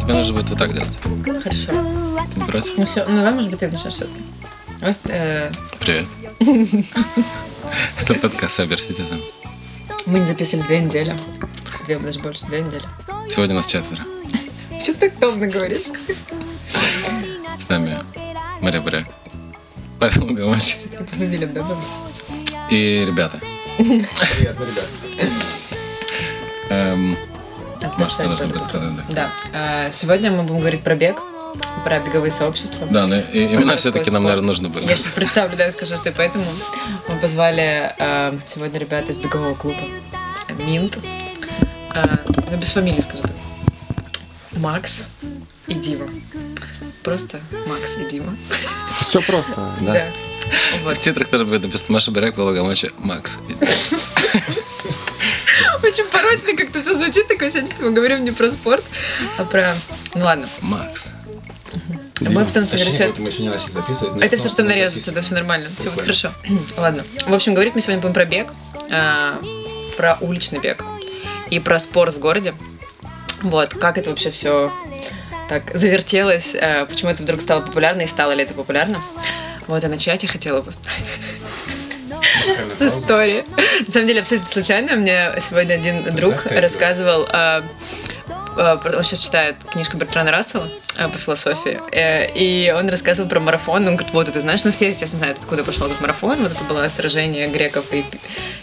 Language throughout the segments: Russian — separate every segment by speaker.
Speaker 1: Тебе нужно будет вот так делать.
Speaker 2: Хорошо.
Speaker 1: Ты не против?
Speaker 2: Ну все, ну давай, может быть, ты начнешь все-таки. Давай, с- э,
Speaker 1: Привет. Это подкаст Cyber Citizen.
Speaker 2: мы не записывали две недели. Две, даже больше, две недели.
Speaker 1: Сегодня нас четверо.
Speaker 2: Че ты так томно говоришь?
Speaker 1: С нами Мария Буряк, Павел Гамач
Speaker 2: Все-таки фамилия добавим.
Speaker 1: и ребята.
Speaker 3: Приятно, ребят.
Speaker 1: Эм,
Speaker 2: Отлично,
Speaker 1: Маша, ты должна
Speaker 2: это
Speaker 1: будет
Speaker 2: круто.
Speaker 1: сказать. Да,
Speaker 2: Да. А, Сегодня мы будем говорить про бег, про беговые сообщества.
Speaker 1: да но и- имена
Speaker 2: Подростковый
Speaker 1: все-таки
Speaker 2: спорт.
Speaker 1: нам, наверное, нужно было.
Speaker 2: Я сейчас представлю, да, и скажу, что и поэтому мы позвали э, сегодня ребят из бегового клуба Минт. Э, ну, без фамилии скажу так. Макс и Дима. Просто Макс и Дима.
Speaker 3: Все просто, да?
Speaker 1: В
Speaker 2: Вот.
Speaker 1: титрах тоже будет написано Маша Буряк, Павел Гамач и Макс.
Speaker 2: Очень порочно как-то все звучит, такое ощущение, что мы говорим не про спорт, а про... Ну ладно,
Speaker 1: Макс.
Speaker 2: Мы потом
Speaker 3: Ощущение,
Speaker 2: соберемся.
Speaker 3: будто Мы еще не начали записывать. но
Speaker 2: Это все, что
Speaker 3: мы
Speaker 2: нарежется,
Speaker 3: записываем.
Speaker 2: да, все нормально. Все будет
Speaker 3: Прикольно.
Speaker 2: хорошо. Ладно. В общем, говорить мы сегодня будем про бег, а, про уличный бег и про спорт в городе. Вот, как это вообще все так завертелось, э, почему это вдруг стало популярно и стало ли это популярно. Вот, а начать я хотела бы
Speaker 3: Музыкальная
Speaker 2: с
Speaker 3: пауза.
Speaker 2: истории. На самом деле, абсолютно случайно, мне сегодня один друг
Speaker 3: ты, да.
Speaker 2: рассказывал, э, э, про- он сейчас читает книжку Бертрана Рассела э, по философии, э, и он рассказывал про марафон, он говорит, вот это знаешь, ну все, естественно, знают, откуда пошел этот марафон, вот это было сражение греков и п-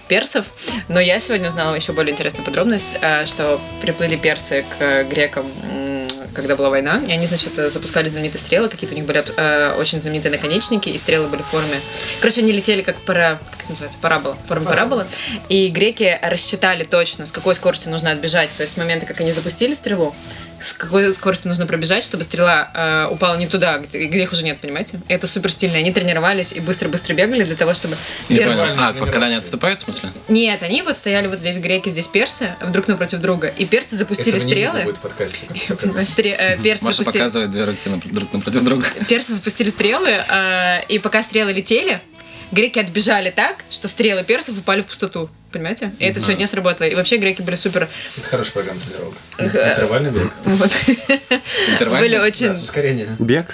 Speaker 2: персов, но я сегодня узнала еще более интересную подробность, э, что приплыли персы к э, грекам м, когда была война, и они, значит, э, запускали знаменитые стрелы, какие-то у них были э, очень знаменитые наконечники, и стрелы были в форме... Короче, они летели как пара... Как это называется? Парабола. Форма параболы. И греки рассчитали точно, с какой скоростью нужно отбежать. То есть с момента, как они запустили стрелу, с какой скоростью нужно пробежать, чтобы стрела э, упала не туда, где, где их уже нет, понимаете? И Это супер стильно. Они тренировались и быстро-быстро бегали для того, чтобы...
Speaker 1: Не
Speaker 2: перс-
Speaker 1: понял. А,
Speaker 3: Нормальная
Speaker 1: когда они
Speaker 3: тренировка.
Speaker 1: отступают, в смысле?
Speaker 2: Нет, они вот стояли вот здесь греки, здесь персы, вдруг напротив друга. И персы запустили
Speaker 3: Этого не видно
Speaker 2: стрелы.
Speaker 3: будет в подкасте. как
Speaker 2: Стре- э, Персы
Speaker 1: Маша
Speaker 2: запустили
Speaker 1: показывает две руки напр- друг напротив друга.
Speaker 2: персы запустили стрелы, э, и пока стрелы летели, греки отбежали так, что стрелы персов упали в пустоту. Понимаете? И это все не сработало. И вообще греки были супер...
Speaker 3: Это хорошая программа тренировок.
Speaker 2: Ага.
Speaker 3: Интервальный бег.
Speaker 2: вот,
Speaker 1: Интервальный?
Speaker 2: были
Speaker 3: Да,
Speaker 2: очень...
Speaker 3: с ускорением.
Speaker 4: Бег?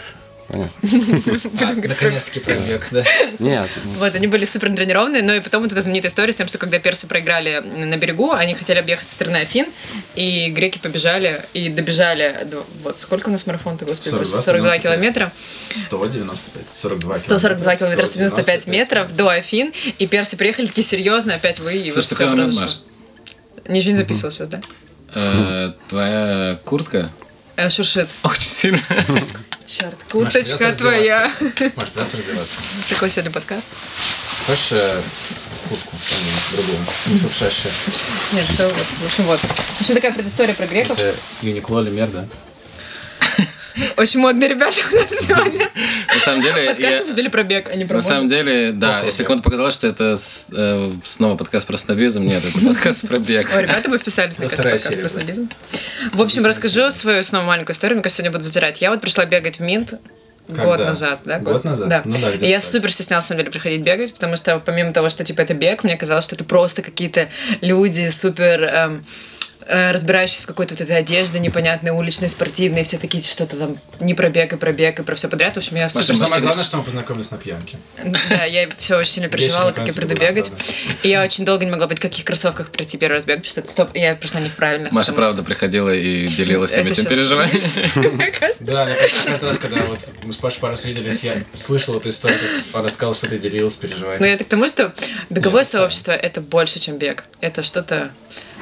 Speaker 4: Понятно.
Speaker 3: А, Наконец-таки пробег, да.
Speaker 4: Нет.
Speaker 2: Вот, они были супер тренированные, но и потом вот эта знаменитая история с тем, что когда персы проиграли на берегу, они хотели объехать со стороны Афин, и греки побежали и добежали, до- вот сколько у нас марафон-то, господи,
Speaker 3: 42,
Speaker 2: боже, 42
Speaker 3: 95.
Speaker 2: километра.
Speaker 3: 195, 42
Speaker 2: 142 километра, 195
Speaker 3: 195
Speaker 2: метров до Афин, и персы приехали такие серьезно, опять вы, и
Speaker 1: Слушай,
Speaker 2: вот
Speaker 1: такой
Speaker 2: все
Speaker 1: момент,
Speaker 2: произошло. Ничего не записывал сейчас, да?
Speaker 1: Э, Твоя куртка
Speaker 2: Э, Шуршит.
Speaker 1: очень сильно
Speaker 2: Черт,
Speaker 3: Маш, придётся
Speaker 2: курточка твоя.
Speaker 3: раздеваться. Маш, придется развиваться.
Speaker 2: Такой сегодня подкаст.
Speaker 3: Хочешь э, куртку какую-нибудь другую? Шуршащую.
Speaker 2: Нет, все, вот, в общем, вот. В общем, такая предыстория про греков.
Speaker 3: Это Юникло или Мер, да?
Speaker 2: Очень модные ребята у нас сегодня.
Speaker 1: На самом деле, я-
Speaker 2: Подкаст забили про бег, а не про
Speaker 1: на
Speaker 2: моду.
Speaker 1: самом деле, да,
Speaker 3: Около
Speaker 1: если
Speaker 3: бега.
Speaker 1: кому-то показалось, что это с- э, снова подкаст про снобизм, нет, это подкаст про бег.
Speaker 2: Ой, ребята, вы вписали
Speaker 3: Это
Speaker 2: мне кажется,
Speaker 3: вторая
Speaker 2: подкаст
Speaker 3: серия
Speaker 2: про
Speaker 3: просто.
Speaker 2: снобизм. В общем, расскажу свою снова маленькую историю, мне кажется, сегодня буду задирать. Я вот пришла бегать в Минт
Speaker 3: Когда?
Speaker 2: год назад, да?
Speaker 3: Год назад?
Speaker 2: Да.
Speaker 3: Ну да, где-то
Speaker 2: И я
Speaker 3: так.
Speaker 2: супер стеснялась, на самом деле, приходить бегать, потому что помимо того, что, типа, это бег, мне казалось, что это просто какие-то люди супер... эм, э, разбирающиеся в какой-то вот этой одежде непонятной, уличной, спортивной, все такие типа, что-то там не про бег и про бег и про все подряд. В общем, я супер...
Speaker 1: Маша,
Speaker 3: Самое
Speaker 1: Слушай,
Speaker 3: главное, что мы познакомились на пьянке.
Speaker 2: Да, я все очень сильно переживала, как я
Speaker 3: Вечно
Speaker 2: приду
Speaker 3: на конце
Speaker 2: бегать.
Speaker 3: была,
Speaker 2: И я очень долго не могла быть, в каких кроссовках пройти первый раз бег, потому что это стоп, я пришла не в правильных.
Speaker 1: Маша,
Speaker 2: потому что-
Speaker 1: правда, приходила и делилась всеми
Speaker 2: Это
Speaker 1: этим
Speaker 2: щас-
Speaker 1: переживаниями.
Speaker 3: Да, мне кажется, каждый раз, когда вот мы с Пашей пару раз виделись, я слышал эту историю, как он рассказал, что ты делилась,
Speaker 2: Но
Speaker 3: переживанием.
Speaker 2: Ну, я это к тому, что беговое
Speaker 3: Нет,
Speaker 2: сообщество это больше, чем бег. Это что-то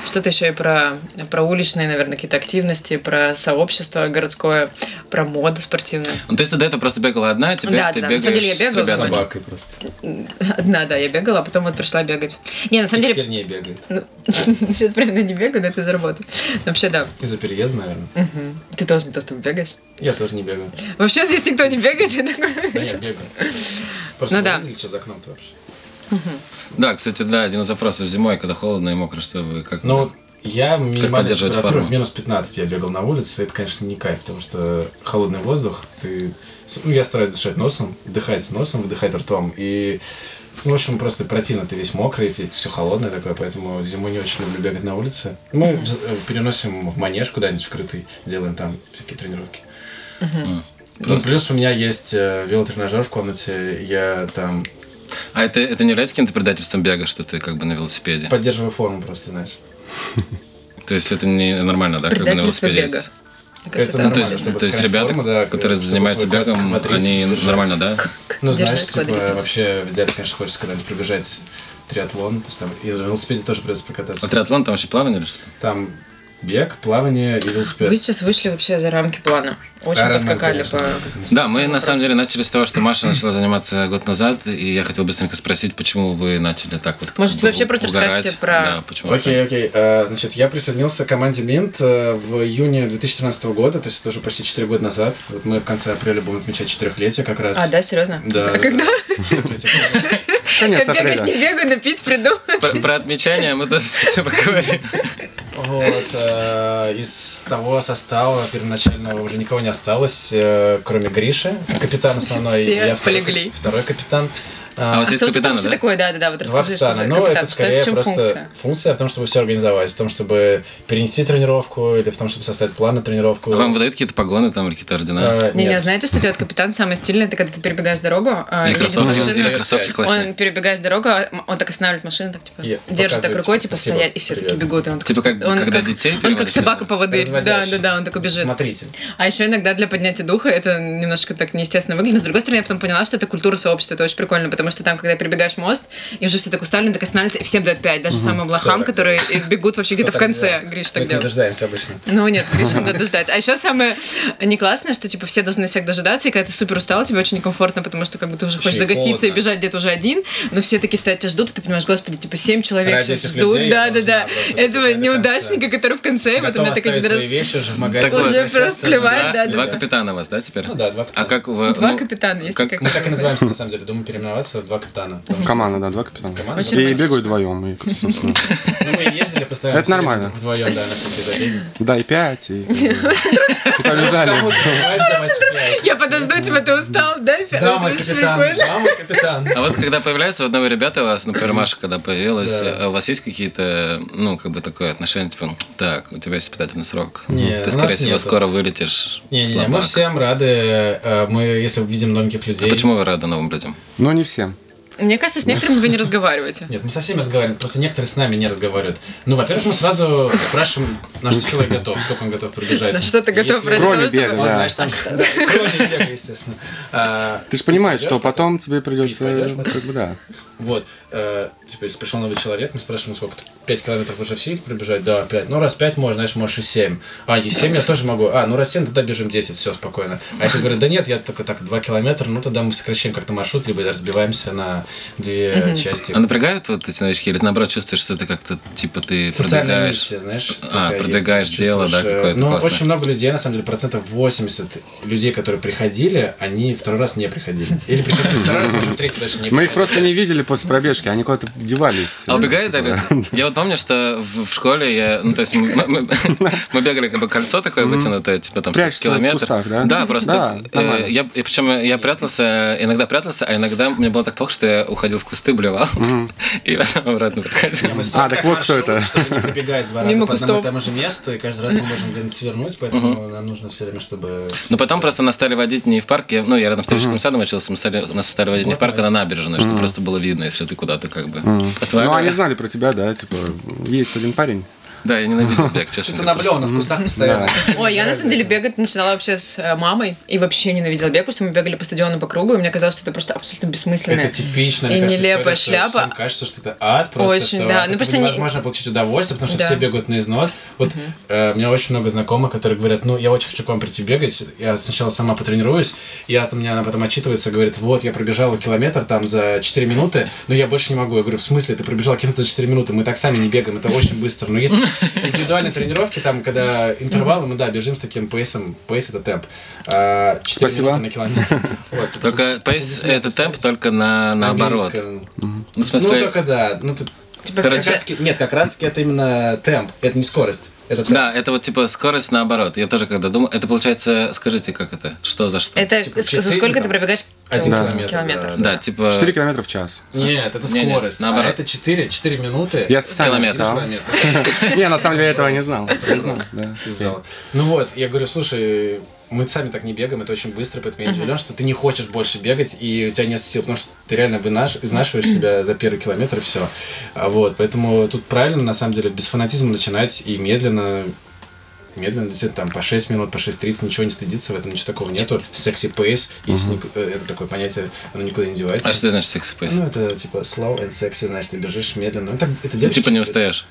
Speaker 2: что-то еще и про, про уличные, наверное, какие-то активности, про сообщество городское, про моду спортивную.
Speaker 1: Ну, то есть ты до этого просто бегала одна, а теперь
Speaker 2: Да,
Speaker 1: ты
Speaker 2: да, да. На
Speaker 1: бегаешь
Speaker 2: самом деле я
Speaker 1: с
Speaker 2: бегала с
Speaker 1: ребятами.
Speaker 2: собак.
Speaker 3: Собакой просто.
Speaker 2: Одна, да, я бегала, а потом вот пришла бегать. Не, на
Speaker 3: И
Speaker 2: самом деле, ну,
Speaker 3: теперь не бегает.
Speaker 2: сейчас прям не бегаю, но это из-за работы. Вообще, да.
Speaker 3: Из-за переезда, наверное.
Speaker 2: Мгм. Ты тоже не то, что бегаешь.
Speaker 3: Я тоже не бегаю.
Speaker 2: Вообще здесь никто не бегает. я такой-
Speaker 3: Да я бегаю. Просто
Speaker 2: Ну
Speaker 3: вы
Speaker 2: да.
Speaker 3: видели, что за окном-то вообще?
Speaker 1: Да, кстати, да, один из вопросов зимой, когда холодно и мокро, что вы как...
Speaker 3: Ну, вот я минимальную
Speaker 1: поддерживать
Speaker 3: температуру
Speaker 1: форму?
Speaker 3: в минус 15 я бегал на улице, это, конечно, не кайф, потому что холодный воздух, ты... Ну, я стараюсь дышать носом, дыхать носом, выдыхать ртом, и... Ну, в общем, просто противно, ты весь мокрый, все холодное такое, поэтому зимой не очень люблю бегать на улице. Мы вз- э, переносим в манеж куда-нибудь вкрытый, делаем там всякие тренировки.
Speaker 1: М.
Speaker 3: Ну,
Speaker 1: Просто.
Speaker 3: плюс у меня есть э, велотренажер в комнате, я там
Speaker 1: А это, это не является каким-то предательством бега, что ты как бы на велосипеде?
Speaker 3: поддерживаю форму просто, знаешь.
Speaker 1: То есть это не нормально, да, как бы на
Speaker 2: Предательство
Speaker 1: велосипеде?
Speaker 2: бега.
Speaker 1: ездить?
Speaker 2: Мне кажется,
Speaker 3: Это
Speaker 1: Ну, то есть,
Speaker 3: Нормально, чтобы
Speaker 1: то есть
Speaker 3: сохранить
Speaker 1: ребята,
Speaker 3: форму, да, э,
Speaker 1: которые
Speaker 3: чтобы
Speaker 1: занимаются
Speaker 3: свой квадрат
Speaker 1: бегом,
Speaker 3: смотреть,
Speaker 1: они
Speaker 3: содержать.
Speaker 1: нормально, да?
Speaker 3: Ну,
Speaker 2: Держать
Speaker 3: знаешь, типа,
Speaker 2: квадрицепс.
Speaker 3: вообще в идеале, конечно, хочется когда-нибудь пробежать триатлон, то есть там и на велосипеде тоже придется прокататься.
Speaker 1: А триатлон там вообще плавание или что?
Speaker 3: Там бег, плавание и велосипед.
Speaker 2: Вы сейчас вышли вообще за рамки плана. Очень
Speaker 3: Ironman,
Speaker 2: поскакали
Speaker 3: конечно,
Speaker 2: по...
Speaker 3: как мы
Speaker 1: Да, мы
Speaker 2: Всем
Speaker 1: на
Speaker 2: вопросам.
Speaker 1: самом деле начали с того, что Маша начала заниматься год назад, и я хотел быстренько спросить, почему вы начали так вот.
Speaker 2: Может, вы
Speaker 1: у-
Speaker 2: вообще просто
Speaker 1: угорать?
Speaker 2: расскажете про-
Speaker 1: Да, почему?
Speaker 3: Окей, окей. Э, Значит, я присоединился к команде Минт э, в июне 2013 года, то есть это уже почти 4 года назад. Вот мы в конце апреля будем отмечать четырехлетие как раз.
Speaker 2: А, да, серьезно?
Speaker 3: Да.
Speaker 2: А когда?
Speaker 4: Конец
Speaker 2: Как бегать, не
Speaker 4: апреля.
Speaker 2: бегаю, но пить приду.
Speaker 1: Про, про отмечание мы тоже с этим поговорим.
Speaker 3: Вот, э, из того состава первоначального уже никого не осталось, э, кроме Гриши, капитан основной.
Speaker 2: Все
Speaker 3: и я второй-
Speaker 2: полегли.
Speaker 3: Второй капитан.
Speaker 1: А у
Speaker 3: А,
Speaker 1: вас есть
Speaker 2: что это
Speaker 1: капитаны,
Speaker 2: вообще
Speaker 1: да?
Speaker 2: такое? Да, да, да, вот
Speaker 3: Два
Speaker 2: расскажи, что за
Speaker 3: капитана. Ну,
Speaker 2: капитан,
Speaker 3: это
Speaker 2: что это,
Speaker 3: скорее
Speaker 2: в чем
Speaker 3: просто
Speaker 2: функция?
Speaker 3: функция в том, чтобы все организовать, в том, чтобы перенести тренировку или в том, чтобы составить план на
Speaker 1: А
Speaker 3: тренировку.
Speaker 1: Вам выдают какие-то погоны там или какие-то ордена?
Speaker 3: Э,
Speaker 2: Не, не,
Speaker 3: нет.
Speaker 2: знаете, что делает капитан самое стильное? Это когда ты перебегаешь дорогу, а,
Speaker 1: Или
Speaker 2: едет
Speaker 1: кроссовки,
Speaker 2: машина,
Speaker 1: или кроссовки
Speaker 3: Он
Speaker 1: классные?
Speaker 2: он перебегает дорогу, а м- он так останавливает машину, так типа
Speaker 3: И
Speaker 2: держит так
Speaker 3: показывает,
Speaker 2: рукой, типа
Speaker 3: типа, спасибо,
Speaker 2: стоять, и все таки
Speaker 3: привет.
Speaker 2: бегут. и он такой-
Speaker 1: Типа как,
Speaker 2: он
Speaker 1: когда
Speaker 2: как-
Speaker 1: детей
Speaker 2: Он как
Speaker 1: переводите?
Speaker 2: собака по воды. Да,
Speaker 3: Разводящий.
Speaker 2: да, да, он такой бежит.
Speaker 3: Смотритель.
Speaker 2: А еще иногда для поднятия духа это немножко так неестественно выглядит. Но с другой стороны, я потом поняла, что это культура сообщества, это очень прикольно, потому что там, когда перебегаешь мост, и уже все так устали, так останавливаются, и всем дают пять, даже самым лохам,
Speaker 3: так
Speaker 2: которые и бегут вообще где-то в
Speaker 3: так
Speaker 2: конце.
Speaker 3: делает?
Speaker 2: Гриш
Speaker 3: Мы
Speaker 2: так
Speaker 3: их не
Speaker 2: делает.
Speaker 3: дождаемся обычно.
Speaker 2: Ну нет, Гриша, надо ждать. А еще самое не классное, что типа все должны всех дожидаться, и когда ты супер устал, тебе очень некомфортно, потому что как бы ты уже хочешь
Speaker 3: и
Speaker 2: загаситься и
Speaker 3: холодно.
Speaker 2: бежать где-то уже один, но все такие стоят, тебя ждут, и ты понимаешь, господи, типа семь человек
Speaker 3: Ради
Speaker 2: сейчас
Speaker 3: этих
Speaker 2: ждут,
Speaker 3: людей я
Speaker 2: да, да,
Speaker 3: должна
Speaker 2: да,
Speaker 3: просто
Speaker 2: этого
Speaker 3: добежать до
Speaker 2: неудачника,
Speaker 3: конца.
Speaker 2: который в конце, и вот у
Speaker 3: Готов
Speaker 2: меня так
Speaker 3: оставить
Speaker 2: один раз
Speaker 3: свои вещи уже в магазине.
Speaker 1: Уже
Speaker 3: возвращаться.
Speaker 2: просто плевать, да, да,
Speaker 1: Два
Speaker 2: да.
Speaker 1: капитана у вас, да, теперь?
Speaker 3: Ну да, два
Speaker 1: А
Speaker 3: капитана.
Speaker 1: как вы...
Speaker 2: два
Speaker 1: ну,
Speaker 2: капитана есть
Speaker 1: как-
Speaker 2: такая
Speaker 1: ну,
Speaker 3: Мы так и
Speaker 2: классная.
Speaker 3: называемся, на самом деле. Думаю, переименоваться в два капитана. потому что-
Speaker 4: Команда, да, два капитана.
Speaker 3: Команда.
Speaker 2: Очень
Speaker 4: И
Speaker 2: романтично.
Speaker 4: бегают вдвоем. И, собственно,
Speaker 3: Ну, мы и ездили постоянно.
Speaker 4: Это нормально.
Speaker 3: Вдвоем, да, на всякие забеги.
Speaker 4: да, и пять. И, как бы, и побежали.
Speaker 3: Кому-то бываешь, давать пять.
Speaker 2: Я подожду тебя, ты устал, да?
Speaker 3: Да, мой
Speaker 2: Очень
Speaker 3: капитан,
Speaker 2: прикольно.
Speaker 3: да, мой капитан.
Speaker 1: А вот когда появляются у одного ребята у вас, например, Маша, когда появилась,
Speaker 3: Да.
Speaker 1: а у вас есть какие-то, ну, как бы такое отношение, типа, так, у тебя есть испытательный срок.
Speaker 3: Не,
Speaker 1: Ты,
Speaker 3: у
Speaker 1: скорее
Speaker 3: нас
Speaker 1: всего,
Speaker 3: нету.
Speaker 1: скоро вылетишь.
Speaker 3: Не-не-не, мы
Speaker 1: слабак.
Speaker 3: всем рады. э, Мы, если видим новеньких
Speaker 1: А
Speaker 3: людей...
Speaker 1: почему вы рады новым людям?
Speaker 4: Но не всем.
Speaker 2: Мне кажется, с некоторыми вы не разговариваете.
Speaker 3: Нет, мы со всеми разговариваем, просто некоторые с нами не разговаривают. Ну, во-первых, мы сразу спрашиваем, на что человек готов, сколько он готов пробежать.
Speaker 2: На что ты готов
Speaker 3: Если
Speaker 2: ради
Speaker 4: Кроме
Speaker 2: того, чтобы-
Speaker 4: бега,
Speaker 3: Он,
Speaker 4: да.
Speaker 3: знаешь, там... Да, кроме бега, естественно. А,
Speaker 4: Ты же понимаешь,
Speaker 3: пойдёшь
Speaker 4: что потом тебе
Speaker 3: пойдёшь
Speaker 4: придется,
Speaker 3: потом?
Speaker 4: как бы, да.
Speaker 3: Вот, э, типа, если пришел новый человек, мы спрашиваем, сколько ты? 5 километров уже в силе пробежать? Да, 5. Ну, раз 5 можно, значит, можешь и 7. А, и 7 я тоже могу. А, ну, раз 7, тогда бежим 10, все, спокойно. А если говорят, да нет, я только так 2 километра, ну, тогда мы сокращаем как-то маршрут, либо разбиваемся на две части.
Speaker 1: А напрягают вот эти новички? Или ты, наоборот чувствуешь, что это как-то, типа, ты
Speaker 3: Социальная
Speaker 1: продвигаешь...
Speaker 3: миссия, знаешь.
Speaker 1: а,
Speaker 3: такая есть,
Speaker 1: продвигаешь
Speaker 3: ты
Speaker 1: дело, да,
Speaker 3: чувствуешь, э,
Speaker 1: какое-то
Speaker 3: Ну,
Speaker 1: классное.
Speaker 3: очень много людей, на самом деле, процентов 80 людей, которые приходили, они второй раз не приходили. Или приходили второй раз, но уже в третий даже не
Speaker 4: Мы их
Speaker 3: приходили.
Speaker 4: просто не видели после пробежки, они куда-то девались.
Speaker 1: А убегает
Speaker 4: Типа,
Speaker 1: Олег? Я вот помню, что в, в школе я, ну то есть мы, мы- мы бегали как бы кольцо такое вытянутое, типа там
Speaker 4: Прячешься
Speaker 1: километр.
Speaker 4: в кустах, да? Да,
Speaker 1: просто. э,
Speaker 4: нормально.
Speaker 1: я, и причем я прятался, иногда прятался, а иногда мне было так плохо, что я уходил в кусты, блевал и потом обратно проходил.
Speaker 3: Мы строим
Speaker 4: А, так
Speaker 3: как
Speaker 4: вот кто
Speaker 3: маршрут,
Speaker 4: это.
Speaker 3: Что не прибегает два раза
Speaker 2: Мимо
Speaker 3: по одному и
Speaker 2: кустов.
Speaker 3: тому же месту, и каждый раз мы можем где-нибудь свернуть, поэтому нам нужно все время, чтобы...
Speaker 1: Но потом просто нас стали водить не в парк, я, ну я рядом с Таврическим садом учился, мы стали, нас стали водить не в парк, а на набережную, чтобы просто было видно, если ты куда-то как бы.
Speaker 4: Ну, они
Speaker 1: отваливаешь.
Speaker 4: знали про тебя, да, типа, есть один парень.
Speaker 1: Да, я ненавидел бег, честно.
Speaker 3: Что-то
Speaker 1: говоря, просто.
Speaker 3: наблевано в кустах постоянно.
Speaker 2: Ой, я на самом деле бегать начинала вообще с э, мамой и вообще ненавидела бег, потому что мы бегали по стадиону по кругу, и мне казалось, что это просто абсолютно бессмысленно.
Speaker 3: Это типичная, мне
Speaker 2: И
Speaker 3: кажется,
Speaker 2: нелепая
Speaker 3: история, что
Speaker 2: шляпа.
Speaker 3: всем кажется, что это ад, просто
Speaker 2: Очень,
Speaker 3: что
Speaker 2: да.
Speaker 3: от
Speaker 2: Ну,
Speaker 3: этого
Speaker 2: просто не-
Speaker 3: невозможно получить удовольствие, потому что
Speaker 2: Да.
Speaker 3: все бегают на износ. Вот э, у меня очень много знакомых, которые говорят, ну, я очень хочу к вам прийти бегать, я сначала сама потренируюсь, и от меня она потом отчитывается, говорит, вот, я пробежала километр там за 4 минуты, но я больше не могу. Я говорю, в смысле, ты пробежал километр за 4 минуты, мы так сами не бегаем, это очень быстро. Но если ты индивидуальные тренировки, там, когда интервалы, мы, да, бежим с таким пейсом, пейс это темп, А, 4
Speaker 4: Спасибо.
Speaker 3: минуты на километр. Вот,
Speaker 1: Только
Speaker 3: тут
Speaker 1: пейс —
Speaker 3: здесь
Speaker 1: это темп только на наоборот.
Speaker 3: английском.
Speaker 1: Ну, в
Speaker 3: Ну,
Speaker 1: смысле,
Speaker 3: только да. Ну, ты-
Speaker 2: Типа,
Speaker 1: Короче,
Speaker 3: как раз таки- нет, как раз таки это именно темп, это не скорость. Это темп.
Speaker 1: да, это вот типа скорость наоборот. Я тоже когда думал, это получается, скажите, как это, что за что?
Speaker 2: Это
Speaker 3: Типа,
Speaker 2: ск-
Speaker 3: четыре,
Speaker 2: за сколько
Speaker 3: там,
Speaker 2: ты пробегаешь
Speaker 3: Один
Speaker 4: Да.
Speaker 3: километр.
Speaker 2: километр?
Speaker 1: Да, типа...
Speaker 4: 4 километра в час.
Speaker 3: Нет, это
Speaker 1: Не-не,
Speaker 3: скорость.
Speaker 1: наоборот.
Speaker 3: А это 4, 4 минуты.
Speaker 4: Я специально
Speaker 1: Километр.
Speaker 4: читал.
Speaker 3: Километр.
Speaker 4: Не, на самом деле этого не знал. Не знал, да.
Speaker 3: из зала. Ну вот, я говорю, слушай, мы сами так не бегаем, это очень быстро, поэтому я удивлен, что ты не хочешь больше бегать, и у тебя нет сил, потому что ты реально вынаш- изнашиваешь себя за первый километр, и все. Вот, поэтому тут правильно, на самом деле, без фанатизма начинать и медленно медленно, действительно, там по 6 минут, по 6.30, ничего не стыдиться, в этом ничего такого нету. Секси пейс, если ни- э, это такое понятие, оно никуда не девается.
Speaker 1: А что значит секс пейс?
Speaker 3: Ну, это типа slow and sexy, значит, ты бежишь медленно. Ну, так, это
Speaker 1: Ну,
Speaker 3: девочки
Speaker 1: типа не
Speaker 3: любят.
Speaker 1: устаешь.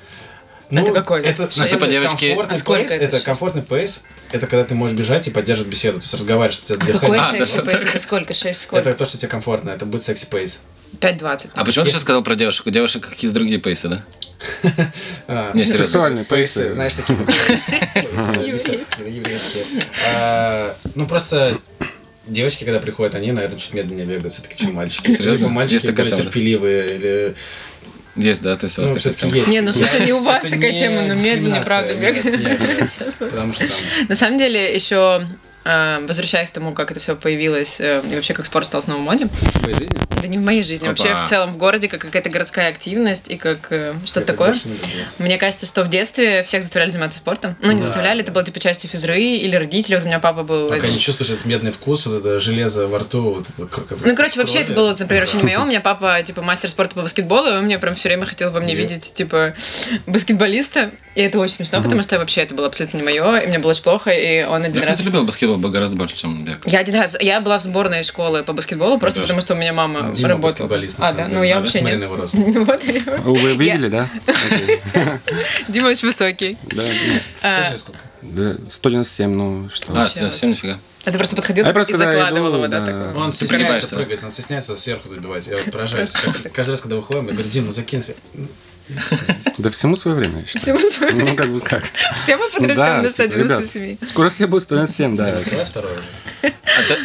Speaker 3: Ну,
Speaker 2: Это какой?
Speaker 3: Это,
Speaker 1: Что, типа, девочки-
Speaker 3: комфортный
Speaker 2: А сколько
Speaker 3: пейс,
Speaker 2: это
Speaker 3: это?
Speaker 2: сейчас?
Speaker 3: комфортный пейс, это когда ты можешь бежать и поддерживать беседу, то есть разговариваешь, что у тебя
Speaker 2: Какой
Speaker 3: дыхание.
Speaker 1: А, да,
Speaker 2: секс?
Speaker 1: что
Speaker 2: Пейс
Speaker 1: такое?
Speaker 2: это сколько? 6
Speaker 3: Это
Speaker 2: сколько?
Speaker 3: то, что тебе комфортно, это будет секси пейс.
Speaker 2: 5-20.
Speaker 1: А почему ты
Speaker 3: Если-
Speaker 1: сейчас сказал про девушек? У девушек какие-то другие пейсы, да?
Speaker 3: А,
Speaker 1: Не,
Speaker 3: секси-
Speaker 1: серьезно.
Speaker 4: Сексуальные пейсы.
Speaker 3: знаешь, такие как пейсы, висят такие, еврейские. А, Ну, просто девочки, когда приходят, они, наверное, чуть медленнее бегают все-таки, чем мальчики.
Speaker 1: Серьезно?
Speaker 3: Либо мальчики
Speaker 1: Есть такая
Speaker 3: более
Speaker 1: тема, да?
Speaker 3: терпеливые, или...
Speaker 1: Есть, да, то есть у вас
Speaker 3: Ну,
Speaker 1: такая
Speaker 3: все-таки
Speaker 1: тема.
Speaker 3: есть.
Speaker 2: Не, ну в смысле не у вас
Speaker 3: Это
Speaker 2: такая
Speaker 3: не
Speaker 2: тема, но медленнее,
Speaker 3: дискриминация,
Speaker 2: правда,
Speaker 3: нет,
Speaker 2: бегать.
Speaker 3: нет.
Speaker 2: Сейчас.
Speaker 3: Потому что там
Speaker 2: На самом деле, еще э, возвращаясь к тому, как это все появилось э, и вообще как спорт стал снова в моде,
Speaker 3: в твоей жизни
Speaker 2: да не в моей жизни,
Speaker 1: Опа.
Speaker 2: вообще в целом в городе как какая-то городская активность и как э, что-то
Speaker 3: это
Speaker 2: такое.
Speaker 3: больше не добавляется.
Speaker 2: Мне кажется, что в детстве всех заставляли заниматься спортом. Ну, не
Speaker 3: Да, А
Speaker 2: заставляли, это
Speaker 3: да.
Speaker 2: было типа частью физры или родители. Вот у меня папа был
Speaker 3: Пока
Speaker 2: этим
Speaker 3: не чувствуешь этот медный вкус, вот это железо во рту, вот это кр- как бы
Speaker 2: Ну, короче, вообще это
Speaker 3: крови.
Speaker 2: было, например, очень не мое. У меня папа, типа, мастер спорта по баскетболу, и он мне прям все время хотел во мне
Speaker 3: Е.
Speaker 2: видеть, типа, баскетболиста. И это очень смешно, потому что вообще это было абсолютно не мое, и мне было очень плохо, и он один
Speaker 1: Я,
Speaker 2: раз...
Speaker 1: кстати, любил баскетбол бы гораздо больше, чем бег.
Speaker 2: Я один раз, я была в сборной школы по баскетболу, просто
Speaker 1: Даже.
Speaker 2: потому что у меня мама
Speaker 3: Дима
Speaker 2: работала.
Speaker 3: баскетболист, на
Speaker 2: а,
Speaker 3: самом
Speaker 2: да,
Speaker 3: деле.
Speaker 2: ну я
Speaker 3: Да,
Speaker 2: вообще
Speaker 3: смотри на
Speaker 2: нет.
Speaker 3: его рост.
Speaker 2: Ну, вот и вот.
Speaker 4: Вы видели, да? Окей.
Speaker 2: Дима очень высокий.
Speaker 4: Да, ну,
Speaker 2: А,
Speaker 3: Скажи, сколько?
Speaker 4: ну что.
Speaker 1: А,
Speaker 2: Вообще
Speaker 1: совсем нифига.
Speaker 2: а ты просто подходил
Speaker 4: А я
Speaker 2: и
Speaker 4: просто когда
Speaker 2: закладывал
Speaker 4: иду,
Speaker 2: его, да,
Speaker 4: да.
Speaker 2: такой.
Speaker 3: Он
Speaker 1: пригибаешься,
Speaker 3: стесняется
Speaker 1: да?
Speaker 3: прыгать, он стесняется сверху забивать. Я вот поражаюсь. Как- Каждый раз, когда выходим, я говорю, Дим, ну закинь себе.
Speaker 4: Да всему свое время, я считаю.
Speaker 2: Все мы, с вами-
Speaker 4: Ну, как бы как.
Speaker 2: все
Speaker 3: Ну
Speaker 2: мы подрастем
Speaker 4: Да,
Speaker 2: до
Speaker 4: типа, ребят,
Speaker 2: 197.
Speaker 4: Скоро все будут 107, да.
Speaker 3: Дим, давай второй уже.
Speaker 1: А то,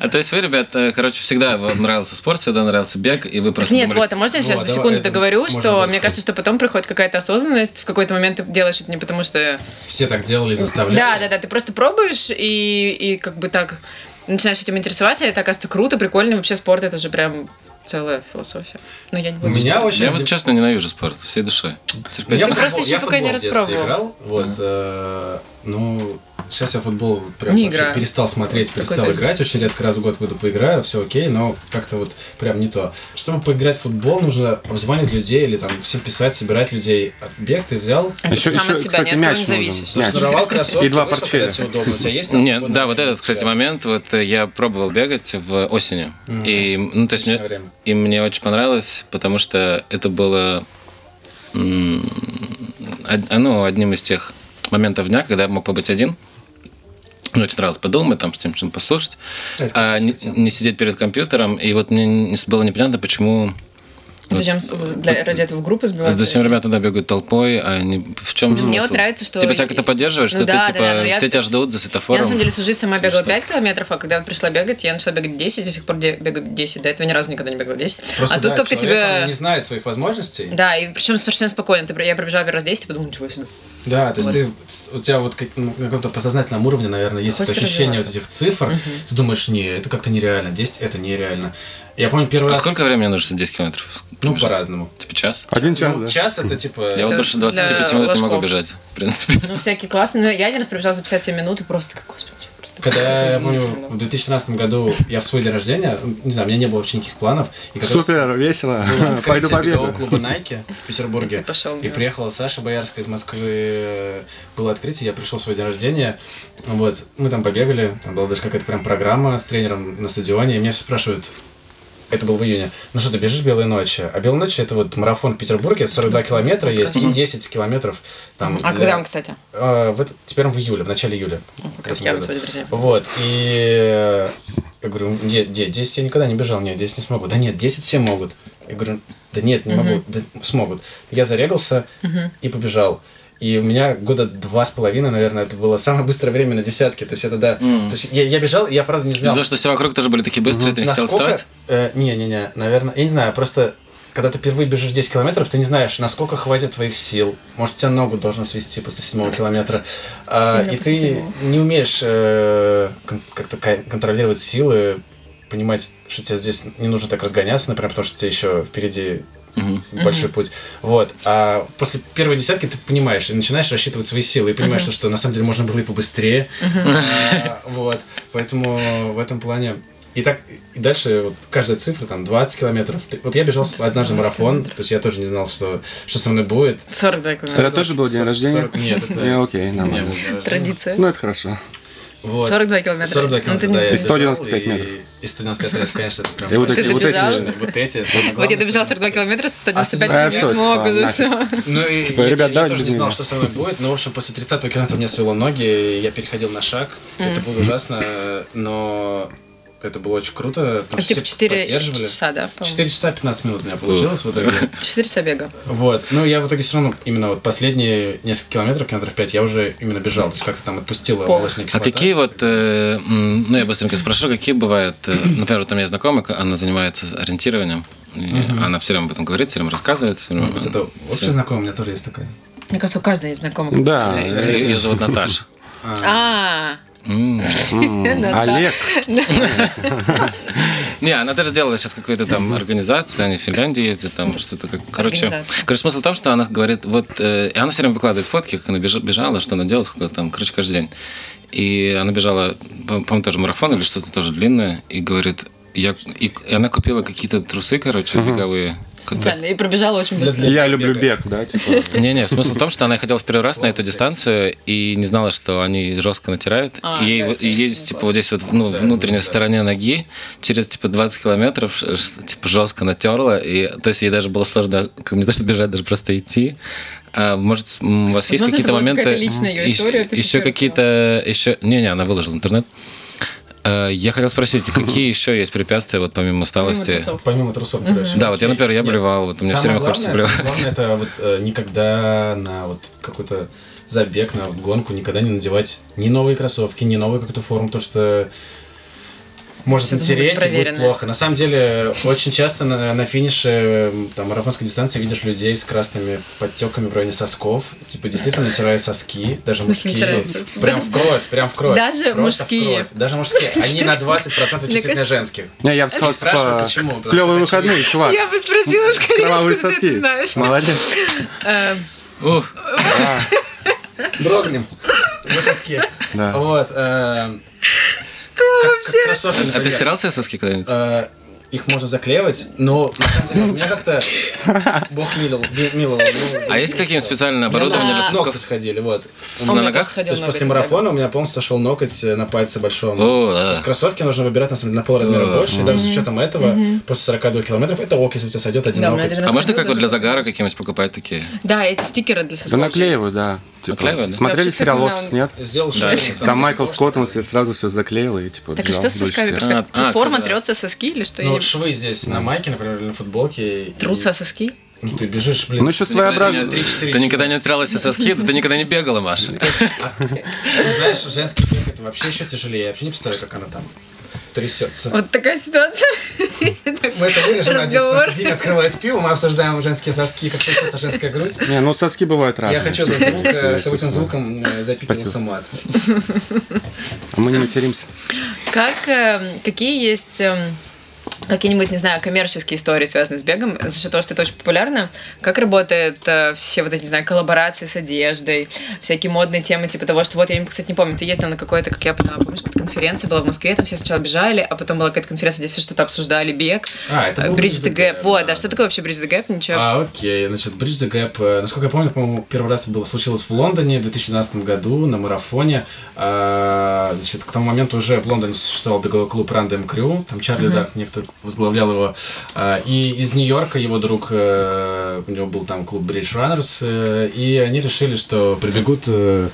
Speaker 1: а то есть вы, ребят, э, короче, всегда вам нравился спорт, всегда нравился бег, и вы просто
Speaker 2: Нет,
Speaker 1: думали,
Speaker 2: вот, а можно я сейчас на
Speaker 3: Вот, давай,
Speaker 2: секунду
Speaker 3: это
Speaker 2: договорю,
Speaker 3: можно
Speaker 2: что
Speaker 3: будет.
Speaker 2: мне кажется, что потом приходит какая-то осознанность, в какой-то момент ты делаешь это не потому что...
Speaker 3: Все так делали, заставляли.
Speaker 2: Да, да, да, ты просто пробуешь и, и как бы так начинаешь этим интересоваться, и это оказывается круто, прикольно, вообще спорт это же прям целая философия. Но я не
Speaker 3: У
Speaker 2: буду.
Speaker 3: меня очень...
Speaker 1: Я вот честно ненавижу спорт всей душой.
Speaker 3: Ну,
Speaker 1: Терпеть
Speaker 3: я
Speaker 1: не
Speaker 2: Ну,
Speaker 3: футбол-
Speaker 2: просто еще
Speaker 3: я
Speaker 2: пока
Speaker 3: футбол
Speaker 2: не
Speaker 3: в детстве
Speaker 2: распробовала.
Speaker 3: играл, вот, э, ну, сейчас я футбол прям
Speaker 2: Не
Speaker 3: вообще
Speaker 2: играю.
Speaker 3: перестал смотреть,
Speaker 2: Какой-то
Speaker 3: перестал
Speaker 2: из-
Speaker 3: играть, очень редко раз в год выйду поиграю, все окей, но как-то вот прям не то. Чтобы поиграть в футбол, нужно обзванивать людей или там всем писать, собирать людей. А Бег ты взял,
Speaker 2: А ты
Speaker 4: Еще-
Speaker 2: сам
Speaker 4: еще,
Speaker 2: от себя
Speaker 4: кстати,
Speaker 2: ни от кого
Speaker 4: мяч
Speaker 2: не
Speaker 4: нужен.
Speaker 2: зависишь.
Speaker 4: Мяч.
Speaker 3: зашнуровал кроссовки,
Speaker 4: И два
Speaker 3: вышел,
Speaker 4: портфеля.
Speaker 3: когда тебе удобно. У тебя есть там
Speaker 1: Нет,
Speaker 3: свободное
Speaker 1: да, вот
Speaker 3: время
Speaker 1: этот, кстати,
Speaker 3: сейчас?
Speaker 1: момент, вот э, я пробовал бегать в осенью,
Speaker 3: Мгм.
Speaker 1: и, ну, то есть
Speaker 3: Отличное
Speaker 1: мне,
Speaker 3: время.
Speaker 1: и мне очень понравилось, потому что это было, м, од- а, ну, одним из тех моментов дня, когда я мог побыть один, мне очень нравилось подумать, там, с тем, чем послушать,
Speaker 3: Это
Speaker 1: а не,
Speaker 3: классическая тема.
Speaker 1: не сидеть перед компьютером, и вот мне не- было непонятно, почему
Speaker 2: Зачем с- для- ради этого в группы
Speaker 1: А
Speaker 2: сбиваться?
Speaker 1: Зачем ребята да, бегают толпой, а не в чем
Speaker 2: Мне
Speaker 1: смысл?
Speaker 2: вот нравится, что-
Speaker 1: Типа тебя кто-то поддерживает,
Speaker 2: Ну
Speaker 1: что
Speaker 2: да, да,
Speaker 1: ты типа
Speaker 2: да, но я
Speaker 1: все
Speaker 2: в-
Speaker 1: тебя ждут за
Speaker 2: Я
Speaker 1: светофором.
Speaker 2: на самом деле всю жизнь сама бегала
Speaker 1: Что?
Speaker 2: 5 километров, а когда вот пришла бегать, я начала бегать 10, до сих пор де- бегаю 10. До этого ни разу никогда не бегала 10.
Speaker 3: Просто,
Speaker 2: а тут
Speaker 3: да,
Speaker 2: как-то
Speaker 3: человек,
Speaker 2: тебе...
Speaker 3: он не знает своих возможностей.
Speaker 2: Да, и причем совершенно спокойно. Ты пр- Я пробежала первый раз 10 и подумала, ничего себе.
Speaker 3: Да, то есть
Speaker 2: Вот.
Speaker 3: ты, с- у тебя вот как- ну, на каком-то подсознательном уровне, наверное, есть это
Speaker 2: Хочется
Speaker 3: ощущение вот
Speaker 2: развиваться.
Speaker 3: этих цифр. Ты думаешь, не, это как-то нереально, 10 это нереально. Я помню первый
Speaker 1: А
Speaker 3: раз,
Speaker 1: сколько времени нужно, чтобы 10 километров?
Speaker 3: ну,
Speaker 1: пробежать?
Speaker 3: по-разному.
Speaker 1: Типа час?
Speaker 4: Один час,
Speaker 3: Ну,
Speaker 4: да?
Speaker 3: Час это типа...
Speaker 1: Я вот
Speaker 2: Это
Speaker 1: больше
Speaker 2: для
Speaker 1: 25 минут не могу
Speaker 2: ложков.
Speaker 1: бежать, в принципе.
Speaker 2: Ну, всякие классные. Но я один раз пробежала за 57 минут и просто как, господи, просто...
Speaker 3: Когда я помню,
Speaker 2: офигительно.
Speaker 3: в 2013 году я в свой день рождения, ну, не знаю, у меня не было вообще никаких планов. И как раз
Speaker 4: Супер, весело.
Speaker 3: была открытие
Speaker 4: Пойду
Speaker 3: бегового
Speaker 4: побегу.
Speaker 3: клуба Nike в Петербурге.
Speaker 2: Ты пошел.
Speaker 3: И
Speaker 2: да.
Speaker 3: приехала Саша Боярская из Москвы, было открытие, я пришел в свой день рождения, вот, мы там побегали, там была даже какая-то прям программа с тренером на стадионе, и меня все спрашивают, это был в июне, ну что, ты бежишь «Белые ночи», а «Белые ночи» — это вот марафон в Петербурге, 42 километра есть и 10 километров там.
Speaker 2: А
Speaker 3: для-
Speaker 2: когда он, кстати?
Speaker 3: А, в этот- теперь он в июле, в начале июля.
Speaker 2: О, Как раз я вот сегодня, друзья.
Speaker 3: Вот, и э, я говорю, где, где, 10 я никогда не бежал, нет, 10 не смогу. Да нет, 10 все могут. Я говорю, да нет, не могу, да смогут. Я зарегался и побежал. И у меня года два с половиной, наверное, это было самое быстрое время на десятке. То есть это да.
Speaker 1: М.
Speaker 3: То есть я, я бежал, и я правда не знал.
Speaker 1: Из-за того, что все вокруг тоже были такие быстрые, ты не хотел
Speaker 3: Насколько?
Speaker 1: вставать?
Speaker 3: э, Не-не-не, наверное, я не знаю, просто когда ты впервые бежишь 10 километров, ты не знаешь, насколько хватит твоих сил. Может, тебя ногу должно свести после седьмого километра. А,
Speaker 2: Или
Speaker 3: и
Speaker 2: после
Speaker 3: ты
Speaker 2: седьмого.
Speaker 3: не умеешь э, кон- как-то кай- контролировать силы, понимать, что тебе здесь не нужно так разгоняться, например, потому что тебе еще впереди
Speaker 1: Мгм.
Speaker 3: большой путь. Вот. А после первой десятки ты понимаешь и начинаешь рассчитывать свои силы и понимаешь,
Speaker 2: Мгм.
Speaker 3: что на самом деле можно было и побыстрее. А, Вот. Поэтому в этом плане. И так, и дальше вот каждая цифра, там, 20 километров. Ты- Вот я бежал с- однажды
Speaker 2: 20
Speaker 3: марафон,
Speaker 2: километров.
Speaker 3: то есть я тоже не знал, что, что со мной будет.
Speaker 2: 42 километра.
Speaker 4: Сорок- тоже был день
Speaker 3: Сор-
Speaker 4: рождения?
Speaker 3: сорок- Нет, это...
Speaker 4: Э, окей,
Speaker 3: не
Speaker 4: нормально.
Speaker 3: был день рождения.
Speaker 2: Традиция.
Speaker 4: Ну, это хорошо.
Speaker 3: Вот.
Speaker 2: 42 километра.
Speaker 3: 42 километра,
Speaker 2: Ну, ты
Speaker 3: да,
Speaker 2: не-
Speaker 3: я
Speaker 4: И 195
Speaker 3: бежал,
Speaker 4: метров.
Speaker 3: И 195 метров, конечно, это прям...
Speaker 4: И вот
Speaker 2: Ты
Speaker 4: эти, вот
Speaker 2: добежал?
Speaker 4: эти.
Speaker 3: Вот эти, самое
Speaker 2: Вот я
Speaker 3: главное,
Speaker 2: добежала 42 километра, 195 я
Speaker 4: А, всё,
Speaker 2: не смог
Speaker 4: типа,
Speaker 2: уже
Speaker 4: нафиг.
Speaker 2: все.
Speaker 3: Ну и
Speaker 4: Типа,
Speaker 3: я-
Speaker 4: «Ребят,
Speaker 3: я,
Speaker 4: давайте
Speaker 3: тоже
Speaker 4: без
Speaker 3: не знал,
Speaker 4: меня».
Speaker 3: что со мной будет, но, в общем, после 30-го километра меня свело ноги, и я переходил на шаг, это было ужасно, но это было очень круто, потому что
Speaker 2: Типа
Speaker 3: все
Speaker 2: 4
Speaker 3: поддерживали.
Speaker 2: часа, да? по-моему.
Speaker 3: 4 часа 15 минут у меня получилось в итоге.
Speaker 2: 4 часа бега.
Speaker 3: Вот. Но я в итоге все равно именно вот последние несколько километров, километров 5, я уже именно бежал. То есть как-то там отпустила
Speaker 2: Полностью.
Speaker 1: А
Speaker 3: волосная кислота.
Speaker 1: какие вот, э, м, ну я быстренько спрошу, какие бывают, э, например, вот у меня есть знакомая, она занимается ориентированием, и она все время об этом говорит, все время рассказывает, все время.
Speaker 3: Может быть, Ну, это общий знакомый, у меня тоже есть такой.
Speaker 2: Мне кажется, у каждого есть знакомых.
Speaker 4: Да.
Speaker 2: Знаешь,
Speaker 1: Ее- Ее зовут Наташа.
Speaker 3: А,
Speaker 2: А,
Speaker 1: М.
Speaker 4: М,
Speaker 2: Да-да.
Speaker 4: Олег.
Speaker 1: Не, она даже делала сейчас какую-то там организацию, они в Финляндии ездят, там что-то как... Короче,
Speaker 2: Организация.
Speaker 1: короче, смысл в том, что она говорит, вот... э, и она все время выкладывает фотки, как она бежа- бежала, что она делала, сколько там, короче, каждый день. И она бежала, по- по-моему, тоже марафон или что-то тоже длинное, и говорит... Я, и, и она купила какие-то трусы, короче, беговые.
Speaker 2: специально. И пробежала очень быстро.
Speaker 3: Для-
Speaker 4: Я люблю бег, да, типа.
Speaker 1: Не-не, смысл в том, что она ходила в первый раз на
Speaker 3: Слава
Speaker 1: эту
Speaker 3: тебе.
Speaker 1: дистанцию и не знала, что они жестко натирают.
Speaker 2: А,
Speaker 1: и ей,
Speaker 2: да,
Speaker 1: вот- и
Speaker 2: это
Speaker 1: ей
Speaker 2: очень
Speaker 1: типа,
Speaker 2: классно.
Speaker 1: вот здесь вот, ну,
Speaker 3: Да,
Speaker 1: внутренней
Speaker 3: да.
Speaker 1: стороне ноги через, типа, 20 километров, ш- ш- типа, жестко натерла. И, то есть ей даже было сложно, как не то, что бежать, даже просто идти. А, может, м, у вас есть
Speaker 2: Возможно,
Speaker 1: какие-то
Speaker 2: это была
Speaker 1: моменты...
Speaker 2: какая-то личная её
Speaker 1: Ещё-
Speaker 2: история, ты
Speaker 1: Еще
Speaker 2: сейчас
Speaker 1: какие-то... Еще... Не-не, она выложила в интернет. Э, Я хотел спросить, какие еще есть препятствия, вот помимо усталости?
Speaker 2: трусов.
Speaker 3: Э, Помимо трусов, ты говоришь.
Speaker 1: Да, вот я, например, я
Speaker 3: Нет.
Speaker 1: блевал, вот мне все время хочется
Speaker 3: главное,
Speaker 1: блевать.
Speaker 3: самое главное это вот э, никогда на вот какой-то забег, на вот гонку никогда не надевать ни новые кроссовки, ни новую какую-то форму, потому что может
Speaker 2: Всё должно быть
Speaker 3: натереть и будет
Speaker 2: проверено.
Speaker 3: плохо. На самом деле, очень часто на, на финише м, там, марафонской дистанции видишь людей с красными подтеками в районе сосков. Типа, действительно натирают соски, даже
Speaker 2: В смысле,
Speaker 3: мужские.
Speaker 2: натираются?
Speaker 3: Прям в кровь, прям в кровь.
Speaker 2: Даже
Speaker 3: Просто в
Speaker 2: мужские?
Speaker 3: кровь. Даже мужские. Они на 20% чувствительнее
Speaker 2: кажется-
Speaker 3: женских.
Speaker 4: Не, я бы сказал,
Speaker 3: Спрашиваю,
Speaker 4: типа,
Speaker 3: почему? Потому что
Speaker 4: клевые
Speaker 3: такие-
Speaker 4: выходные, чувак.
Speaker 2: Я бы спросила скорее, откуда
Speaker 4: Кровавые
Speaker 2: ты
Speaker 4: соски.
Speaker 2: это знаешь.
Speaker 4: Молодец.
Speaker 2: Э,
Speaker 1: Ух,
Speaker 4: Да,
Speaker 3: Дрогнем. За соски.
Speaker 4: да.
Speaker 3: Вот. эм,
Speaker 2: Что
Speaker 3: как- как
Speaker 2: вообще?
Speaker 3: кроссовки,
Speaker 1: а ты
Speaker 3: например.
Speaker 1: стирал себе соски когда-нибудь?
Speaker 3: Э, Их можно заклеивать, но на самом деле у меня как-то бог милил. ми- миловал, ну,
Speaker 1: А есть какие-нибудь специальные
Speaker 2: Ну
Speaker 3: у меня
Speaker 1: оборудования
Speaker 3: ногти
Speaker 1: для
Speaker 3: с
Speaker 1: сосков?
Speaker 3: ногти сходили, вот.
Speaker 2: Он
Speaker 1: на
Speaker 2: мне
Speaker 1: ногах?
Speaker 2: тоже ходил
Speaker 3: То есть
Speaker 2: на
Speaker 3: после
Speaker 2: бег.
Speaker 3: марафона у меня полностью сошел ноготь э, на пальце большом.
Speaker 1: О,
Speaker 3: То
Speaker 1: да.
Speaker 3: есть кроссовки нужно выбирать на самом деле на полразмера
Speaker 1: Да.
Speaker 3: больше. И даже с учетом этого, после 42 километров, это ок, если у тебя сойдет один
Speaker 2: Да, у меня
Speaker 3: ноготь.
Speaker 2: один
Speaker 1: А
Speaker 2: раз
Speaker 1: можно
Speaker 2: ходила
Speaker 1: как вот
Speaker 2: даже
Speaker 1: для
Speaker 2: после
Speaker 1: загара какие-нибудь покупать такие?
Speaker 2: Да, эти стикеры для сосков.
Speaker 4: Да наклеиваю, да.
Speaker 1: Наклеиваю,
Speaker 4: Типа,
Speaker 1: да?
Speaker 4: смотрели
Speaker 2: Вообще, кстати,
Speaker 4: сериал
Speaker 2: не знаю,
Speaker 4: «Офис», нет?
Speaker 3: Сделал
Speaker 1: Да.
Speaker 3: шейник,
Speaker 4: Там Майкл
Speaker 3: сосков,
Speaker 4: Скотт,
Speaker 3: что
Speaker 4: он
Speaker 3: ли?
Speaker 4: себе сразу все заклеил и типа
Speaker 2: есть. Так и что
Speaker 4: бежал
Speaker 2: с
Speaker 4: дольше
Speaker 2: сосками?
Speaker 4: всех.
Speaker 1: А,
Speaker 2: Просто
Speaker 1: а,
Speaker 2: форма
Speaker 1: кстати, да.
Speaker 2: трет со соски или что?
Speaker 3: Ну,
Speaker 2: Или
Speaker 3: швы здесь на майке, например, или на футболке. и-
Speaker 2: Трутся соски?
Speaker 3: Ну, ты бежишь, блин.
Speaker 4: Ну, еще
Speaker 1: Ты никогда не-
Speaker 4: своеобразно.
Speaker 1: Ты никогда не стирала себе соски, да ты никогда не бегала, Маша.
Speaker 3: Ну, Знаешь, женский бег это вообще еще тяжелее. Я вообще не представляю, как она там трясется.
Speaker 2: Вот такая ситуация.
Speaker 3: Мы это вырежем, надеюсь,
Speaker 2: Разговор.
Speaker 3: потому что Дима открывает пиво, мы обсуждаем женские соски, как трясется женская грудь.
Speaker 4: Не, ну соски бывают разные.
Speaker 3: Я хочу этот
Speaker 4: что
Speaker 3: звук,
Speaker 4: это,
Speaker 3: э, чтобы этим
Speaker 4: собственно.
Speaker 3: звуком э, запикивался
Speaker 4: Спасибо.
Speaker 3: мат.
Speaker 4: А мы не материмся.
Speaker 2: Как, эм, какие есть эм, какие-нибудь, не знаю, коммерческие истории, связанные с бегом, за счет того, что это очень популярно? Как работают э, все вот эти, не знаю, коллаборации с одеждой, всякие модные темы, типа того, что вот я, кстати, не помню, ты ездил на какой-то, как я поняла, помнишь, какая-то конференция была в Москве, там все сначала бежали, а потом была какая-то конференция, где все что-то обсуждали, бег,
Speaker 3: А, это был
Speaker 2: Bridge the Gap. Вот, а да, что
Speaker 3: да.
Speaker 2: такое вообще Bridge the Gap? Ничего.
Speaker 3: А, окей, значит, Bridge the Gap, э, насколько я помню, по-моему, первый раз было случилось в Лондоне в 2012 году на марафоне. А, значит, к тому моменту уже в Лондоне существовал беговой клуб Random Crew, там Чарли Дарк, некто возглавлял его. А, и из Нью-Йорка его друг, э, у него был там клуб Bridge Runners, э, и они решили, что прибегут э,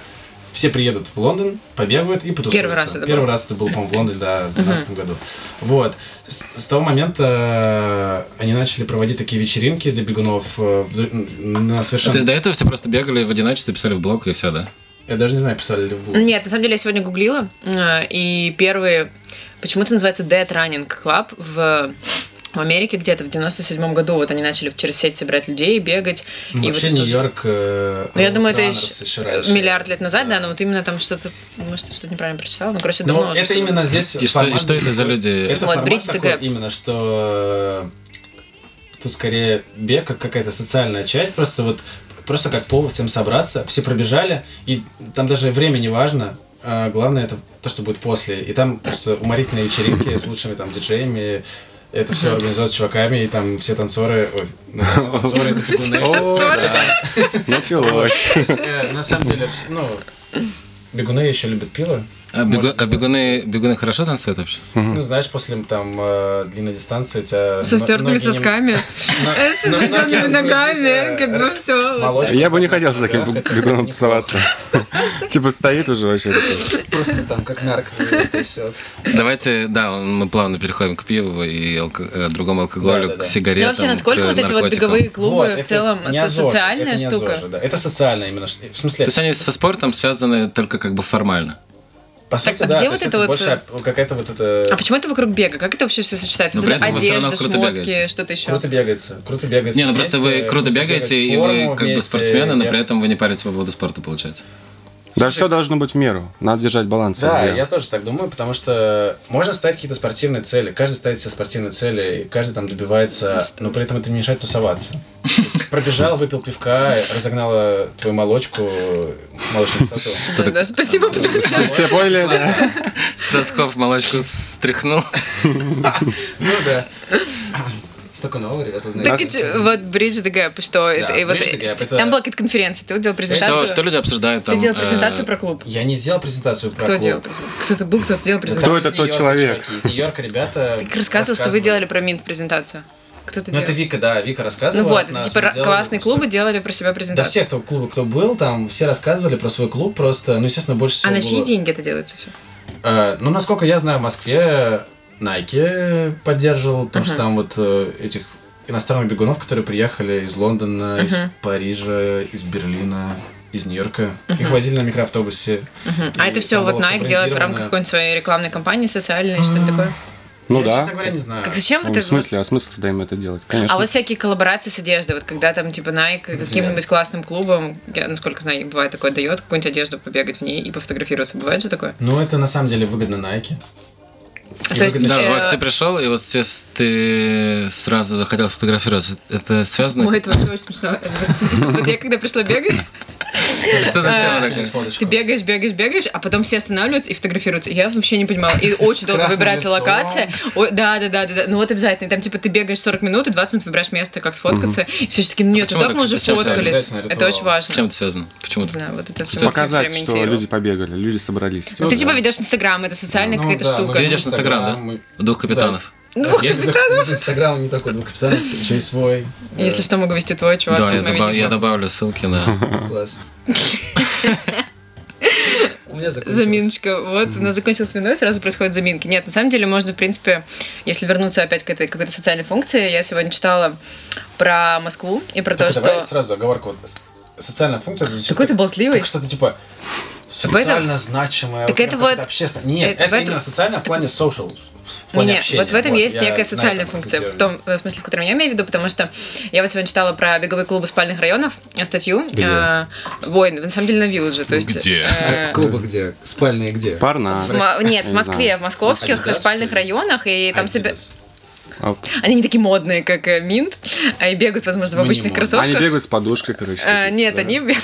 Speaker 3: все приедут в Лондон, побегают и потусуются.
Speaker 2: Первый раз это
Speaker 3: Первый
Speaker 2: было.
Speaker 3: раз это был, по-моему, в Лондоне, да, в 2012 году. Вот. С, с того момента э, они начали проводить такие вечеринки для бегунов э, в- на
Speaker 1: То
Speaker 3: совершенно...
Speaker 2: А
Speaker 1: есть до этого все просто бегали в одиночестве, писали в блог и все, да?
Speaker 3: Я даже не знаю, писали ли в Google.
Speaker 2: Нет, на самом деле я сегодня гуглила, э, и первые... Почему-то называется Dead Running Club в в Америке где-то в 97-м году вот они начали через сеть собирать людей, бегать.
Speaker 3: Ну,
Speaker 2: и
Speaker 3: Вообще
Speaker 2: вот это уже-
Speaker 3: Нью-Йорк... э,
Speaker 2: Ну, я думаю, это
Speaker 3: Roadrunners
Speaker 2: еще,
Speaker 3: еще раньше.
Speaker 2: миллиард лет назад, да, но вот именно там что-то, может, я что-то неправильно прочитала, ну, короче,
Speaker 3: Но
Speaker 2: давно уже
Speaker 3: это
Speaker 2: всё было.
Speaker 3: именно здесь...
Speaker 1: И что, и
Speaker 3: формат-
Speaker 1: что это за люди?
Speaker 3: Это
Speaker 2: Вот,
Speaker 3: формат
Speaker 2: Bridge the
Speaker 3: такой
Speaker 2: Gap.
Speaker 3: именно, что э, тут скорее бег, как какая-то социальная часть, просто вот просто как повод всем собраться, все пробежали, и там даже время не важно, а главное это то, что будет после. И там с уморительные вечеринки с лучшими там диджеями, это все организуется чуваками, и там все танцоры... Ой, ну, танцоры это бегуны.
Speaker 2: Все танцоры.
Speaker 3: Да.
Speaker 4: Началось.
Speaker 3: То есть, э, На самом деле, вс- ну, бегуны еще любят пиво.
Speaker 1: А,
Speaker 3: Может,
Speaker 1: бегу- а
Speaker 3: просто-
Speaker 1: бегуны, бегуны хорошо танцуют вообще?
Speaker 4: Хм.
Speaker 3: Ну, знаешь, после там э, длинной дистанции у тебя...
Speaker 2: Со
Speaker 3: но-
Speaker 2: стертыми
Speaker 3: ноги не-
Speaker 2: сосками,
Speaker 3: но-
Speaker 2: с
Speaker 3: но- ноги
Speaker 2: сведенными
Speaker 3: разгрузить,
Speaker 2: ногами,
Speaker 3: э,
Speaker 2: как бы все.
Speaker 3: молочко
Speaker 4: Я бы не хотел с
Speaker 3: согнуть,
Speaker 4: таким
Speaker 3: да, это
Speaker 4: бегуном
Speaker 3: неплохо.
Speaker 4: тусоваться. Типа стоит уже вообще. такой.
Speaker 3: Просто там как нарко трясет.
Speaker 1: Давайте, да, мы плавно переходим к пиву и алко- э, другому алкоголю,
Speaker 3: Да-да-да.
Speaker 1: к
Speaker 2: Ну,
Speaker 1: сигаретам,
Speaker 2: вообще, насколько
Speaker 1: к
Speaker 2: вот эти вот
Speaker 1: наркотикам.
Speaker 2: беговые
Speaker 3: Вот,
Speaker 2: клубы в
Speaker 3: это
Speaker 2: целом
Speaker 3: не
Speaker 2: со-
Speaker 3: АЗОЖ,
Speaker 2: социальная
Speaker 3: это не
Speaker 2: штука?
Speaker 3: АЗОЖ, да. Это социальная именно. ш- В смысле,
Speaker 1: То есть они со спортом связаны только как бы формально.
Speaker 3: по
Speaker 2: Так,
Speaker 3: сути,
Speaker 2: а
Speaker 3: да.
Speaker 2: где
Speaker 3: то
Speaker 2: вот
Speaker 3: есть
Speaker 2: это
Speaker 3: это
Speaker 2: вот,
Speaker 3: больше а, какая-то вот это...
Speaker 2: А почему это вокруг бега? Как это вообще все сочетается?
Speaker 1: Но
Speaker 2: Вот
Speaker 1: при
Speaker 2: это
Speaker 1: этом вы ну, всё равно
Speaker 2: одежда,
Speaker 1: круто
Speaker 2: шмотки,
Speaker 1: бегаете.
Speaker 2: что-то еще.
Speaker 3: Круто бегается, круто бегается.
Speaker 1: Не, ну просто
Speaker 3: вместе,
Speaker 1: вы круто бегаете, и
Speaker 3: делаете
Speaker 1: вы
Speaker 3: форму
Speaker 1: как бы
Speaker 3: вместе,
Speaker 1: спортсмены, но
Speaker 3: где-
Speaker 1: при этом вы не парите по поводу спорта, получается.
Speaker 4: Да все должно быть в меру. Надо держать баланс
Speaker 3: Да, я
Speaker 4: везде.
Speaker 3: тоже так думаю, потому что можно ставить какие-то спортивные цели, каждый ставит себе спортивные цели, и каждый там добивается, но при этом это не мешает тусоваться. То есть Пробежал, выпил пивка, разогнала твою молочку, молочную кислоту.
Speaker 2: Да, да, спасибо, потому что
Speaker 4: Все поняли? да?
Speaker 1: С сосков молочку стряхнул.
Speaker 3: Ну да. Столько нового, ребята,
Speaker 2: Так и чё, вот Bridge the Gap, что это, и вот,
Speaker 3: Bridge the Gap, это-
Speaker 2: там была какая-то конференция, ты вот делал презентацию.
Speaker 1: Что, что люди обсуждают там?
Speaker 2: Ты делал презентацию
Speaker 1: э,
Speaker 2: про клуб.
Speaker 3: Я не делал презентацию про
Speaker 2: Кто
Speaker 3: клуб.
Speaker 2: делал презентацию? Кто-то был, кто-то делал
Speaker 3: Ну,
Speaker 4: Кто
Speaker 2: презентацию.
Speaker 3: там
Speaker 4: это
Speaker 3: из
Speaker 4: тот
Speaker 3: Нью-Йорка
Speaker 4: человек?
Speaker 3: чуваки, Из Нью-Йорка ребята
Speaker 2: Ты рассказывал, что вы
Speaker 3: рассказывали.
Speaker 2: делали про Минт презентацию. Кто-то
Speaker 3: Ну,
Speaker 2: делал?
Speaker 3: это Вика, да, Вика
Speaker 2: Ну
Speaker 3: рассказывала.
Speaker 2: вот,
Speaker 3: от
Speaker 2: это
Speaker 3: нас,
Speaker 2: типа
Speaker 3: мы
Speaker 2: ра-
Speaker 3: делали
Speaker 2: классные
Speaker 3: всё.
Speaker 2: клубы делали про себя
Speaker 3: Да
Speaker 2: презентацию.
Speaker 3: все, кто клубы, кто был, там все рассказывали про свой клуб просто, ну, естественно, больше всего
Speaker 2: А на чьи
Speaker 3: было-
Speaker 2: деньги это делается все?
Speaker 3: Э, Ну, насколько я знаю, в Москве Nike поддерживал, потому что
Speaker 2: Мгм.
Speaker 3: там вот э, этих иностранных бегунов, которые приехали из Лондона, из
Speaker 2: Мгм.
Speaker 3: Парижа, из Берлина, из Нью-Йорка. Их
Speaker 2: Мгм.
Speaker 3: возили на микроавтобусе.
Speaker 2: А
Speaker 3: И
Speaker 2: это все
Speaker 3: Ну, там
Speaker 2: вот
Speaker 3: было
Speaker 2: Nike делает в рамках
Speaker 3: сабрендировано.
Speaker 2: какой-нибудь своей рекламной кампании, социальной, что-то такое.
Speaker 4: Ну
Speaker 3: я, честно
Speaker 4: да.
Speaker 3: говоря, не знаю.
Speaker 2: Как зачем
Speaker 4: Ну,
Speaker 2: вот
Speaker 4: В
Speaker 2: это вот
Speaker 4: смысле, а смысл тогда им это делать?
Speaker 2: А вот
Speaker 4: Конечно.
Speaker 2: всякие коллаборации с одеждой, вот когда там типа Nike каким-нибудь классным клубом, я насколько знаю, бывает такое, дает какую-нибудь одежду побегать в ней и пофотографироваться. Бывает же такое?
Speaker 3: Ну, это на самом деле выгодно Nike.
Speaker 2: А
Speaker 3: И
Speaker 2: то есть,
Speaker 3: выгодно-
Speaker 1: Да,
Speaker 2: Э,
Speaker 1: Макс, ты пришел, и вот сейчас ты сразу захотел сфотографироваться. Это связано?
Speaker 2: Ой, это вообще очень смешно. Это вот- Вот я когда пришла бегать,
Speaker 1: Что за тема
Speaker 2: э,
Speaker 1: такая?
Speaker 2: ты бегаешь, бегаешь, бегаешь, а потом все останавливаются и фотографируются. Я вообще не понимала. И очень долго
Speaker 3: красным
Speaker 2: выбирается
Speaker 3: лицом.
Speaker 2: локация. Ой, Да, да, да, да, да. Ну вот обязательно. И Там типа ты бегаешь 40 минут и 20 минут выбираешь место, как сфоткаться. И все таки ну нет, ну
Speaker 1: почему
Speaker 2: так
Speaker 1: так-
Speaker 2: мы уже
Speaker 1: зачем всё
Speaker 2: фоткались.
Speaker 3: обязательно
Speaker 2: Это
Speaker 3: ритуал?
Speaker 2: очень
Speaker 1: С
Speaker 2: важно.
Speaker 1: чем это связано? Почему
Speaker 2: Не знаю, вот это все
Speaker 4: Показать, что люди побегали, люди собрались.
Speaker 3: Ну
Speaker 2: Ты
Speaker 3: да.
Speaker 2: типа ведешь Инстаграм, это социальная
Speaker 3: Ну
Speaker 2: какая-то
Speaker 3: да, мы
Speaker 2: штука. Ну,
Speaker 1: Ты идешь на Инстаграм, да?
Speaker 3: мы-
Speaker 1: Дух капитанов.
Speaker 2: Двух
Speaker 3: Я такой, Инстаграм не такой, двух капитанов, еще и свой.
Speaker 2: Если что, могу вести твой чувак.
Speaker 1: Да,
Speaker 2: на
Speaker 1: я,
Speaker 2: моем
Speaker 1: добав- я
Speaker 2: видео.
Speaker 1: добавлю ссылки на...
Speaker 3: Э, Класс. У меня закончилось.
Speaker 2: Заминочка. Вот, она закончилась виной, сразу происходят заминки. Нет, на самом деле можно, в принципе, если вернуться опять к этой какой-то социальной функции, я сегодня читала про Москву и про
Speaker 3: Так,
Speaker 2: то,
Speaker 3: давай
Speaker 2: что...
Speaker 3: сразу оговорку. Вот с- Социальная функция это звучит
Speaker 2: Какой ты
Speaker 3: как-
Speaker 2: болтливый.
Speaker 3: как что-то типа социально значимое.
Speaker 2: Так
Speaker 3: прям
Speaker 2: это
Speaker 3: как-то
Speaker 2: вот-
Speaker 3: общественно. Нет,
Speaker 2: это
Speaker 3: это
Speaker 2: в этом-
Speaker 3: именно социальное в плане social. в плане
Speaker 2: Не-не,
Speaker 3: общения.
Speaker 2: вот в этом есть
Speaker 3: я
Speaker 2: некая
Speaker 3: на
Speaker 2: социальная
Speaker 3: этом
Speaker 2: функция, в
Speaker 3: акцентирую.
Speaker 2: том э, смысле, в котором я имею в виду, потому что я вот сегодня читала про беговые клубы спальных районов э, статью.
Speaker 4: Где?
Speaker 2: Э, Ой, на самом деле на Вилледже.
Speaker 3: Ну
Speaker 2: то есть,
Speaker 1: Где?
Speaker 3: А,
Speaker 2: э,
Speaker 5: Клубы где? Спальные где?
Speaker 4: Парна.
Speaker 2: в Мо- Нет, в
Speaker 4: Не
Speaker 2: Москве,
Speaker 4: знаю.
Speaker 2: в московских
Speaker 3: Адидас,
Speaker 2: спальных
Speaker 3: что ли?
Speaker 2: районах, и там себе...
Speaker 3: Adidas.
Speaker 4: А
Speaker 2: Они не такие модные, как э, Минт, а и бегают, возможно, в
Speaker 3: Мы не
Speaker 2: обычных
Speaker 3: модные.
Speaker 2: кроссовках.
Speaker 4: Они бегают с подушкой, короче.
Speaker 2: Э,
Speaker 4: такие,
Speaker 2: Нет,
Speaker 4: типа.
Speaker 2: они бегают.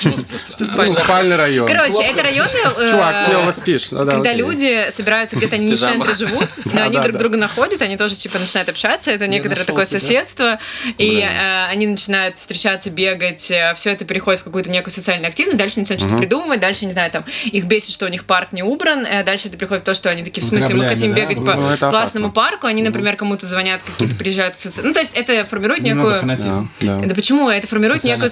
Speaker 2: Что
Speaker 4: Ну,
Speaker 2: спальня.
Speaker 4: спальный район.
Speaker 2: Короче, это районы, э,
Speaker 4: Чувак, клево спишь. Ну да,
Speaker 2: когда
Speaker 4: окей.
Speaker 2: люди собираются где-то, они не в
Speaker 1: пижамах.
Speaker 2: центре живут, но
Speaker 4: Да,
Speaker 2: они
Speaker 4: да,
Speaker 2: друг
Speaker 4: да.
Speaker 2: друга находят, они тоже типа начинают общаться, это некоторое такое соседство, и э, они начинают встречаться, бегать, все это переходит в какую-то некую социальную активность, дальше они начинают что-то придумывать, дальше, не знаю, там, их бесит, что у них парк не убран, э, дальше это приходит в то, что они такие, в смысле, мы
Speaker 3: Граблями,
Speaker 2: хотим
Speaker 3: да,
Speaker 2: бегать
Speaker 3: бывает.
Speaker 4: Ну,
Speaker 2: по
Speaker 4: это
Speaker 2: классному
Speaker 4: опасно.
Speaker 2: парку, они, например, кому-то звонят звонят, какие-то приезжают. соци- Ну, то есть это формирует
Speaker 6: Немного
Speaker 2: некую...
Speaker 4: Да,
Speaker 6: фанатизм.
Speaker 4: да.
Speaker 2: Да почему? Это формирует
Speaker 6: Социально
Speaker 2: некую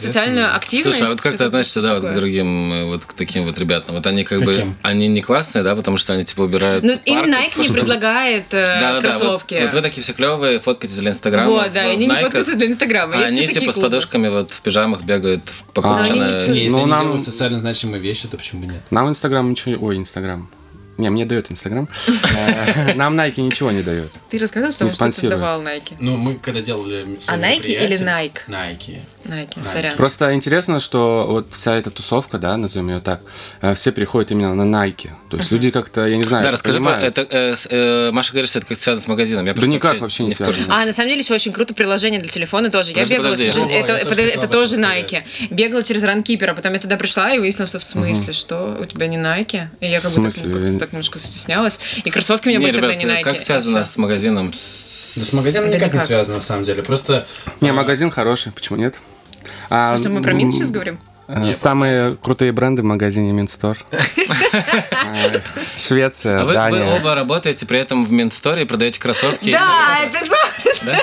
Speaker 6: ответственную.
Speaker 2: социальную активность.
Speaker 1: Слушай, а вот как ты
Speaker 2: Это
Speaker 1: относишься, да, вот к
Speaker 2: такое.
Speaker 1: другим, э, вот к таким вот ребятам? Вот они как бы,
Speaker 3: Каким?
Speaker 1: они не классные, да, потому что они типа убирают
Speaker 2: Ну,
Speaker 1: парк,
Speaker 2: им Nike
Speaker 1: потому
Speaker 2: не
Speaker 1: что-
Speaker 2: предлагает э,
Speaker 1: Да-да-да,
Speaker 2: кроссовки.
Speaker 1: Вот, вот вы такие все клевые, фоткаетесь для Инстаграма.
Speaker 2: Вот, да, и
Speaker 1: в
Speaker 2: они не
Speaker 1: Найках,
Speaker 2: фоткаются для Инстаграма.
Speaker 1: а
Speaker 2: Есть
Speaker 1: Они
Speaker 2: еще такие
Speaker 1: типа с
Speaker 2: клубы.
Speaker 1: подушками вот в пижамах бегают в
Speaker 2: А,
Speaker 1: покупченное.
Speaker 2: они не-
Speaker 3: Не, если
Speaker 4: Ну,
Speaker 3: они
Speaker 4: нам-
Speaker 3: делают социально значимые вещи, то почему нет?
Speaker 4: Нам Инстаграм ничего... Ой, Инстаграм. Не, мне дает Инстаграм. Э, Нам Nike ничего не дает.
Speaker 2: Ты рассказывал, что
Speaker 4: Не
Speaker 2: он что-то
Speaker 4: спонсируют.
Speaker 2: давал Nike?
Speaker 3: Ну, мы когда делали
Speaker 2: А
Speaker 3: свое
Speaker 2: Nike или
Speaker 3: мероприятие-
Speaker 2: Nike?
Speaker 3: Nike.
Speaker 2: Nike,
Speaker 3: Nike.
Speaker 2: сорян.
Speaker 4: Просто интересно, что вот вся эта тусовка, да, назовем ее так, э, все приходят именно на Nike. То есть люди как-то, я не знаю,
Speaker 1: Да, расскажи, про-
Speaker 4: понимают.
Speaker 1: это, э, с- э, Маша говорит, что это как связано с магазином. Я
Speaker 4: Да
Speaker 1: просто
Speaker 4: никак вообще не
Speaker 1: в курсе.
Speaker 4: связано.
Speaker 2: А, на самом деле еще очень круто приложение для телефона тоже.
Speaker 1: Подожди,
Speaker 2: я бегала
Speaker 1: подожди.
Speaker 2: через...
Speaker 3: О,
Speaker 2: это,
Speaker 3: я тоже
Speaker 2: подо-
Speaker 3: хотела
Speaker 2: это
Speaker 3: об этом
Speaker 2: тоже Nike.
Speaker 3: сказать.
Speaker 2: Бегала через ранкипера, потом я туда пришла и выяснила, что в смысле, что у тебя не Nike. И я как
Speaker 4: В
Speaker 2: бы так,
Speaker 4: смысле?
Speaker 2: как-то так немножко стеснялась. И кроссовки у меня
Speaker 1: Не,
Speaker 2: были
Speaker 1: ребят,
Speaker 2: тогда не Nike.
Speaker 1: как связано
Speaker 2: А,
Speaker 1: с магазином? с-
Speaker 3: Да с магазином
Speaker 2: Да
Speaker 3: никак не
Speaker 2: никак.
Speaker 3: связано, на самом деле. Просто э,
Speaker 4: Не, магазин хороший, почему нет?
Speaker 2: всё.
Speaker 4: А,
Speaker 2: В смысле, мы про Мин сейчас
Speaker 4: м,
Speaker 2: говорим?
Speaker 4: э, Самые крутые бренды в магазине Минстор. Э,
Speaker 1: А
Speaker 4: Швеция,
Speaker 1: вы, вы
Speaker 4: Дания.
Speaker 1: оба работаете при этом в Минсторе и продаете кроссовки.
Speaker 2: Да, это за-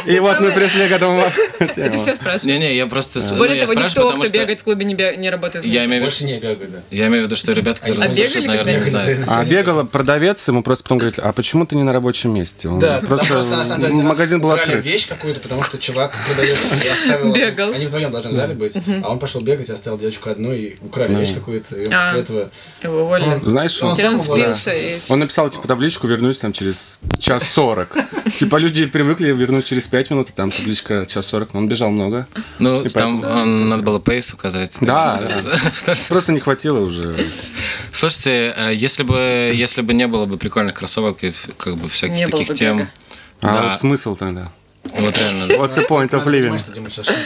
Speaker 4: И вот мы пришли к этому.
Speaker 2: Это все спрашивают.
Speaker 1: Не-не, я просто... с- ну,
Speaker 2: Более
Speaker 1: я
Speaker 2: того,
Speaker 1: спрашиваю,
Speaker 2: никто,
Speaker 1: потому
Speaker 2: кто
Speaker 1: что
Speaker 2: бегает в клубе, не бе- не работает. в
Speaker 1: Я
Speaker 2: Nike.
Speaker 1: имею в виду,
Speaker 3: больше не бегаю, да.
Speaker 1: Я имею в виду, что ребята, которые
Speaker 2: А
Speaker 1: нас
Speaker 2: бегали
Speaker 1: слушают, наверное, не
Speaker 3: когда-нибудь?
Speaker 1: знают.
Speaker 4: А бегала продавец, ему просто потом говорит, а почему ты не на рабочем месте? Он
Speaker 3: Да,
Speaker 4: просто,
Speaker 3: просто, просто на самом деле один раз
Speaker 4: магазин был
Speaker 3: украли
Speaker 4: открыт.
Speaker 3: вещь какую-то, потому что чувак продает и оставил...
Speaker 2: Бегал.
Speaker 3: Они вдвоем должны в зале быть, а он пошел бегать и оставил девочку одну и украли
Speaker 4: Да.
Speaker 3: вещь какую-то. И он
Speaker 2: А.
Speaker 3: после этого...
Speaker 2: Его уволили.
Speaker 4: Знаешь,
Speaker 3: Он
Speaker 4: он,
Speaker 2: И Он
Speaker 3: сам уволился.
Speaker 2: спился и... всё.
Speaker 4: он написал типа табличку, вернусь там через час сорок. Типа люди привыкли вернуть через пять минут, и там табличка час сорок, но он бежал много.
Speaker 1: Ну,
Speaker 4: И
Speaker 1: там
Speaker 4: поэтому-
Speaker 1: он, надо было пейс указать.
Speaker 4: Типа Да, Просто не хватило уже.
Speaker 1: Слушайте, а если бы, если бы не было бы прикольных кроссовок и ф- как бы всяких
Speaker 2: Не было
Speaker 1: таких
Speaker 2: бы
Speaker 1: тем,
Speaker 2: бега.
Speaker 4: А
Speaker 1: Да. Ну,
Speaker 4: вот смысл тогда?
Speaker 1: вот реально.
Speaker 4: What's the point of
Speaker 3: Надо
Speaker 4: living?
Speaker 3: понимать, что Дима сейчас шутит,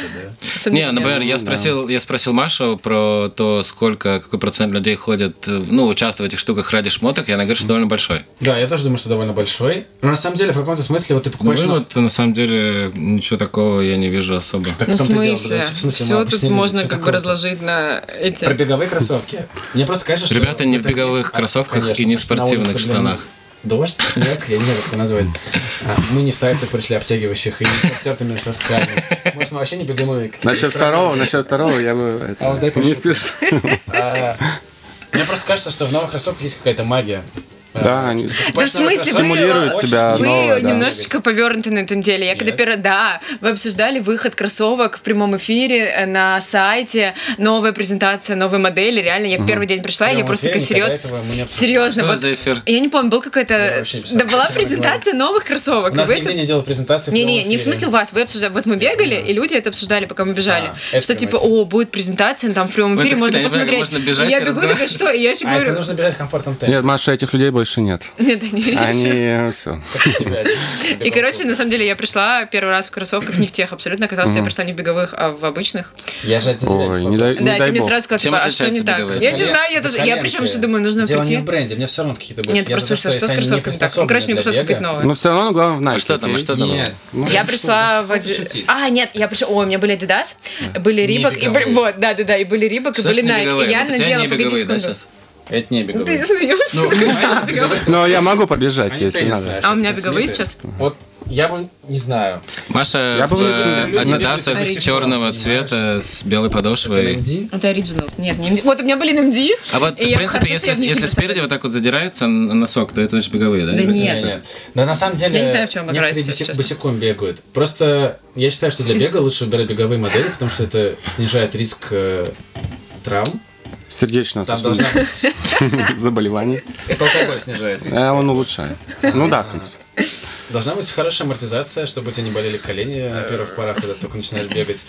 Speaker 3: да?
Speaker 1: Не, ну, например, я
Speaker 4: да.
Speaker 1: спросил, я спросил Машу про то, сколько, какой процент людей ходит, э, ну, участвует в этих штуках ради шмоток, и она говорит, что довольно большой.
Speaker 3: Да, я тоже думаю, что довольно большой. Но на самом деле, в каком-то смысле, вот ты
Speaker 1: Ну,
Speaker 3: покупаешь...
Speaker 1: и
Speaker 3: на-
Speaker 1: вот, на самом деле, ничего такого я не вижу особо.
Speaker 3: Так
Speaker 2: Ну,
Speaker 3: в
Speaker 2: в
Speaker 3: том-то и дело,
Speaker 2: смысле?
Speaker 3: подожди, в смысле, мы
Speaker 2: Все тут
Speaker 3: объяснили,
Speaker 2: можно
Speaker 3: что
Speaker 2: как бы
Speaker 3: такого-то.
Speaker 2: разложить на эти...
Speaker 3: Про беговые кроссовки. Мне просто кажется, что...
Speaker 1: Ребята не в
Speaker 3: это так
Speaker 1: беговых
Speaker 3: есть.
Speaker 1: кроссовках
Speaker 3: Конечно,
Speaker 1: и не в
Speaker 3: потому что на
Speaker 1: спортивных
Speaker 3: улице, блин,
Speaker 1: штанах.
Speaker 3: Дождь, снег, я не знаю, как это назвать. А, мы не в тайцах пришли обтягивающих и не со стертыми сосками. Может, мы вообще не беговые? к тебе
Speaker 4: Насчет
Speaker 3: страны?
Speaker 4: второго, насчет второго я бы это,
Speaker 3: А вот дай
Speaker 4: не
Speaker 3: пошутку.
Speaker 4: спешу.
Speaker 3: А, Мне просто кажется, что в новых кроссовках есть какая-то магия. А,
Speaker 4: Да, они-
Speaker 3: ты
Speaker 2: Да в
Speaker 3: покупаешь новые
Speaker 2: смысле, вы, э,
Speaker 3: кроссовки,
Speaker 4: Стимулирует
Speaker 3: очень
Speaker 4: тебя
Speaker 2: вы
Speaker 4: новое, да.
Speaker 2: немножечко повернуты на этом деле. Я когда
Speaker 3: Нет.
Speaker 2: первый... Да, вы обсуждали выход кроссовок в прямом эфире э, на сайте, новая презентация, новые модели. Реально, я в первый день пришла, и я
Speaker 3: Прямо
Speaker 2: просто
Speaker 3: уверен,
Speaker 2: такая серьезно...
Speaker 3: никогда этого мы не обсуждали.
Speaker 2: Серьезно,
Speaker 1: Что
Speaker 2: вот...
Speaker 1: за эфир?
Speaker 2: Я не помню, был какой-то...
Speaker 3: вообще не представляю,
Speaker 2: Да была
Speaker 3: о чем она
Speaker 2: презентация новых кроссовок.
Speaker 3: У
Speaker 2: и
Speaker 3: нас
Speaker 2: вы
Speaker 3: нигде
Speaker 2: это-
Speaker 3: не делал презентации. в
Speaker 2: не, не,
Speaker 3: прямом
Speaker 2: не в
Speaker 3: эфире.
Speaker 2: смысле у вас, вы обсуждали, вот мы бегали, и люди это обсуждали, пока мы бежали,
Speaker 3: А, это
Speaker 2: что типа,
Speaker 3: прямой
Speaker 2: о, будет презентация, там в прямом
Speaker 1: Вы
Speaker 2: эфире
Speaker 1: так
Speaker 2: можно
Speaker 1: сказали,
Speaker 2: посмотреть.
Speaker 1: можно бежать
Speaker 2: И я
Speaker 1: и
Speaker 2: бегу, такая,
Speaker 1: разговаривать.
Speaker 2: что, И я еще
Speaker 3: А это
Speaker 2: говорю,
Speaker 3: нужно бежать в комфортном темпе.
Speaker 4: Нет, Маша, этих людей больше нет.
Speaker 2: нет, они
Speaker 4: Они э, все.
Speaker 3: Как у тебя, Дима, тебе
Speaker 2: И,
Speaker 3: комфортно.
Speaker 2: короче, на самом деле я пришла первый раз в кроссовках, не в тех абсолютно. Оказалось, что я пришла не в беговых, а в обычных.
Speaker 3: Я же от тебя
Speaker 4: Ой, не
Speaker 1: Ну,
Speaker 4: дай, не
Speaker 2: Да, и
Speaker 4: дай
Speaker 2: ты мне
Speaker 4: бог.
Speaker 2: сразу сказала,
Speaker 1: Чем
Speaker 2: типа, а что не
Speaker 1: отличаются
Speaker 2: так?
Speaker 1: беговые?
Speaker 2: Я не знаю, я тоже. Я причем еще думаю, нужно
Speaker 3: Дело не
Speaker 2: прийти.
Speaker 3: в бренде, мне все равно какие-то больше.
Speaker 2: Нет, просто что, что с кроссовками так? Ну, короче, мне пришлось купить новые.
Speaker 4: Но все равно главное в Nike.
Speaker 1: А что там, а
Speaker 4: окей?
Speaker 1: что там?
Speaker 3: Нет.
Speaker 4: Ну,
Speaker 2: Я пришла в...
Speaker 3: что ты
Speaker 2: оди-
Speaker 3: шутишь?
Speaker 2: А, нет, я пришла... Ой, у меня были Adidas, были
Speaker 3: Не
Speaker 2: Рибок, и были...
Speaker 3: беговые.
Speaker 2: Вот, да-да-да, и были Рибок, и
Speaker 1: Что
Speaker 2: были
Speaker 1: ж не
Speaker 2: Nike.
Speaker 1: беговые?
Speaker 2: И я
Speaker 1: Вот у тебя
Speaker 2: надела,
Speaker 1: не
Speaker 2: погоди
Speaker 1: беговые, да, Ну,
Speaker 2: секунду.
Speaker 1: сейчас?
Speaker 3: Это не
Speaker 2: Ты
Speaker 3: беговые.
Speaker 2: смеешься?
Speaker 3: понимаешь, беговые-
Speaker 4: Но Ну, а я могу побежать,
Speaker 3: Они
Speaker 4: если
Speaker 3: теннис,
Speaker 4: надо.
Speaker 3: да,
Speaker 2: А у меня
Speaker 3: сейчас
Speaker 2: беговые
Speaker 3: знаменитые.
Speaker 2: сейчас?
Speaker 3: Вот я бы не знаю.
Speaker 1: Маша
Speaker 4: Я
Speaker 1: в
Speaker 4: бы
Speaker 1: э,
Speaker 4: выиграл.
Speaker 1: адидасах
Speaker 2: Люди бегают.
Speaker 1: черного
Speaker 3: Понимаешь?
Speaker 1: цвета с белой подошвой.
Speaker 3: NMD?
Speaker 2: Это Originals. Нет, не MD. Вот у меня были MD.
Speaker 1: А вот,
Speaker 2: И
Speaker 1: в
Speaker 2: я-
Speaker 1: принципе,
Speaker 2: хорошо,
Speaker 1: если,
Speaker 2: что я в них
Speaker 1: если
Speaker 2: не
Speaker 1: спереди вот так вот задирается н- носок, то это же беговые, да?
Speaker 2: Да
Speaker 1: Или-
Speaker 2: нет.
Speaker 3: Не, нет. Но на самом деле
Speaker 2: Я не знаю, в чем играть,
Speaker 3: некоторые
Speaker 2: если честно.
Speaker 3: босиком бегают. Просто я считаю, что для бега лучше убирать беговые модели, потому что это снижает риск э, травм.
Speaker 4: Сердечно
Speaker 3: Там должна быть...
Speaker 4: заболеваний.
Speaker 3: Это алкоголь снижает риск.
Speaker 4: Э, Он улучшает. Ну да, в принципе.
Speaker 3: Должна быть хорошая амортизация, чтобы у тебя не болели колени на первых порах, когда ты только начинаешь бегать.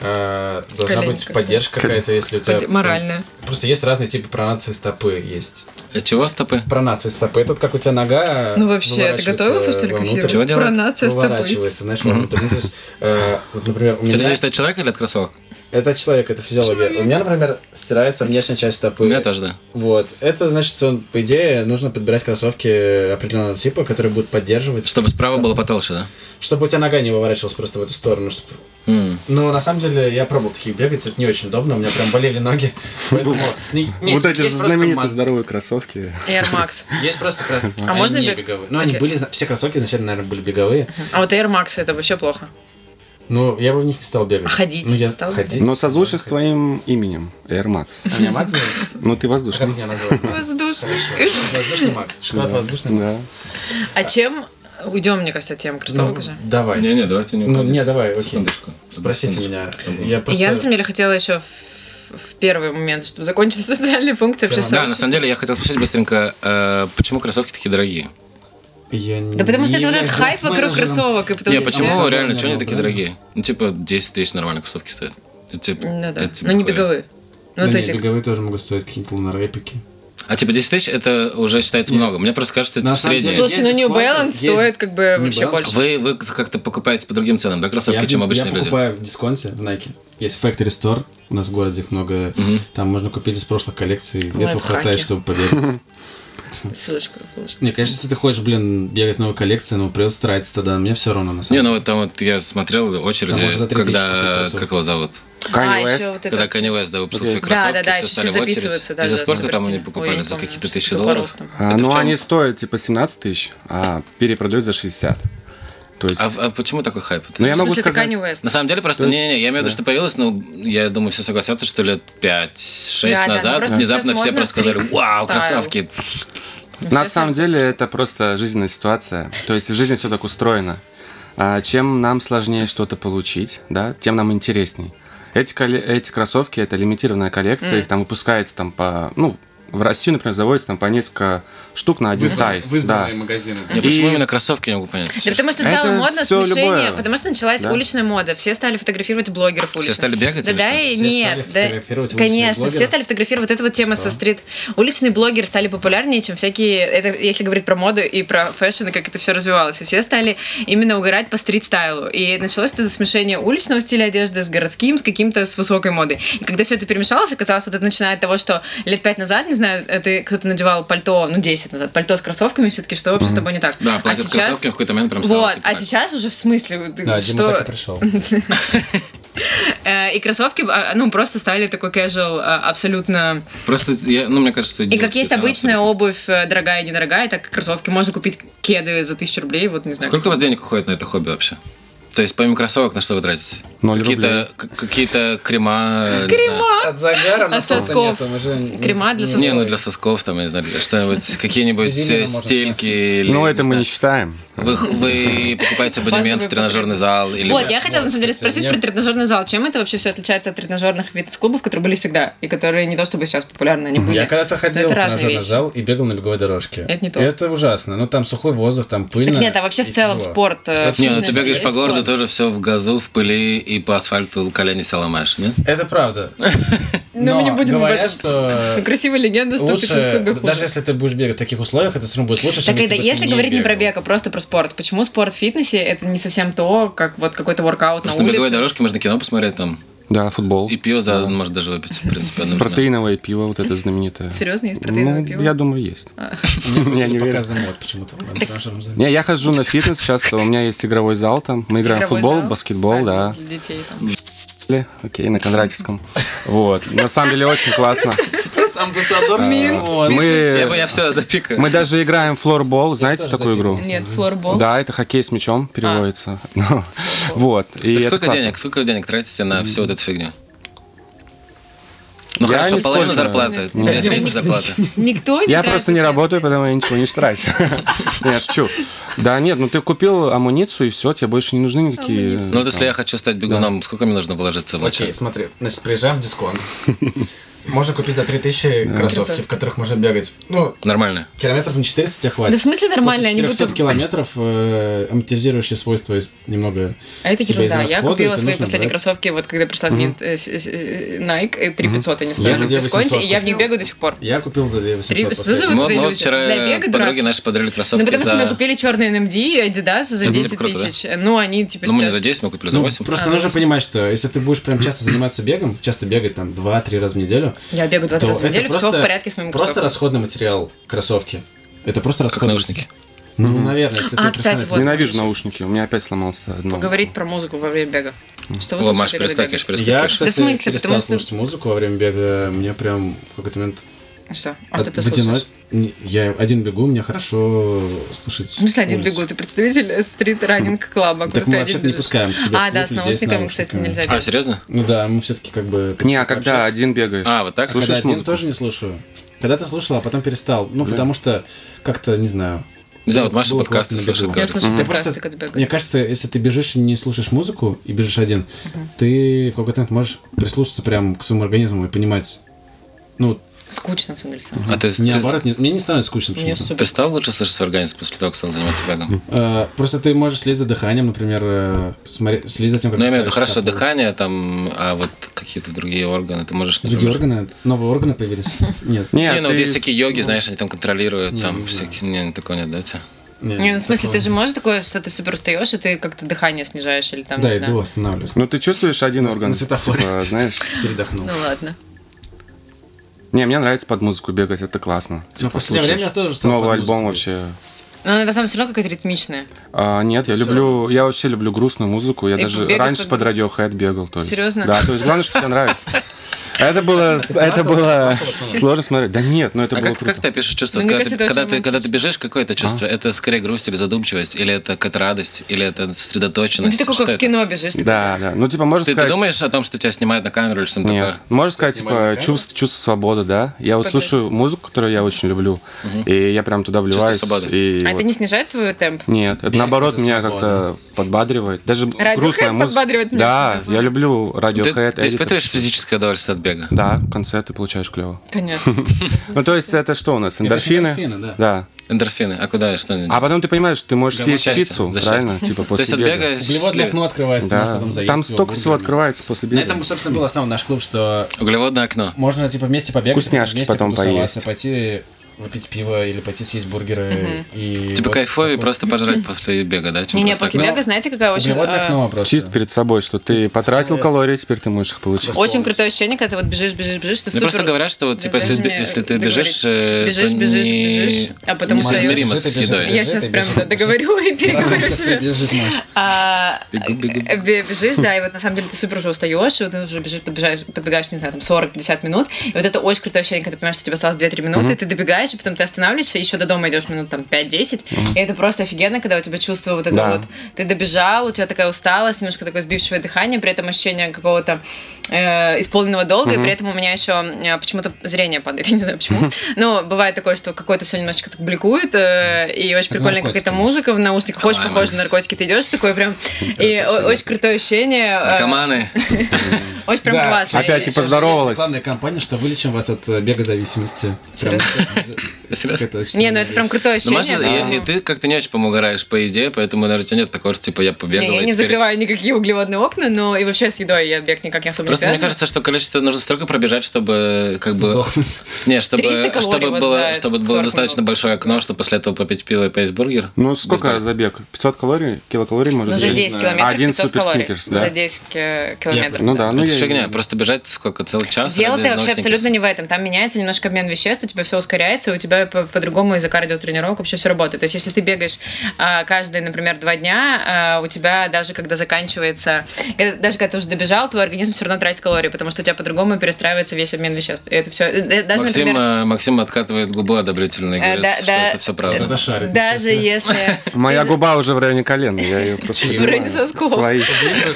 Speaker 3: Э, Должна
Speaker 2: Колени
Speaker 3: быть
Speaker 2: как-то.
Speaker 3: поддержка какая-то, если у тебя...
Speaker 2: Под- Моральная.
Speaker 3: Просто есть разные типы пронации стопы. Есть
Speaker 1: Э, Чего стопы?
Speaker 3: пронации стопы. Это вот как у тебя нога
Speaker 2: Ну вообще, ты готовился, что ли, к
Speaker 3: вовнутрь,
Speaker 2: эфиру?
Speaker 1: Чего делать?
Speaker 2: Пронация с тобой.
Speaker 3: Выворачивается, знаешь, вовнутрь. Ну, то есть, э, вот, например, у
Speaker 1: Это
Speaker 3: меня...
Speaker 1: зависит от человека или от кроссовок?
Speaker 3: Это Это человек, это физиология. У меня, например, стирается внешняя часть стопы.
Speaker 1: У меня тоже, да.
Speaker 3: Вот. Это значит, что, по идее, нужно подбирать кроссовки определенного типа, которые будут поддерживать.
Speaker 1: Чтобы справа было потолще, да?
Speaker 3: Чтобы у тебя нога не выворачивалась просто в эту сторону. чтоб-
Speaker 1: М.
Speaker 3: Но Ну, на самом деле я пробовал такие бегать, это не очень удобно, у меня прям болели ноги. Поэтому... Не- не,
Speaker 4: вот эти
Speaker 3: есть просто
Speaker 4: знаменитые
Speaker 3: ман-
Speaker 4: здоровые кроссовки.
Speaker 2: Air Max.
Speaker 3: Есть просто кроссовки.
Speaker 2: А можно бег-
Speaker 3: беговые? Ну, они
Speaker 2: Так-
Speaker 3: были, зна- все кроссовки изначально, наверное, были беговые.
Speaker 2: А вот Air Max это вообще плохо.
Speaker 3: Но я бы в них не стал бегать.
Speaker 2: А ходить
Speaker 3: Ну, я
Speaker 2: стал бы?
Speaker 3: ходить.
Speaker 4: Но созвучно с твоим именем. Air Max.
Speaker 3: А меня Макс зовут?
Speaker 4: Ну, ты
Speaker 3: А Как
Speaker 4: воздушный.
Speaker 3: меня назвали?
Speaker 2: Воздушный.
Speaker 3: Воздушный Макс. Шоколад воздушный Макс.
Speaker 4: Да.
Speaker 2: А чем уйдем, мне кажется, от темы кроссовок
Speaker 3: Ну,
Speaker 2: уже?
Speaker 3: Давай.
Speaker 1: Не-не, давайте А, не
Speaker 3: Ну,
Speaker 1: уходить.
Speaker 3: не, давай, окей.
Speaker 1: Секундочку.
Speaker 3: Спросите меня.
Speaker 1: Секундочку.
Speaker 3: Я просто...
Speaker 2: Я на самом деле хотела еще в, в первый момент, чтобы закончить социальные функции вообще
Speaker 1: Да, на самом деле я хотел спросить быстренько, э, почему кроссовки такие дорогие?
Speaker 3: Я не
Speaker 2: Да потому что это вот
Speaker 3: являюсь
Speaker 2: этот хайп вокруг
Speaker 3: бренд-менеджером.
Speaker 2: кроссовок. И потому
Speaker 1: Не,
Speaker 2: что
Speaker 1: почему
Speaker 2: все-
Speaker 3: Самсунг
Speaker 1: реально,
Speaker 3: не
Speaker 1: что они
Speaker 3: был,
Speaker 1: такие
Speaker 3: да?
Speaker 1: дорогие? Ну, типа, 10 тысяч нормально кроссовки стоят. Это типа-
Speaker 2: Ну да,
Speaker 1: это типа
Speaker 2: но не
Speaker 1: хуй.
Speaker 2: беговые. Ну
Speaker 3: Да
Speaker 2: вот
Speaker 3: нет,
Speaker 2: эти.
Speaker 3: беговые тоже могут стоить какие-нибудь лунарепики.
Speaker 1: А типа 10 тысяч это уже считается
Speaker 3: Не.
Speaker 1: много. Мне просто кажется, это
Speaker 3: На
Speaker 1: типа,
Speaker 3: самом
Speaker 1: среднее.
Speaker 3: деле-
Speaker 2: Слушайте, ну
Speaker 3: Есть
Speaker 2: New
Speaker 3: дисконты,
Speaker 2: Balance
Speaker 3: есть
Speaker 2: стоит как бы
Speaker 3: New
Speaker 2: вообще
Speaker 3: Balance.
Speaker 2: больше.
Speaker 1: Вы, вы как-то покупаете по другим ценам, да, кроссовки,
Speaker 3: Я,
Speaker 1: чем
Speaker 3: в-
Speaker 1: обычные
Speaker 3: я
Speaker 1: люди?
Speaker 3: покупаю в дисконте в Nike. Есть Factory Store, у нас в городе их много.
Speaker 1: Мгм.
Speaker 3: Там можно купить из прошлых коллекций. Этого
Speaker 2: Лайфхаки.
Speaker 3: хватает, чтобы побегать.
Speaker 2: Ссылочку, ссылочку.
Speaker 3: Не, конечно, если ты хочешь, блин, бегать в новой коллекции, ну, придется тратиться тогда. Мне все равно, на самом
Speaker 1: Не,
Speaker 3: деле.
Speaker 1: ну вот там вот я смотрел очереди,
Speaker 3: Там можно за 3 тысячи купить
Speaker 1: когда,
Speaker 3: кроссовки.
Speaker 1: как его зовут?
Speaker 4: Kanye
Speaker 2: А,
Speaker 4: West.
Speaker 2: еще вот
Speaker 1: когда
Speaker 2: этот.
Speaker 1: Kanye West, да, выпустил
Speaker 4: Вот
Speaker 1: свои
Speaker 4: это-
Speaker 1: кроссовки,
Speaker 2: да, да,
Speaker 1: все
Speaker 2: еще
Speaker 1: стали в
Speaker 2: записываются,
Speaker 1: очередь.
Speaker 2: да,
Speaker 1: И за
Speaker 2: да,
Speaker 1: сколько там они
Speaker 2: суперстильно. Ой,
Speaker 1: покупали?
Speaker 2: не
Speaker 1: За
Speaker 2: помню,
Speaker 1: какие-то
Speaker 2: что-то
Speaker 1: тысячи
Speaker 2: по
Speaker 1: долларов?
Speaker 2: росту.
Speaker 4: А,
Speaker 1: Это в
Speaker 4: ну,
Speaker 1: чем?
Speaker 4: они стоят типа 17 тысяч, а перепродают за 60. То есть...
Speaker 1: А, а почему такой хайп? Это
Speaker 4: Ну, я
Speaker 2: В
Speaker 4: могу
Speaker 2: смысле, это
Speaker 4: сказать...
Speaker 2: Kanye West.
Speaker 1: На самом деле, просто,
Speaker 4: То есть-
Speaker 1: не-не-не, я имею в виду, что появилось, ну, я думаю, все согласятся, что лет 5-6
Speaker 2: Да, да, ну,
Speaker 1: назад
Speaker 2: просто
Speaker 1: внезапно
Speaker 2: сейчас
Speaker 1: все
Speaker 2: модно
Speaker 1: просто сказали,
Speaker 2: стрит
Speaker 1: вау,
Speaker 2: стайл».
Speaker 1: кроссовки.
Speaker 2: Ну,
Speaker 4: На
Speaker 2: все
Speaker 4: самом
Speaker 2: остальные.
Speaker 4: деле это просто жизненная ситуация. То есть в жизни все так устроено. А чем нам сложнее что-то получить, да, тем нам интересней. Эти, коле- эти кроссовки это лимитированная коллекция,
Speaker 2: Мгм.
Speaker 4: их там выпускается там по, ну, в Россию, например, заводится там по несколько штук на один сайз. Да.
Speaker 7: магазины.
Speaker 1: Не,
Speaker 4: И-
Speaker 1: почему именно кроссовки, я не могу понять.
Speaker 2: Да потому что стало
Speaker 4: Это
Speaker 2: модно
Speaker 4: всё
Speaker 2: смешение,
Speaker 4: любое.
Speaker 2: потому что началась
Speaker 4: Да.
Speaker 2: уличная мода. Все стали фотографировать блогеров
Speaker 1: Все
Speaker 2: уличных.
Speaker 1: стали бегать
Speaker 2: Да,
Speaker 1: или
Speaker 2: да,
Speaker 1: что?
Speaker 2: и
Speaker 3: Все
Speaker 2: нет.
Speaker 3: стали
Speaker 2: да,
Speaker 3: фотографировать уличных
Speaker 2: Конечно, все
Speaker 3: блогеров?
Speaker 2: стали фотографировать. Вот эта вот тема
Speaker 3: Что?
Speaker 2: со стрит. Уличные блогеры стали популярнее, чем всякие, это если говорить про моду и про фэшн, и как это все развивалось. И все стали именно угорать по стрит-стайлу. И началось это смешение уличного стиля одежды с городским, с каким-то, с высокой модой. И когда все это перемешалось, оказалось, вот это начиная от того, что лет пять назад, не знаю, это кто-то надевал пальто, ну 10 назад, пальто с кроссовками, все-таки что вообще с тобой не так?
Speaker 1: Да,
Speaker 2: а
Speaker 1: платят с
Speaker 2: сейчас
Speaker 1: кроссовками в какой-то момент прям стало,
Speaker 2: вот,
Speaker 1: типа,
Speaker 2: а
Speaker 1: так.
Speaker 2: сейчас уже в смысле, ты
Speaker 3: Да, Дима так и
Speaker 2: что?
Speaker 3: пришел.
Speaker 2: Э, И кроссовки, а, ну, просто стали такой casual а, абсолютно.
Speaker 1: Просто, я, ну, мне кажется...
Speaker 2: И как есть обычная обувь, э, дорогая и недорогая, так и кроссовки. Можно купить кеды за тысячу рублей, вот не знаю.
Speaker 1: Сколько у вас денег уходит на это хобби вообще? То есть, помимо кроссовок, на что вы тратите?
Speaker 4: Ноль
Speaker 1: Какие-то к- какие-то крема... Крема!
Speaker 3: От загара
Speaker 2: От
Speaker 3: насоса
Speaker 2: сосков.
Speaker 3: нет, он уже не-
Speaker 2: Крема для
Speaker 3: не-
Speaker 2: сосков.
Speaker 1: Не, ну для сосков, там, я не знаю, что-нибудь, какие-нибудь
Speaker 3: Резинина
Speaker 1: э,
Speaker 3: можно
Speaker 1: стельки или...
Speaker 4: Ну, это мы
Speaker 1: знаю,
Speaker 4: не считаем.
Speaker 1: Вы, вы покупаете абонемент в
Speaker 2: Базовый
Speaker 1: тренажерный зал или...
Speaker 2: Вот, я хотела, на
Speaker 3: Вот,
Speaker 2: самом деле,
Speaker 3: кстати,
Speaker 2: спросить
Speaker 3: я-
Speaker 2: про тренажерный зал. Чем это вообще все отличается от тренажерных фитнес-клубов, которые были всегда, и которые не то чтобы сейчас популярны, они были.
Speaker 3: Ну, Я когда-то ходил
Speaker 2: это
Speaker 3: в
Speaker 2: разные
Speaker 3: тренажерный
Speaker 2: вещи.
Speaker 3: зал и бегал на беговой дорожке.
Speaker 2: Это не то.
Speaker 3: Это ужасно. Ну там сухой воздух, там
Speaker 2: Так
Speaker 3: пыльно.
Speaker 2: нет, а вообще в
Speaker 3: и
Speaker 2: целом
Speaker 3: тяжело.
Speaker 2: спорт. э,
Speaker 1: Не, ну ты
Speaker 2: фитнес
Speaker 1: бегаешь по
Speaker 2: есть
Speaker 1: городу,
Speaker 2: спорт.
Speaker 1: тоже все в газу, в пыли и по асфальту колени все ломаешь, нет?
Speaker 3: Это правда.
Speaker 2: Ну, мы не будем об
Speaker 3: говорят,
Speaker 2: этом.
Speaker 3: что
Speaker 2: Ну, Красивая легенда, что
Speaker 3: лучше,
Speaker 2: фитнес-клубы хуже.
Speaker 3: даже если ты будешь бегать в таких условиях, это все равно будет лучше,
Speaker 2: Так
Speaker 3: чем
Speaker 2: это
Speaker 3: если, бы ты
Speaker 2: если
Speaker 3: не
Speaker 2: говорить не про
Speaker 3: бегал.
Speaker 2: бег, а просто про спорт, почему спорт в фитнесе это не совсем то, как вот какой-то воркаут
Speaker 1: Потому
Speaker 2: на
Speaker 1: что на беговой
Speaker 2: улице?
Speaker 1: дорожке можно кино посмотреть там,
Speaker 4: Да, футбол.
Speaker 1: и пиво за
Speaker 4: Да.
Speaker 1: можно даже выпить, в принципе, одновременно.
Speaker 4: Протеиновое пиво, вот это знаменитое.
Speaker 2: Серьезно, есть протеиновое
Speaker 4: Ну,
Speaker 2: пиво? А.
Speaker 4: я думаю, есть. Я
Speaker 3: Мне
Speaker 4: не
Speaker 3: не
Speaker 4: верю.
Speaker 3: показывают почему-то на тренажерном зале.
Speaker 4: Не, я хожу на фитнес, сейчас у меня есть игровой зал там. Мы играем в
Speaker 2: Игровой
Speaker 4: футбол,
Speaker 2: зал? А,
Speaker 4: баскетбол, да.
Speaker 2: Для детей там.
Speaker 4: Ли, Окей, на Кондратьевском. Вот. На самом деле очень классно. А,
Speaker 3: Амбассадор
Speaker 1: Я бы
Speaker 4: Мы,
Speaker 1: я все запикаю.
Speaker 4: мы даже играем в флорбол. Знаете
Speaker 3: тоже
Speaker 4: такую игру?
Speaker 2: Нет, флорбол.
Speaker 4: ну, Да, это хоккей с
Speaker 3: А.
Speaker 4: мячом переводится. Ну, Вот. И
Speaker 1: Так
Speaker 4: это
Speaker 1: сколько
Speaker 4: классно.
Speaker 1: денег, сколько вы денег тратите на всю вот эту фигню? Ну
Speaker 4: Я
Speaker 1: хорошо,
Speaker 4: не
Speaker 1: половину
Speaker 4: сколько.
Speaker 1: зарплаты,
Speaker 4: Нет.
Speaker 1: две трети зарплаты.
Speaker 2: Никто не
Speaker 4: Я
Speaker 2: тратит
Speaker 4: просто не
Speaker 2: денег.
Speaker 4: работаю, поэтому я ничего не трачу. Я шучу. Да нет, ну ты купил амуницию и все, тебе больше не нужны никакие...
Speaker 1: Ну вот если я хочу стать бегуном, сколько мне нужно вложиться в
Speaker 3: Окей,
Speaker 1: начале?
Speaker 3: смотри. Значит, приезжаем в дисконт. Можно купить за 3000
Speaker 4: Да.
Speaker 3: кроссовки, в которых можно бегать. Ну,
Speaker 1: Нормально.
Speaker 3: километров на 400 тебе
Speaker 2: Да в
Speaker 3: хватит.
Speaker 2: смысле нормально,
Speaker 3: После
Speaker 2: они будут...
Speaker 3: 400 километров э, амортизирующие свойства из- немного...
Speaker 2: А это
Speaker 3: себя
Speaker 2: ерунда. Я
Speaker 3: израсходуют,
Speaker 2: купила
Speaker 3: и
Speaker 2: свои
Speaker 3: нужно
Speaker 2: последние
Speaker 3: брать.
Speaker 2: кроссовки, вот когда пришла
Speaker 4: Мгм.
Speaker 2: админ, э, с- с- э, Nike, э, 3500 они
Speaker 3: Я
Speaker 2: стоят в
Speaker 3: за 900
Speaker 2: дисконте, и я в них
Speaker 3: купил.
Speaker 2: бегаю до сих пор.
Speaker 3: Я купил за 2800
Speaker 2: Ребят, что
Speaker 3: последний.
Speaker 2: за
Speaker 1: Мы,
Speaker 2: Ну, вот
Speaker 1: мы вот
Speaker 2: люди. Для
Speaker 1: вчера
Speaker 2: бега
Speaker 1: подруги
Speaker 2: драться.
Speaker 1: наши подарили кроссовки
Speaker 2: Ну, потому
Speaker 1: за...
Speaker 2: что мы купили черные NMD и Adidas за
Speaker 1: Ну, типа
Speaker 2: 10
Speaker 1: круто, да.
Speaker 2: тысяч. Ну, они типа
Speaker 1: Ну, мы не за
Speaker 2: сейчас...
Speaker 1: 10, мы купили за
Speaker 3: Ну,
Speaker 1: 8.
Speaker 3: просто
Speaker 2: А, за
Speaker 3: нужно
Speaker 2: 8.
Speaker 3: понимать, что если ты будешь прям часто заниматься бегом, часто бегать там 2-3 раза в
Speaker 1: Ну,
Speaker 3: неделю,
Speaker 2: Я бегаю 20
Speaker 3: То
Speaker 2: раз в
Speaker 3: это
Speaker 2: неделю, все в
Speaker 3: просто-
Speaker 2: порядке с моим
Speaker 3: просто
Speaker 2: кроссовком.
Speaker 3: расходный материал кроссовки. Это просто
Speaker 1: Как
Speaker 3: расходный
Speaker 1: наушники.
Speaker 3: Ну, наверное, если
Speaker 2: А,
Speaker 3: ты
Speaker 2: кстати,
Speaker 3: профессиональный
Speaker 2: вот.
Speaker 4: Ненавижу наушники, у меня опять сломался одно.
Speaker 2: Поговорить про музыку во время бега. Что вы
Speaker 1: О, Маш,
Speaker 2: слушаете, когда
Speaker 1: перескакиваешь,
Speaker 2: бегаете?
Speaker 3: Я,
Speaker 1: перескакиваешь.
Speaker 3: кстати,
Speaker 2: в смысле,
Speaker 3: перестал
Speaker 2: потому что-
Speaker 3: слушать музыку во время бега. Мне прям в какой-то момент...
Speaker 2: Что? А
Speaker 3: от-
Speaker 2: что ты
Speaker 3: в одино-
Speaker 2: слушаешь?
Speaker 3: Не, Я один бегу, мне хорошо слышать
Speaker 2: В смысле один
Speaker 3: улицу.
Speaker 2: бегу? Ты представитель стрит-раннинг-клаба, куда
Speaker 3: Так
Speaker 2: ты
Speaker 3: мы
Speaker 2: один
Speaker 3: вообще-то не
Speaker 2: бежишь.
Speaker 3: пускаем к себе в
Speaker 2: А, да,
Speaker 3: клуб
Speaker 2: с
Speaker 3: людей
Speaker 2: наушниками, кстати,
Speaker 3: наушниками.
Speaker 2: нельзя
Speaker 1: А,
Speaker 2: бегать.
Speaker 1: серьезно?
Speaker 3: Ну да, мы все-таки как бы...
Speaker 4: Не, а когда
Speaker 3: пообщаться.
Speaker 4: один бегаешь.
Speaker 1: А, вот так?
Speaker 3: А когда
Speaker 4: слушаешь
Speaker 3: один
Speaker 4: музыку?
Speaker 3: тоже не слушаю. Когда ты слушал, а потом перестал. Ну,
Speaker 4: Да.
Speaker 3: потому что как-то, не знаю.
Speaker 1: Не знаю, вот Маша
Speaker 3: Было
Speaker 1: подкасты
Speaker 3: классно,
Speaker 1: слушает.
Speaker 3: бегу.
Speaker 2: Я
Speaker 1: говорит.
Speaker 2: слушаю
Speaker 4: Мгм.
Speaker 2: подкасты,
Speaker 3: Просто-
Speaker 2: когда бегаю.
Speaker 3: Мне кажется, если ты бежишь и не слушаешь музыку, и бежишь один, ты в какой-то момент можешь прислушаться прям к своему организму и понимать, ну,
Speaker 2: Скучно, на самом деле, стало.
Speaker 1: А ты,
Speaker 3: не
Speaker 1: ты-
Speaker 3: наоборот, не- мне не становится скучно
Speaker 2: Мне
Speaker 3: почему-то.
Speaker 1: ты
Speaker 2: супер.
Speaker 1: стал лучше слышать свой организм после того, как стал заниматься бегом?
Speaker 3: Э, Просто ты можешь следить за дыханием, например, э, смотри- следить за тем, как
Speaker 1: Ну, я
Speaker 3: ты
Speaker 1: имею в виду,
Speaker 3: ставишь
Speaker 1: хорошо,
Speaker 3: стопу.
Speaker 1: дыхание там, а вот какие-то другие органы ты можешь... не
Speaker 3: Другие
Speaker 1: знаю,
Speaker 3: органы, новые органы появились? Нет.
Speaker 4: Не,
Speaker 1: Не, ну вот
Speaker 4: ты
Speaker 1: есть всякие йоги, знаешь, они там контролируют,
Speaker 3: Не,
Speaker 1: там
Speaker 3: не знаю.
Speaker 1: всякие... Не, такого нет, да, у тебя?
Speaker 3: нет,
Speaker 2: Не, ну в смысле,
Speaker 3: такого.
Speaker 2: ты же можешь такое, что ты супер устаешь, и ты как-то дыхание снижаешь или там,
Speaker 3: Да,
Speaker 2: не
Speaker 3: иду,
Speaker 2: знаю.
Speaker 3: останавливаюсь.
Speaker 4: Ну ты чувствуешь один
Speaker 3: На-
Speaker 4: орган,
Speaker 3: на светофоре.
Speaker 4: типа, знаешь.
Speaker 3: Передохнул.
Speaker 2: Ну ладно.
Speaker 4: Не, мне нравится под музыку бегать, это классно.
Speaker 3: Но
Speaker 4: Типа,
Speaker 3: после
Speaker 4: слушаешь.
Speaker 3: времени Ну, я тоже стал
Speaker 4: Новый
Speaker 3: под музыку
Speaker 4: альбом
Speaker 3: бегать.
Speaker 4: вообще.
Speaker 2: Но она там все равно какая-то ритмичная.
Speaker 4: А, нет, я
Speaker 3: Всё
Speaker 4: люблю, я вообще люблю грустную музыку. Я
Speaker 2: И
Speaker 4: даже
Speaker 2: Э, бегать
Speaker 4: раньше
Speaker 2: под
Speaker 4: под
Speaker 2: груст-
Speaker 4: Radiohead бегал. То есть.
Speaker 2: Серьёзно?
Speaker 4: Да, то есть главное, что тебе нравится. Это было, это было сложно смотреть. Да нет, ну это
Speaker 1: а
Speaker 4: было
Speaker 1: как, как
Speaker 4: круто.
Speaker 1: ты пишешь чувство?
Speaker 2: Ну, мне
Speaker 1: когда,
Speaker 2: кажется,
Speaker 1: ты,
Speaker 2: это
Speaker 1: когда,
Speaker 2: очень
Speaker 1: ты, когда ты
Speaker 2: романтично.
Speaker 1: бежишь, какое это чувство? Это скорее грусть или задумчивость? Или это какая-то радость? Или это
Speaker 2: Ну,
Speaker 1: сосредоточенность?
Speaker 2: ты такой,
Speaker 1: Что
Speaker 2: как в
Speaker 1: это?
Speaker 2: кино бежишь. такой,
Speaker 4: Да, да. Ну типа можно
Speaker 1: Ты, ты
Speaker 4: сказать.
Speaker 1: думаешь о том, что тебя снимают на камеру или что-то
Speaker 4: Нет.
Speaker 1: такое?
Speaker 4: Можно сказать, типа,
Speaker 3: снимали
Speaker 4: чувство, чувство свободы, да. Я вот
Speaker 2: Подожди.
Speaker 4: слушаю музыку, которую я очень люблю, и я прям туда вливаюсь.
Speaker 1: свободы.
Speaker 4: и
Speaker 2: А
Speaker 4: вот-
Speaker 2: это не снижает твой темп?
Speaker 4: Нет, это
Speaker 3: Бег
Speaker 4: наоборот
Speaker 3: это
Speaker 4: меня
Speaker 3: свобода.
Speaker 4: как-то подбадривает. Даже
Speaker 2: Radiohead
Speaker 4: грустная музыка.
Speaker 2: подбадривает меня
Speaker 4: Да,
Speaker 2: очень.
Speaker 4: я люблю
Speaker 1: Ты,
Speaker 4: Radiohead.
Speaker 1: ты испытываешь
Speaker 4: Editors.
Speaker 1: физическое удовольствие от бега?
Speaker 4: Да, в конце ты получаешь клево.
Speaker 2: Конечно.
Speaker 4: Ну, то есть это что у нас?
Speaker 3: Это же
Speaker 4: Эндорфины?
Speaker 3: эндорфины, да.
Speaker 4: Да.
Speaker 1: Эндорфины. А куда? Что?
Speaker 4: А потом ты понимаешь, что ты можешь съесть
Speaker 1: счастья,
Speaker 4: пиццу,
Speaker 1: за
Speaker 4: правильно? Типа
Speaker 1: То
Speaker 4: после
Speaker 1: есть от
Speaker 4: бега.
Speaker 1: бега
Speaker 3: Углеводное
Speaker 1: счастливее.
Speaker 3: окно открывается, можешь
Speaker 4: Да.
Speaker 3: потом заесть
Speaker 4: Там
Speaker 3: его
Speaker 4: столько всего
Speaker 3: бургерами.
Speaker 4: открывается после
Speaker 3: На
Speaker 4: бега.
Speaker 3: этом, собственно, был основан наш клуб, что
Speaker 1: Углеводное окно.
Speaker 3: можно типа вместе побегать,
Speaker 4: Вкусняшки
Speaker 3: вместе
Speaker 4: потом
Speaker 3: потусоваться,
Speaker 4: поесть.
Speaker 3: пойти выпить пиво или пойти съесть бургеры. И
Speaker 1: Типа
Speaker 3: вот
Speaker 1: кайфовее
Speaker 3: такое.
Speaker 1: просто пожрать после бега, да? чем
Speaker 2: Не-не,
Speaker 1: просто
Speaker 2: а
Speaker 1: ну,
Speaker 2: после
Speaker 1: окно?
Speaker 2: бега, знаете, какая очень...
Speaker 3: Углеводное
Speaker 2: э,
Speaker 3: окно просто.
Speaker 4: Чист перед собой, что ты потратил
Speaker 3: Ой.
Speaker 4: калории, теперь ты можешь их получить.
Speaker 2: Очень крутое ощущение, когда ты вот бежишь, бежишь, бежишь, ты
Speaker 1: Мне просто
Speaker 2: супер...
Speaker 1: говорят, что вот, типа,
Speaker 2: Да,
Speaker 1: если,
Speaker 2: дайте
Speaker 1: бе-
Speaker 2: мне
Speaker 1: если ты
Speaker 2: договорить.
Speaker 1: бежишь, э,
Speaker 2: Бежишь,
Speaker 1: то
Speaker 2: бежишь,
Speaker 1: не...
Speaker 2: бежишь, а потом
Speaker 1: не
Speaker 2: устаешь.
Speaker 1: соизмеримо с едой.
Speaker 2: Я сейчас прям да, договорю и переговорю
Speaker 3: Сейчас
Speaker 2: тебе.
Speaker 3: прибежит Маш.
Speaker 2: А,
Speaker 1: Бегу, бегу.
Speaker 2: э, бе- Бежишь, да, и вот на самом деле ты супер уже устаешь, и вот ты уже бежишь, подбежаешь, подбегаешь, не знаю, там 40-50 минут, и вот это очень крутое ощущение, когда ты понимаешь, что тебе осталось 2-3 минуты, ты добегаешь, и потом ты останавливаешься, еще до дома идешь минут там 5-10, и это просто офигенно, когда у тебя чувство вот это
Speaker 4: Да.
Speaker 2: вот, ты добежал, у тебя такая усталость, немножко такое сбивчивое дыхание, при этом ощущение какого-то э, исполненного долга, и при этом у меня еще э, почему-то зрение падает, я не знаю почему, но бывает такое, что какое-то все немножечко так бликует, э, и очень прикольно, как
Speaker 3: наркотики,
Speaker 2: эта
Speaker 3: может.
Speaker 2: музыка в наушниках, очень
Speaker 1: Класс.
Speaker 2: похоже на наркотики, ты идешь такой прям, и о- очень крутое ощущение,
Speaker 1: А,
Speaker 2: э,
Speaker 1: Наркоманы.
Speaker 2: очень прям
Speaker 3: Да.
Speaker 2: классно.
Speaker 4: Опять не
Speaker 2: И-
Speaker 4: поздоровалась.
Speaker 3: Рекламная кампания, что вылечим вас от э, бегозависимости. Прям,
Speaker 1: Серьезно?
Speaker 3: это очень
Speaker 2: Не, ну это прям крутое
Speaker 1: Ну, Маша,
Speaker 2: ощущение.
Speaker 1: я- и, ты как-то не очень помогаешь по идее, поэтому, наверное, у тебя нет такого, что типа я
Speaker 2: Не,
Speaker 1: побегала.
Speaker 2: я
Speaker 1: и
Speaker 2: не
Speaker 1: теперь-
Speaker 2: закрываю никакие углеводные окна, но и вообще с едой я бег никак не особо
Speaker 1: Просто
Speaker 2: не
Speaker 1: мне
Speaker 2: связана.
Speaker 1: кажется, что количество нужно столько пробежать, чтобы как бы...
Speaker 3: Сдохнуть.
Speaker 2: А,
Speaker 1: Не, чтобы,
Speaker 2: 300 калорий
Speaker 1: чтобы
Speaker 2: вот
Speaker 1: было,
Speaker 2: за
Speaker 1: чтобы
Speaker 2: 40
Speaker 1: было
Speaker 2: минут.
Speaker 1: достаточно большое окно, чтобы после этого попить пиво и поесть бургер.
Speaker 4: Ну, сколько
Speaker 1: Без
Speaker 4: за бег? 500 калорий? Килокалорий можно
Speaker 2: Ну, за
Speaker 4: съесть?
Speaker 2: 10
Speaker 1: э,
Speaker 3: знаю.
Speaker 2: километров
Speaker 4: А, один
Speaker 2: 500
Speaker 4: супер
Speaker 2: калорий.
Speaker 4: сникерс, да.
Speaker 2: За 10 ки- километров.
Speaker 4: Ну да, ну
Speaker 1: это
Speaker 4: я...
Speaker 1: фигня, просто бежать сколько, целый час?
Speaker 2: Дело-то
Speaker 1: ради
Speaker 2: вообще
Speaker 1: одного
Speaker 2: абсолютно
Speaker 1: сникерса?
Speaker 2: не в этом. Там меняется немножко обмен веществ, у тебя все ускоряется, и у тебя по- по-другому из-за кардиотренировок вообще все работает. То есть, если ты бегаешь а, каждые, например, два дня, а, у тебя даже когда заканчивается, э, даже когда ты уже добежал, твой организм все равно тратит калории, потому что у тебя по-другому перестраивается весь обмен веществ. И это все. Даже,
Speaker 1: Максим,
Speaker 2: например,
Speaker 1: э, Максим откатывает губу одобрительно и
Speaker 2: Э,
Speaker 1: говорит,
Speaker 2: да,
Speaker 1: что
Speaker 2: да.
Speaker 1: это все
Speaker 3: Кто-то
Speaker 1: правда.
Speaker 3: шарит.
Speaker 2: даже если
Speaker 4: Моя губа уже в районе колена, я ее просто...
Speaker 2: в районе
Speaker 4: понимаю.
Speaker 2: сосков.
Speaker 4: Свои.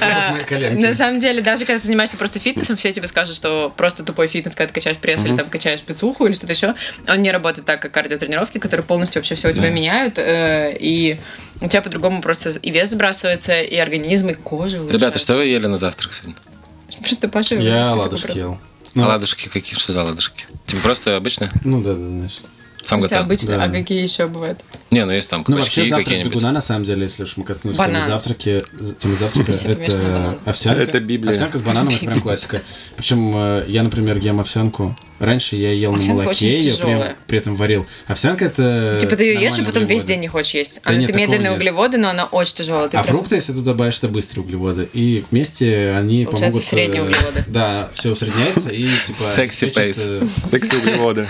Speaker 2: А,
Speaker 3: Мои коленки.
Speaker 2: На самом деле, даже когда ты занимаешься просто фитнесом, все тебе скажут, что просто тупой фитнес, когда ты качаешь пресс или там качаешь пиццуху или что-то еще, он не работает так, как кардиотренировки, которые полностью вообще все у тебя меняют, э, и у тебя по-другому просто и вес сбрасывается, и организм, и кожа
Speaker 1: Ребята,
Speaker 2: улучшается.
Speaker 1: что вы ели на завтрак сегодня?
Speaker 2: Просто Паша
Speaker 3: Я
Speaker 2: список
Speaker 3: ладушки
Speaker 2: вопросов.
Speaker 3: ел.
Speaker 1: А ладушки какие? Что за ладушки? Типа просто обычные?
Speaker 8: Ну да, да, знаешь.
Speaker 1: Сам
Speaker 2: Все
Speaker 1: готовил?
Speaker 2: обычно,
Speaker 8: Да.
Speaker 2: а какие еще бывают?
Speaker 1: Не, ну есть там
Speaker 8: Ну,
Speaker 1: кабачки
Speaker 8: вообще завтрак
Speaker 1: какие-нибудь.
Speaker 8: бегуна, на самом деле, если уж мы коснулись темы
Speaker 2: Банан.
Speaker 8: завтраки, з- темы завтрака,
Speaker 2: Все помешаны на бананах.
Speaker 8: это овсянка.
Speaker 4: Это
Speaker 2: А
Speaker 4: Библия.
Speaker 8: Овсянка с бананом, это прям классика. Причем э, я, например, ем овсянку. Раньше я ел на
Speaker 2: Овсянка
Speaker 8: молоке,
Speaker 2: очень
Speaker 8: ее при,
Speaker 2: тяжелая.
Speaker 8: при этом варил. Овсянка это
Speaker 2: Типа ты ее ешь, и
Speaker 8: Э, нормальные
Speaker 2: потом весь
Speaker 8: углеводы.
Speaker 2: день не хочешь есть.
Speaker 8: Да
Speaker 2: Она
Speaker 8: нет,
Speaker 2: это
Speaker 8: такого
Speaker 2: медленные
Speaker 8: нет.
Speaker 2: углеводы, но она очень тяжелая. Ты
Speaker 8: А
Speaker 2: прям-
Speaker 8: фрукты, если ты добавишь, это быстрые углеводы. И вместе они
Speaker 2: Получается,
Speaker 8: помогут... э,
Speaker 2: средние углеводы.
Speaker 8: Да, все усредняется и типа...
Speaker 1: Секси
Speaker 8: обеспечит,
Speaker 1: пейс.
Speaker 8: э,
Speaker 4: Секси углеводы.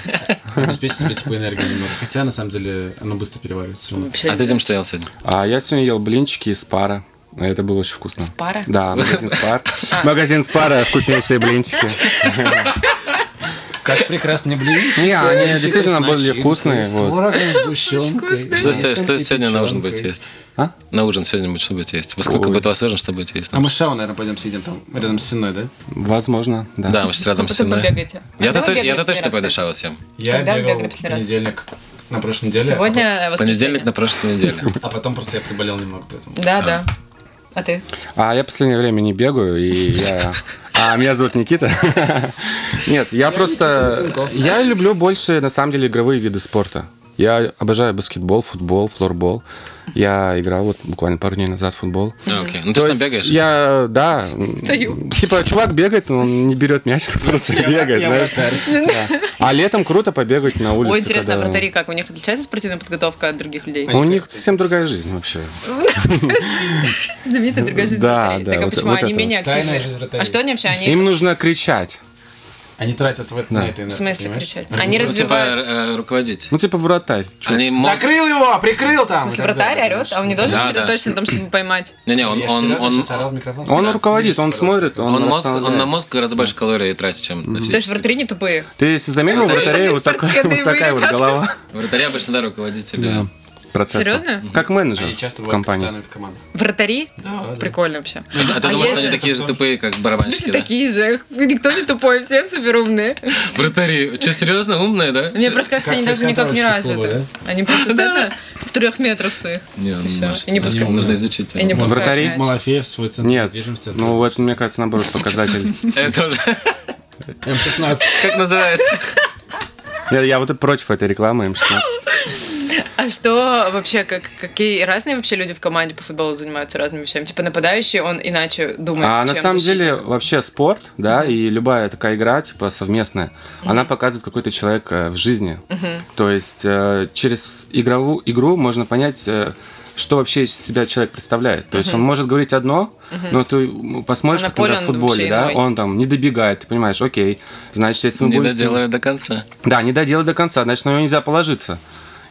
Speaker 8: Обеспечит себе типа энергию немного. Хотя на самом деле оно быстро переваривается все равно.
Speaker 2: Вообще
Speaker 1: А
Speaker 2: не
Speaker 1: ты, Дим,
Speaker 2: знаю,
Speaker 1: что ел сегодня?
Speaker 4: А я сегодня ел блинчики из пара. А Это было очень вкусно.
Speaker 2: Из пара? А.
Speaker 4: Да, магазин спар. Магазин спара, вкуснейшие блинчики.
Speaker 8: Как прекрасные блины.
Speaker 4: Не, А, они действительно были вкусные. вот.
Speaker 8: Ну,
Speaker 1: Что, се- что сегодня на ужин будете есть?
Speaker 4: А?
Speaker 1: На ужин сегодня будет что будете есть? Во сколько
Speaker 4: Ой.
Speaker 1: будет у вас ужин, что будете есть?
Speaker 8: А мы шау, наверное, пойдем сидим там рядом с стеной, да?
Speaker 4: Возможно, да.
Speaker 1: Да, мы сейчас рядом
Speaker 2: Вы
Speaker 1: с
Speaker 2: Ну, потом
Speaker 1: Инной.
Speaker 2: побегаете.
Speaker 1: Я
Speaker 2: А давай
Speaker 1: то я
Speaker 2: бегаем
Speaker 1: то
Speaker 2: в следующий
Speaker 1: точно
Speaker 2: раз,
Speaker 1: пойду
Speaker 2: кстати.
Speaker 1: шалот съем.
Speaker 3: Я
Speaker 2: Когда вы
Speaker 3: бегал
Speaker 2: бегали
Speaker 3: в
Speaker 2: последний раз?
Speaker 3: понедельник на прошлой неделе.
Speaker 2: Сегодня
Speaker 1: Понедельник на
Speaker 2: воскресенье.
Speaker 1: прошлой неделе.
Speaker 8: А потом просто я приболел немного, поэтому.
Speaker 2: Да, да. А ты?
Speaker 4: А я в последнее время не бегаю, и я... А, меня зовут Никита. Нет, я просто... Я люблю больше, на самом деле, игровые виды спорта. Я обожаю баскетбол, футбол, флорбол. Я играл вот буквально пару дней назад в футбол.
Speaker 1: А, Окей. Ну ты же там
Speaker 4: есть
Speaker 1: бегаешь?
Speaker 4: Я, да.
Speaker 2: Стою.
Speaker 4: Типа, чувак бегает, но он не берет мяч, он просто бегает, знаешь. Да. А летом круто побегать на улице.
Speaker 2: Ой, интересно, а
Speaker 4: когда- Ну,
Speaker 2: вратари как? У них отличается спортивная подготовка от других людей?
Speaker 4: У них совсем другая жизнь вообще.
Speaker 2: Знаменитая другая жизнь
Speaker 4: Да,
Speaker 2: вратарей.
Speaker 4: да,
Speaker 2: Так а
Speaker 4: вот-
Speaker 2: почему
Speaker 4: вот
Speaker 2: они
Speaker 4: это
Speaker 2: менее
Speaker 8: Тайная
Speaker 2: активны?
Speaker 8: жизнь вратарей.
Speaker 2: А что они вообще? Они
Speaker 4: Им нужно кричать.
Speaker 8: Они тратят в это на
Speaker 4: Да.
Speaker 8: это
Speaker 2: в
Speaker 8: энергию,
Speaker 2: смысле
Speaker 8: понимаешь?
Speaker 2: кричать? Они
Speaker 1: Ну, типа
Speaker 2: развивают.
Speaker 1: э, руководить.
Speaker 4: Ну, типа вратарь. Чё?
Speaker 1: Они мозг-
Speaker 8: Закрыл его, прикрыл
Speaker 2: В
Speaker 8: там. и
Speaker 2: смысле,
Speaker 8: так
Speaker 2: вратарь
Speaker 8: далее,
Speaker 2: орет, а он не должен
Speaker 1: Да, да.
Speaker 2: сосредоточиться на том, чтобы поймать.
Speaker 1: Не-не,
Speaker 8: понимаешь?
Speaker 1: он,
Speaker 8: Я
Speaker 1: он,
Speaker 8: серьезно
Speaker 1: он,
Speaker 8: сейчас орал в микрофон.
Speaker 4: Он
Speaker 8: Да.
Speaker 4: руководит, он
Speaker 8: Пожалуйста.
Speaker 4: смотит, он,
Speaker 1: он мозг, он на
Speaker 4: расставляет.
Speaker 1: мозг гораздо больше калорий тратит, чем на
Speaker 2: То есть
Speaker 1: физический.
Speaker 2: вратари не тупые.
Speaker 4: Ты если заметил, у
Speaker 1: Вратарь
Speaker 4: вратарей
Speaker 2: не
Speaker 4: вот, такой-
Speaker 2: спортсмены,
Speaker 4: вот такая вот
Speaker 2: ребята.
Speaker 4: голова.
Speaker 1: Вратарь «А обычно, да, руководит тебе.
Speaker 4: Процессом.
Speaker 2: Серьезно?
Speaker 4: Как менеджер
Speaker 8: Они часто
Speaker 4: в
Speaker 8: бывают
Speaker 4: компании.
Speaker 8: капитанами в команду.
Speaker 2: Вратари?
Speaker 8: Да, да.
Speaker 2: Ну, Прикольно вообще.
Speaker 1: А ты
Speaker 2: А
Speaker 1: думаешь,
Speaker 2: есть
Speaker 1: они
Speaker 2: же
Speaker 1: такие же тупые, как
Speaker 2: В смысле,
Speaker 1: барабанщики, да?
Speaker 2: такие же. Никто не тупой, все суперумные.
Speaker 1: Вратари, что, серьезно, умные, да?
Speaker 2: Мне просто кажется,
Speaker 8: как
Speaker 2: они даже никак не
Speaker 8: физкультурочки в клубе,
Speaker 2: развиты. Они просто стоят на- в трех метрах своих.
Speaker 1: Не, ну,
Speaker 2: всё,
Speaker 1: может,
Speaker 2: и не
Speaker 1: ну,
Speaker 2: пускай.
Speaker 1: Нужно изучить.
Speaker 2: И не
Speaker 1: его.
Speaker 2: пускай.
Speaker 4: Вратари?
Speaker 2: мяч.
Speaker 8: Малафеев свой центр
Speaker 4: Нет,
Speaker 8: недвижимости.
Speaker 4: ну вот мне кажется, наоборот, показатель.
Speaker 1: Это тоже,
Speaker 8: М16.
Speaker 1: как называется?
Speaker 4: Я, я вот и против этой рекламы М16.
Speaker 2: А что вообще, как, какие разные вообще люди в команде по футболу занимаются разными вещами? Типа нападающий, он иначе думает,
Speaker 4: А на
Speaker 2: чем
Speaker 4: самом
Speaker 2: защитник.
Speaker 4: деле вообще спорт, да, и любая такая игра, типа совместная, она показывает какой-то человек э, в жизни.
Speaker 2: Мгм.
Speaker 4: То есть э, через игровую игру можно понять, э, что вообще из себя человек представляет. То есть он может говорить одно, но ты м, посмотришь,
Speaker 2: А на
Speaker 4: как, например,
Speaker 2: поле
Speaker 4: в
Speaker 2: он
Speaker 4: футболе,
Speaker 2: вообще
Speaker 4: да,
Speaker 2: иной.
Speaker 4: он там не добегает, ты понимаешь, окей, значит, если мы
Speaker 1: Не
Speaker 4: будем... с ним-
Speaker 1: доделаю до конца.
Speaker 4: Да, не доделал до конца, значит, на него нельзя положиться.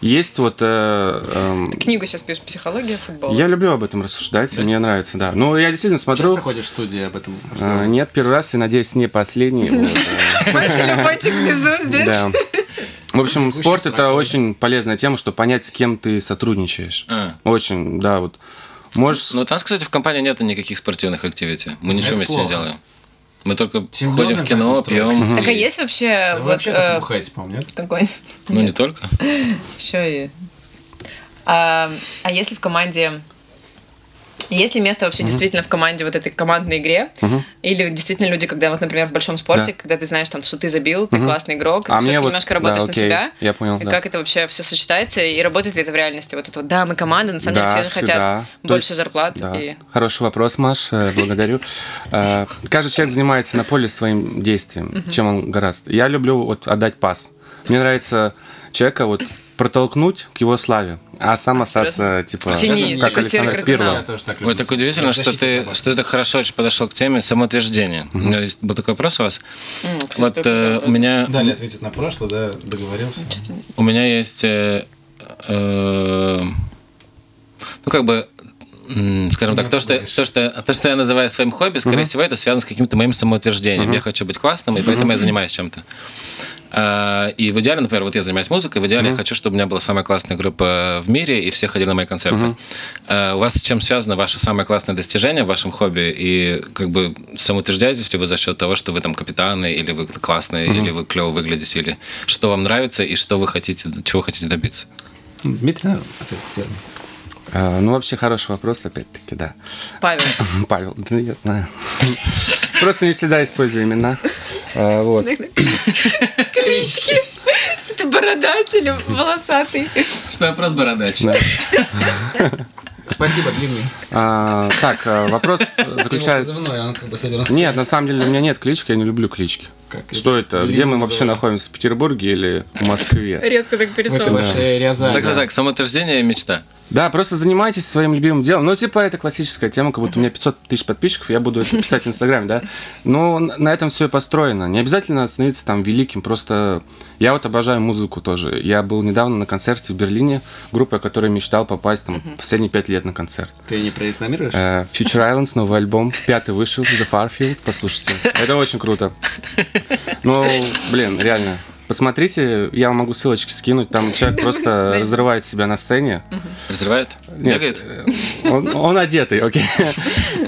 Speaker 4: Есть вот... э, эм,
Speaker 2: Книгу сейчас пишешь «Психология футбола».
Speaker 4: я люблю об этом рассуждать, мне нравится, да. Ну, я действительно смотрю...
Speaker 8: Часто ходишь в студии об этом?
Speaker 4: э, нет, первый раз и, надеюсь, не последний. вот, э.
Speaker 2: Мой телефончик внизу здесь.
Speaker 4: Да. В общем,
Speaker 8: Текущий
Speaker 4: спорт это
Speaker 8: строкой.
Speaker 4: очень полезная тема, чтобы понять, с кем ты сотрудничаешь.
Speaker 1: А.
Speaker 4: Очень, да, вот. Можешь...
Speaker 1: Ну, у нас, кстати, в компании нет никаких спортивных активити. Мы ничего
Speaker 8: Это
Speaker 1: вместе не
Speaker 8: плохо.
Speaker 1: делаем. Мы только
Speaker 8: Тимбилдинг
Speaker 1: ходим в
Speaker 8: так
Speaker 1: кино,
Speaker 8: устроен.
Speaker 1: пьем.
Speaker 2: Так а
Speaker 1: и-
Speaker 2: есть вообще
Speaker 8: Вы
Speaker 2: вот
Speaker 8: вообще так
Speaker 2: э,
Speaker 8: бухаете, по-моему, нет?
Speaker 2: какой
Speaker 1: Ну, не только.
Speaker 2: еще и... А, а если в команде... Есть ли место вообще действительно в команде, вот этой командной игре?
Speaker 4: Мгм.
Speaker 2: Или действительно люди, когда вот, например, в большом спорте,
Speaker 4: Да. когда
Speaker 2: когда ты знаешь, там, что ты забил, ты
Speaker 4: Мгм.
Speaker 2: классный игрок, ты
Speaker 4: А
Speaker 2: всё-таки
Speaker 4: мне вот...
Speaker 2: немножко работаешь
Speaker 4: да,
Speaker 2: на
Speaker 4: окей,
Speaker 2: себя,
Speaker 4: Я понял,
Speaker 2: И
Speaker 4: Ну да.
Speaker 2: Э, как это вообще все сочетается, и работает ли это в реальности? Вот это вот, да, мы команда, на самом
Speaker 4: Да,
Speaker 2: деле все же хотят
Speaker 4: всегда. То
Speaker 2: больше
Speaker 4: есть,
Speaker 2: зарплат.
Speaker 4: да.
Speaker 2: И...
Speaker 4: Хороший вопрос, Маш, э, благодарю. Э, Каждый человек занимается на поле своим действием, чем он гораст. Я люблю вот отдать пас. Мне нравится человека вот протолкнуть к его славе, а сам остаться типа
Speaker 2: Тяни,
Speaker 4: как
Speaker 2: такой серый
Speaker 4: Александр
Speaker 2: кардинал.
Speaker 4: Пирлов.
Speaker 8: Я тоже так люблю.
Speaker 1: Ой, так удивительно, что
Speaker 8: Защитник
Speaker 1: ты,
Speaker 8: обожаю.
Speaker 1: что ты хорошо очень подошел к теме самоутверждения. У меня есть- был такой вопрос у вас.
Speaker 2: М, кстати,
Speaker 1: Вот
Speaker 2: такой
Speaker 1: э,
Speaker 2: вопрос.
Speaker 1: у меня
Speaker 8: Дали ответит на прошлое, да, договорился.
Speaker 1: У меня есть, э, э, ну как бы, м, скажем так, то что, то, что, то, что я называю своим хобби, скорее всего, это связано с каким-то моим самоутверждением. Я хочу быть классным, и поэтому я занимаюсь чем-то. А, И в идеале, например, вот я занимаюсь музыкой, в идеале я хочу, чтобы у меня была самая классная группа в мире, и все ходили на мои концерты. А, У вас с чем связано ваше самое классное достижение в вашем хобби? И как бы самоутверждаетесь ли вы за счет того, что вы там капитаны, или вы классные, или вы клево выглядите, или что вам нравится, и что вы хотите, чего хотите добиться?
Speaker 8: Дмитрий,
Speaker 3: ну,
Speaker 8: ответит первым.
Speaker 4: Э, Ну, вообще хороший вопрос, опять-таки, да.
Speaker 2: Павел,
Speaker 4: Павел, да я знаю. Просто не всегда использую имена. А, Вот.
Speaker 2: Клички. Ты бородатель, волосатый.
Speaker 1: Что вопрос бородач?
Speaker 4: Да.
Speaker 9: Спасибо, длинный.
Speaker 4: А, Так, а, вопрос заключается...
Speaker 3: Позывной, он как бы с этим
Speaker 4: Нет, на самом деле у меня нет клички, я не люблю клички.
Speaker 9: Как
Speaker 4: Что это? Где мы вообще находимся? В Петербурге или в Москве?
Speaker 2: Резко так
Speaker 9: Это
Speaker 2: перешел.
Speaker 4: Вот
Speaker 9: ваша Рязань.
Speaker 1: Так, так, так, самоутверждение и мечта.
Speaker 4: Да, просто занимайтесь своим любимым делом. Ну, типа, это классическая тема, как будто у меня 500 тысяч подписчиков, я буду это писать в Инстаграме, да? Но н- на этом все и построено. Не обязательно становиться там великим, просто... Я вот обожаю музыку тоже. Я был недавно на концерте в Берлине, группа, о которой мечтал попасть там последние пять лет на концерт.
Speaker 9: Ты не прорекламируешь?
Speaker 4: Э, Future Islands, новый альбом, пятый вышел, The Farfield, послушайте. Это очень круто. Ну, блин, реально. Посмотрите, я вам могу ссылочки скинуть, там человек просто разрывает себя на сцене.
Speaker 1: Разрывает?
Speaker 4: Нет,
Speaker 1: Бегает?
Speaker 4: э, он, он одетый, окей.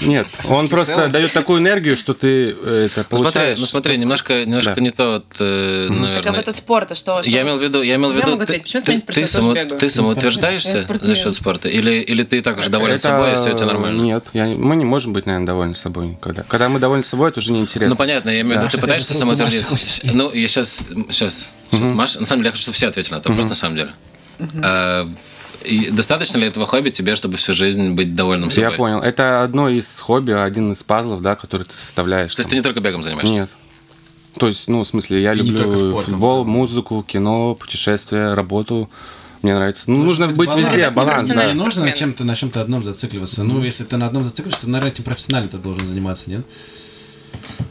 Speaker 4: Нет, он просто дает такую энергию, что ты э, это
Speaker 1: Ну смотри,
Speaker 4: получаешь.
Speaker 1: ну смотри, немножко, немножко
Speaker 4: Да.
Speaker 1: не то, вот, э,
Speaker 2: Так а
Speaker 1: наверное.
Speaker 2: вот от спорта что? что?
Speaker 1: Я имел в виду, я имел в
Speaker 2: Я
Speaker 1: виду,
Speaker 2: могу
Speaker 1: ты,
Speaker 2: ответить. Почему ты
Speaker 1: ты,
Speaker 2: не спросил?
Speaker 1: ты
Speaker 2: Я тоже
Speaker 1: само-
Speaker 2: бегаю.
Speaker 1: ты
Speaker 2: Я
Speaker 1: самоутверждаешься за
Speaker 2: спортсмен.
Speaker 1: счет спорта? Или, или ты и так уже доволен
Speaker 4: Э, Это-
Speaker 1: собой, и все у тебя нормально? Ну,
Speaker 4: Нет, я не- мы не можем быть, наверное, довольны собой никогда. Когда мы довольны собой, это уже неинтересно.
Speaker 1: Ну понятно, я имею в
Speaker 4: Да.
Speaker 1: виду, ты
Speaker 9: Сейчас
Speaker 1: пытаешься
Speaker 9: я вдруг думаю,
Speaker 1: самоутвердиться.
Speaker 9: что хочется
Speaker 1: Ну, я сейчас, сейчас, сейчас, Маша, на самом деле, я хочу, чтобы все ответили на это вопрос, на самом деле. А, и Достаточно ли этого хобби тебе, чтобы всю жизнь быть довольным собой?
Speaker 4: Я понял. Это одно из хобби, один из пазлов, да, который ты составляешь.
Speaker 1: То есть ты
Speaker 4: там.
Speaker 1: не только бегом занимаешься?
Speaker 4: Нет. То есть, ну, в смысле, я
Speaker 9: И не
Speaker 4: люблю
Speaker 9: только спортом, в
Speaker 4: футбол,
Speaker 9: целом.
Speaker 4: музыку, кино, путешествия, работу. Мне нравится. Ну, нужно быть везде, баланс,
Speaker 2: просто
Speaker 4: да.
Speaker 2: нравится.
Speaker 3: Не нужно
Speaker 2: Спортсмен.
Speaker 3: на чем-то, на чем-то одном зацикливаться. Ну, если ты на одном зацикливаешься, то, наверное, этим профессионально ты должен заниматься, нет?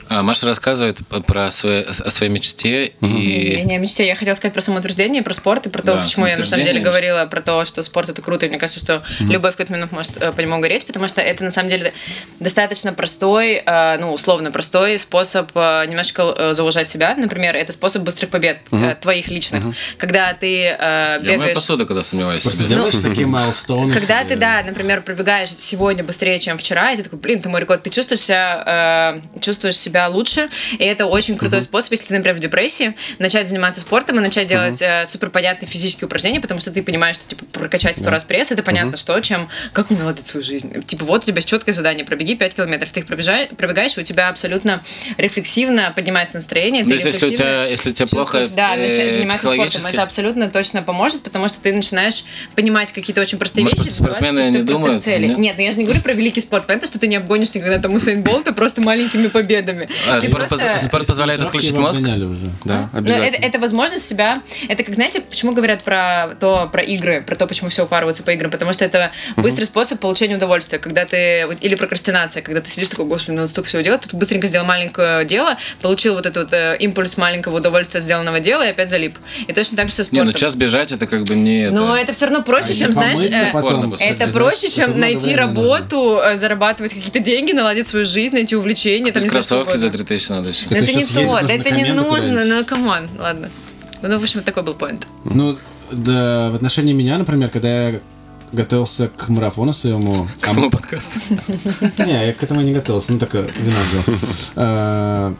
Speaker 1: А, Маша рассказывает п- про свои- о своей мечте
Speaker 2: Я
Speaker 1: и...
Speaker 2: не о мечте. Я хотела сказать про самоутверждение, про спорт и про то,
Speaker 1: Да,
Speaker 2: почему я на самом деле
Speaker 1: самоутверждение,
Speaker 2: говорила про то, что спорт это круто. И мне кажется, что любовь в какой-то момент может э, по нему гореть, потому что это на самом деле достаточно простой, э, ну, условно простой способ э, немножко э, заужать себя. Например, это способ быстрых побед э, твоих личных. Когда ты э,
Speaker 1: Я мою
Speaker 2: бегаешь...
Speaker 1: посуду, когда сомневаюсь. в
Speaker 3: Просто
Speaker 1: себе.
Speaker 3: делаешь такие майлстоуны.
Speaker 2: Когда
Speaker 3: себе.
Speaker 2: ты, да, например, пробегаешь сегодня быстрее, чем вчера, и ты такой, блин, ты мой рекорд, ты чувствуешь себя, э, чувствуешь себя лучше, и это очень крутой способ, если ты, например, в депрессии, начать заниматься спортом и начать делать э, суперпонятные физические упражнения, потому что ты понимаешь, что, типа, прокачать сто раз пресс, это понятно что, чем как мне наладить свою жизнь. Типа, вот у тебя четкое задание, пробеги 5 километров, ты их пробежа- пробегаешь, и у тебя абсолютно рефлексивно поднимается настроение,
Speaker 1: То
Speaker 2: ты
Speaker 1: есть, Ну, если у
Speaker 2: рефлексивно
Speaker 1: тебя, если тебе плохо
Speaker 2: чувствуешь, да,
Speaker 1: э,
Speaker 2: начать заниматься спортом.
Speaker 1: психологически,
Speaker 2: Это абсолютно точно поможет, потому что ты начинаешь понимать какие-то очень простые
Speaker 1: Может,
Speaker 2: вещи.
Speaker 1: просто спортсмены не
Speaker 2: добиваться каких-то быстрых
Speaker 1: думают,
Speaker 2: целей.
Speaker 1: нет?
Speaker 2: Нет? ну я же не говорю про великий спорт. Понятно, что ты не обгонишь никогда там Усейн Болта просто маленькими победами.
Speaker 1: а,
Speaker 2: Ты
Speaker 1: спорт,
Speaker 2: просто-
Speaker 1: поз- спорт позволяет
Speaker 3: Травки
Speaker 1: отключить
Speaker 3: его
Speaker 1: мозг?
Speaker 3: обгоняли уже.
Speaker 4: Да,
Speaker 2: Но Ну, это,
Speaker 4: обязательно.
Speaker 2: это возможность себя... Это как, знаете, почему говорят про то, про игры, про то, почему все упарываются по играм, потому что это быстрый способ получения удовольствия, когда ты... вот, Или прокрастинация, когда ты сидишь такой, господи, надо столько всего делать, тут быстренько сделал маленькое дело, получил вот этот э, импульс маленького удовольствия от сделанного дела и опять залип. И точно так же со
Speaker 1: Не,
Speaker 2: спортом.
Speaker 1: ну час бежать это как бы не...
Speaker 2: Но
Speaker 1: это-
Speaker 2: это все равно проще,
Speaker 3: А
Speaker 2: чем,
Speaker 3: и
Speaker 2: знаешь,
Speaker 3: помыться
Speaker 2: э,
Speaker 1: Порно
Speaker 3: потом.
Speaker 1: бы
Speaker 2: это
Speaker 3: Знаешь,
Speaker 2: проще,
Speaker 3: тут
Speaker 2: чем
Speaker 3: много
Speaker 2: найти
Speaker 3: времени
Speaker 2: работу, э, зарабатывать какие-то деньги, наладить свою жизнь, найти увлечения, там не знаю, что
Speaker 1: кроссовки за
Speaker 2: угодно.
Speaker 1: 3000 надо еще.
Speaker 2: Но
Speaker 3: Это
Speaker 2: это не
Speaker 3: щас ездить
Speaker 2: то, да
Speaker 3: нужно
Speaker 2: это не
Speaker 3: комменты
Speaker 2: нужно,
Speaker 3: куда-нибудь.
Speaker 2: ну камон, ладно. Ну, в общем, вот такой был поинт.
Speaker 3: нужно. Ну, да, в отношении меня, например, когда я готовился к марафону своему, а
Speaker 1: Кому подкаст?
Speaker 3: Не, я к этому не готовился, ну такое вина взял. А,